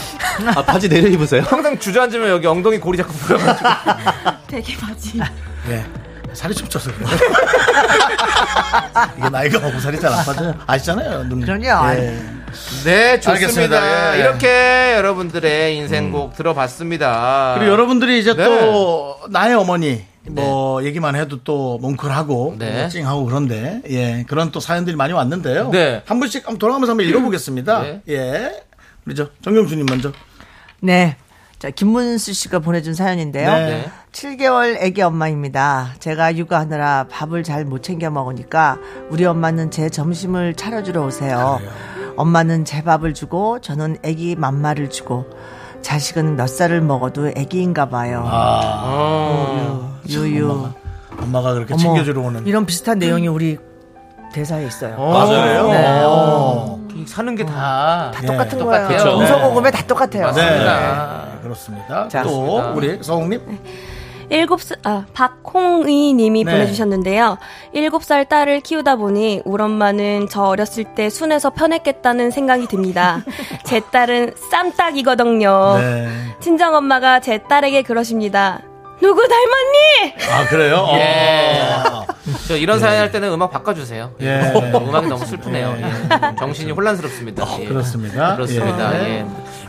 J: 아 바지 내려 입으세요?
B: 항상 주저앉으면 여기 엉덩이 골이 자꾸 부여가지고.
I: 되게 바지.
A: 예. 살이 좀 쪄서 그래요. 이게 나이가 먹고 살이 잘 안 빠져요. 아시잖아요, 누님.
H: 그럼요.
J: 예.
B: 네, 좋습니다.
A: 알겠습니다. 예.
B: 이렇게 여러분들의 인생곡 들어봤습니다.
A: 그리고 여러분들이 이제
B: 네.
A: 또 나의 어머니 뭐 얘기만 해도 또 뭉클하고
B: 네.
A: 뭐 찡하고 그런데 예 그런 또 사연들이 많이 왔는데요.
B: 네.
A: 한 분씩 한번 돌아가면서 한번 읽어보겠습니다.
B: 네.
A: 예. 우리 저 정경수님 먼저.
H: 네. 자, 김문수 씨가 보내준 사연인데요.
A: 네.
H: 7개월 아기 엄마입니다. 제가 육아하느라 밥을 잘 못 챙겨 먹으니까 우리 엄마는 제 점심을 차려주러 오세요. 엄마는 제 밥을 주고 저는 아기 맘마를 주고 자식은 몇 살을 먹어도 아기인가 봐요. 어, 유유.
A: 엄마가, 엄마가 그렇게
H: 어머,
A: 챙겨주러 오는.
H: 이런 비슷한 내용이 우리 대사에 있어요.
A: 맞아요.
H: 네.
B: 이 사는 게 음. 다
H: 다 똑같은
A: 예.
H: 거예요.
B: 어. 똑같아요.
H: 음성호흡에 다 똑같아요.
A: 네.
B: 맞습니다.
A: 네, 그렇습니다.
H: 자.
A: 또 우리 서홍님.
I: 일곱 살, 아, 박홍의 님이
A: 네.
I: 보내주셨는데요. 일곱 살 딸을 키우다 보니 우리 엄마는 저 어렸을 때 순해서 편했겠다는 생각이 듭니다. 제 딸은
F: 어.
I: 쌈딱이거든요.
A: 네.
I: 친정 엄마가 제 딸에게 그러십니다. 아, 누구 닮았니?
A: 아 그래요. 어.
B: 예. 저 이런 사연 할 때는 음악 바꿔주세요.
A: 예.
B: 어, 음악이 너무 슬프네요. 예. 정신이 혼란스럽습니다. 예.
A: 그렇습니다.
B: 그렇습니다.
A: 예.
B: 예.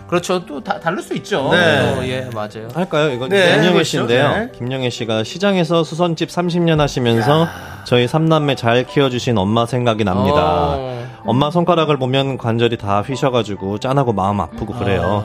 B: 그렇죠. 또 다, 다를 수 있죠.
A: 네.
B: 어, 예, 맞아요.
J: 할까요? 이건
A: 네,
J: 김영애
A: 해보시죠.
J: 씨인데요.
A: 네.
J: 김영애 씨가 시장에서 수선집 30년 하시면서 저희 삼남매 잘 키워주신 엄마 생각이 납니다.
B: 어.
J: 엄마 손가락을 보면 관절이 다 휘셔가지고 짠하고 마음 아프고 그래요.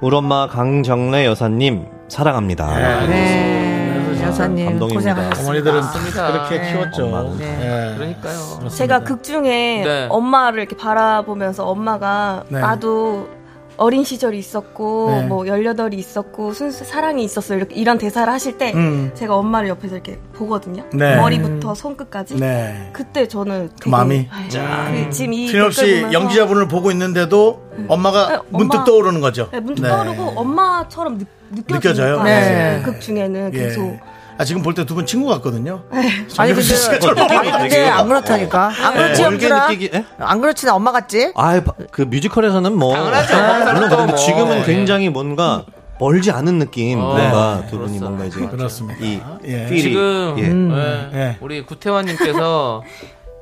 J: 우리 엄마 강정래 여사님 사랑합니다.
E: 네.
H: 네. 여사님
J: 감동입니다.
H: 고생하셨습니다.
A: 어머니들은
B: 맞습니다.
A: 그렇게
H: 네.
A: 키웠죠.
H: 네.
A: 예.
B: 그러니까요.
I: 제가 극 중에
B: 네.
I: 엄마를 이렇게 바라보면서 엄마가
A: 네.
I: 나도 어린 시절이 있었고
A: 네.
I: 뭐 열여덟이 있었고 순수 사랑이 있었어 이렇게 이런 대사를 하실 때
A: 음.
I: 제가 엄마를 옆에서 이렇게 보거든요
A: 네.
I: 머리부터 손끝까지
A: 네.
I: 그때 저는 되게-
A: 마음이?
I: 아이, 그 지금 이 댓글
A: 틀림없이
I: 보면서
A: 영지자분을 보고 있는데도 엄마가
I: 네,
A: 문득
I: 엄마.
A: 떠오르는 거죠.
I: 네, 문득
A: 네.
I: 떠오르고 엄마처럼 느, 껴지니
A: 느껴져요?
I: 까
A: 네.
I: 극 중에는
A: 예.
I: 그 계속 네.
A: 아, 지금 볼 때 두 분 친구 같거든요.
H: 아니
A: 정경수 씨가
H: 근데
A: 저를 보고
H: 아니 근데 안
A: 어,
H: 그렇다니까. 안 그렇지
J: 멀게
H: 영주라.
J: 느끼기- 예?
H: 안 그렇지는 엄마 같지?
J: 아, 그 뮤지컬에서는 뭐
B: 당연하죠.
J: 물론
B: 또
J: 그래도
B: 뭐.
J: 지금은
B: 네.
J: 굉장히 뭔가 멀지 않은 느낌
B: 어,
J: 뭔가
B: 네.
J: 두 분이
B: 그렇습니다.
J: 뭔가 이제
A: 그렇습니다.
J: 이
A: 예.
J: 필이
B: 지금
J: 예.
B: 예.
A: 예.
B: 우리 구태환님께서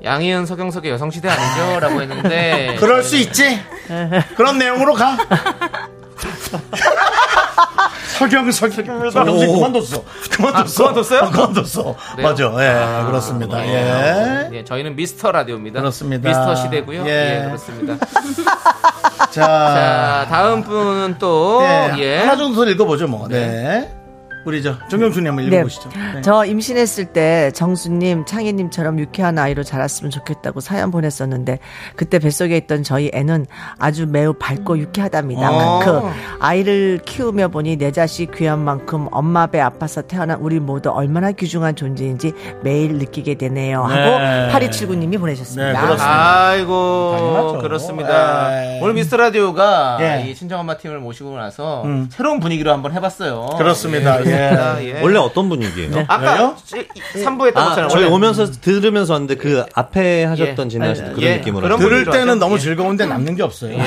B: 양희은 서경석의 여성시대 아니죠라고 했는데
A: 그럴 수 있지? 그런 내용으로 가. 서경석 서경석 그만뒀어. 아, 그만뒀어. 그만뒀어요? 그만뒀어.
B: 그래요?
A: 맞아. 예, 그렇습니다. 예.
B: 예, 저희는 미스터 라디오입니다.
A: 그렇습니다.
B: 미스터 시대고요.
A: 예.
B: 예, 그렇습니다.
A: 자,
B: 자, 다음 분은 또
A: 네,
B: 예.
A: 하나 정도 더 읽어보죠, 뭐. 네. 우리 저 정경수님 한번 읽어보시죠. 네.
H: 아, 저 임신했을 때 정수님, 창희님처럼 유쾌한 아이로 자랐으면 좋겠다고 사연 보냈었는데 그때 뱃속에 있던 저희 애는 아주 매우 밝고 유쾌하답니다.
A: 어.
H: 그 아이를 키우며 보니 내 자식 귀한 만큼 엄마 배 아파서 태어난 우리 모두 얼마나 귀중한 존재인지 매일 느끼게 되네요.
A: 네.
H: 하고 8279님이 보내셨습니다.
A: 네, 그렇습니다.
B: 아이고
A: 당연하죠.
B: 그렇습니다.
A: 예.
B: 오늘 미스터 라디오가
A: 예.
B: 이 친정 엄마 팀을 모시고 나서 새로운 분위기로 한번 해봤어요.
A: 그렇습니다.
B: 그렇습니다. 예.
J: 원래 어떤 분위기예요?
B: 아까
A: 왜요?
B: 3부에 했던
J: 아,
B: 것처럼
J: 저희
B: 네. 원래-
J: 오면서 들으면서 왔는데 그 앞에 하셨던 진행하셨던 그런
B: 예.
J: 느낌으로
B: 그런
A: 들을
B: 분위기로
A: 때는
B: 하죠.
A: 너무
B: 예.
A: 즐거운데 남는 게 없어요.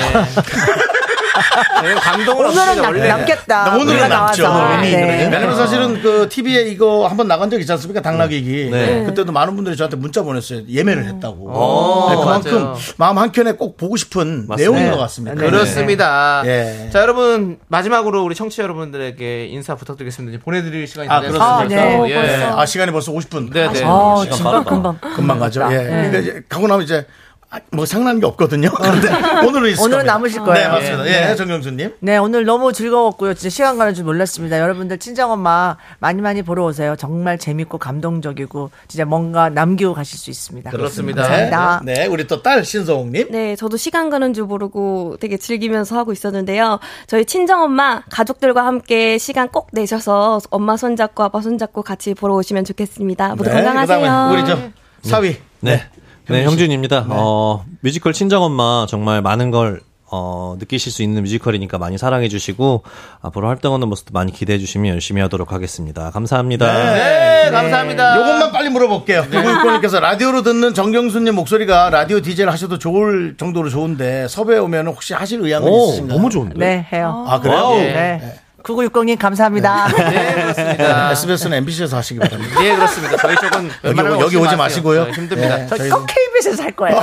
B: 예, 감동을
H: 오늘은
B: 없으시죠,
H: 남,
B: 원래.
H: 남겠다.
A: 네, 오늘은 남죠.
H: 아, 나와서.
A: 이미
H: 네.
A: 왜냐면 사실은 그 TV에 이거 한번 나간 적 있지 않습니까? 당나귀기.
J: 네.
A: 그때도 많은 분들이 저한테 문자 보냈어요. 예매를
H: 음.
A: 했다고.
B: 오,
H: 어.
A: 네, 그만큼
B: 맞아요.
A: 마음 한켠에 꼭 보고 싶은
J: 맞습니다.
A: 내용인
J: 네.
A: 것 같습니다.
H: 네.
B: 그렇습니다.
A: 예.
B: 자, 여러분, 마지막으로 우리 청취자 여러분들에게 인사 부탁드리겠습니다. 이제 보내드릴 시간이
A: 아,
B: 다
A: 그렇습니다.
B: 됐어요.
H: 아, 네.
B: 예.
A: 네. 아, 시간이 벌써 50분.
B: 네, 네.
H: 아, 진짜 금방.
A: 금방 가죠. 예.
H: 네.
A: 그러니까 이제 가고 나면 이제 아, 뭐 상난 게 없거든요. 그런데 오늘은 있을
H: 오늘은
A: 겁니다.
H: 남으실 거예요.
A: 네, 맞습니다. 예, 정경수님.
H: 네, 오늘 너무 즐거웠고요. 진짜 시간 가는 줄 몰랐습니다. 여러분들 친정엄마 많이 많이 보러 오세요. 정말 재밌고 감동적이고 진짜 뭔가 남기고 가실 수 있습니다.
B: 그렇습니다.
H: 감사합니다.
A: 네, 우리 또 딸 신서홍님.
I: 네, 저도 시간 가는 줄 모르고 되게 즐기면서 하고 있었는데요. 저희 친정엄마 가족들과 함께 시간 꼭 내셔서 엄마 손잡고 아빠 손잡고 같이 보러 오시면 좋겠습니다. 모두 건강하세요.
A: 네. 그다음에 우리 저 사위.
B: 네.
J: 네. 네, 형준입니다. 어, 뮤지컬 친정엄마 정말 많은 걸 어, 느끼실 수 있는 뮤지컬이니까 많이 사랑해 주시고 앞으로 활동하는 모습도 많이 기대해 주시면 열심히 하도록 하겠습니다. 감사합니다.
B: 네, 감사합니다. 네.
A: 요것만 빨리 물어볼게요. 9969님께서 라디오로 듣는 정경수님 목소리가 라디오 DJ를 하셔도 좋을 정도로 좋은데 섭외 오면 혹시 하실 의향은
J: 오,
A: 있으신가요?
J: 너무 좋은데.
H: 네, 해요.
A: 아, 그래요?
J: 와우.
B: 예.
H: 네. 9960님 감사합니다.
A: 아,
B: 네, 그렇습니다.
A: 예. SBS는 MBC에서 하시기 바랍니다.
B: 예, 그렇습니다. 저희 쪽은
A: 여기,
B: 웬만하면
A: 여기 오지 마시고요.
B: 네, 힘듭니다.
A: 예,
H: 저
A: 저희는-
J: 뭐
H: 꼭 KBS에서 할 거예요.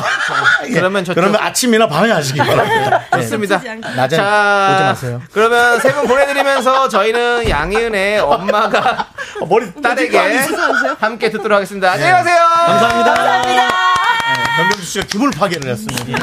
A: 예,
B: 그러면 저쪽-
A: 그러면 아침이나 밤에 하시기 바랍니다. 예.
B: 좋습니다.
A: 낮에 오지 마세요.
B: 그러면 세 분 보내드리면서 저희는 양희은의 엄마가
A: 어, 머리
B: 딸에게 함께 듣도록 하겠습니다.
A: 네.
B: 안녕히 가세요.
A: 정경수 네, 씨가 기물 파괴를 했습니다.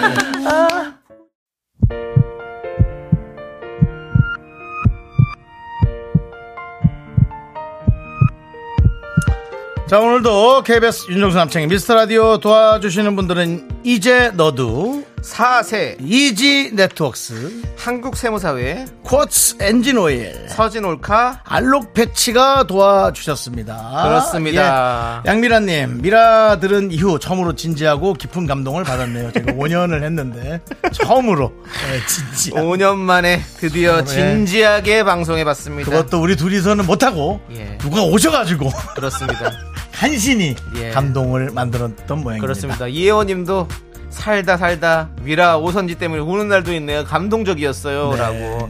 A: 자 오늘도 KBS 윤정수 남창희 미스터라디오 도와주시는 분들은 이제 너도
B: 4세
A: 이지 네트웍스
B: 한국세무사회
A: 쿼츠 엔진오일
B: 서진올카
A: 알록 패치가 도와주셨습니다.
B: 그렇습니다.
A: 아, 예. 양미라님, 미라 들은 이후 처음으로 진지하고 깊은 감동을 받았네요. 제가 5년을 했는데 처음으로
B: 네,
A: 예, 진지.
B: 5년 만에 드디어 진지하게 방송해봤습니다.
A: 아, 네. 그것도 우리 둘이서는 못하고
B: 예.
A: 누가 오셔가지고
B: 그렇습니다.
A: 간신히
B: 예.
A: 감동을 만들었던 모양입니다.
B: 그렇습니다. 이혜원님도 살다 살다 미라 오선지 때문에 우는 날도 있네요.
A: 네.
B: 감동적이었어요라고.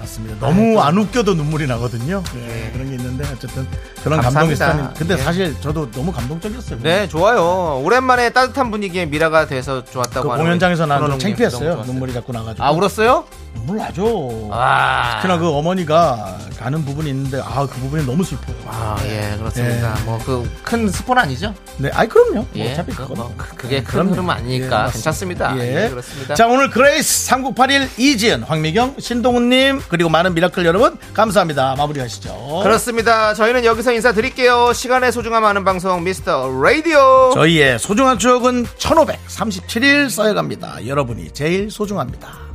A: 맞습니다.
B: 네,
A: 너무 안 웃겨도 눈물이 나거든요. 예, 그런 게 있는데 어쨌든 그런 감동이
B: 감사합니다.
A: 있었는 근데
B: 예.
A: 사실 저도 너무 감동적이었어요.
B: 네, 좋아요. 오랜만에 따뜻한 분위기의 미라가 돼서
A: 그
B: 좋았다고 하는
A: 공연장에서 나는 좀
B: 선호님 너무
A: 창피했어요.
B: 좋았어요.
A: 눈물이 자꾸 나가지고.
B: 아 울었어요?
A: 눈물 나죠.
B: 아,
A: 특히나 그 어머니가 가는 부분이 있는데 아 그 부분이 너무 슬퍼요.
B: 아, 예, 그렇습니다.
A: 예.
B: 뭐 그 큰 스폰 아니죠?
A: 네, 아이 그럼요. 뭐
B: 예,
A: 어차피
B: 그,
A: 그건
B: 뭐, 그- 그게
A: 네,
B: 큰
A: 그럼요.
B: 흐름은 아니니까
A: 맞습니다.
B: 괜찮습니다. 예, 그렇습니다.
A: 자 오늘 그레이스 3981 이지은 황미경 신동훈님 그리고 많은 미라클 여러분 감사합니다. 마무리하시죠.
B: 그렇습니다. 저희는 여기서 인사드릴게요. 시간의 소중함 아는 방송 미스터 라디오.
A: 저희의 소중한 추억은 1537일 쌓여갑니다. 여러분이 제일 소중합니다.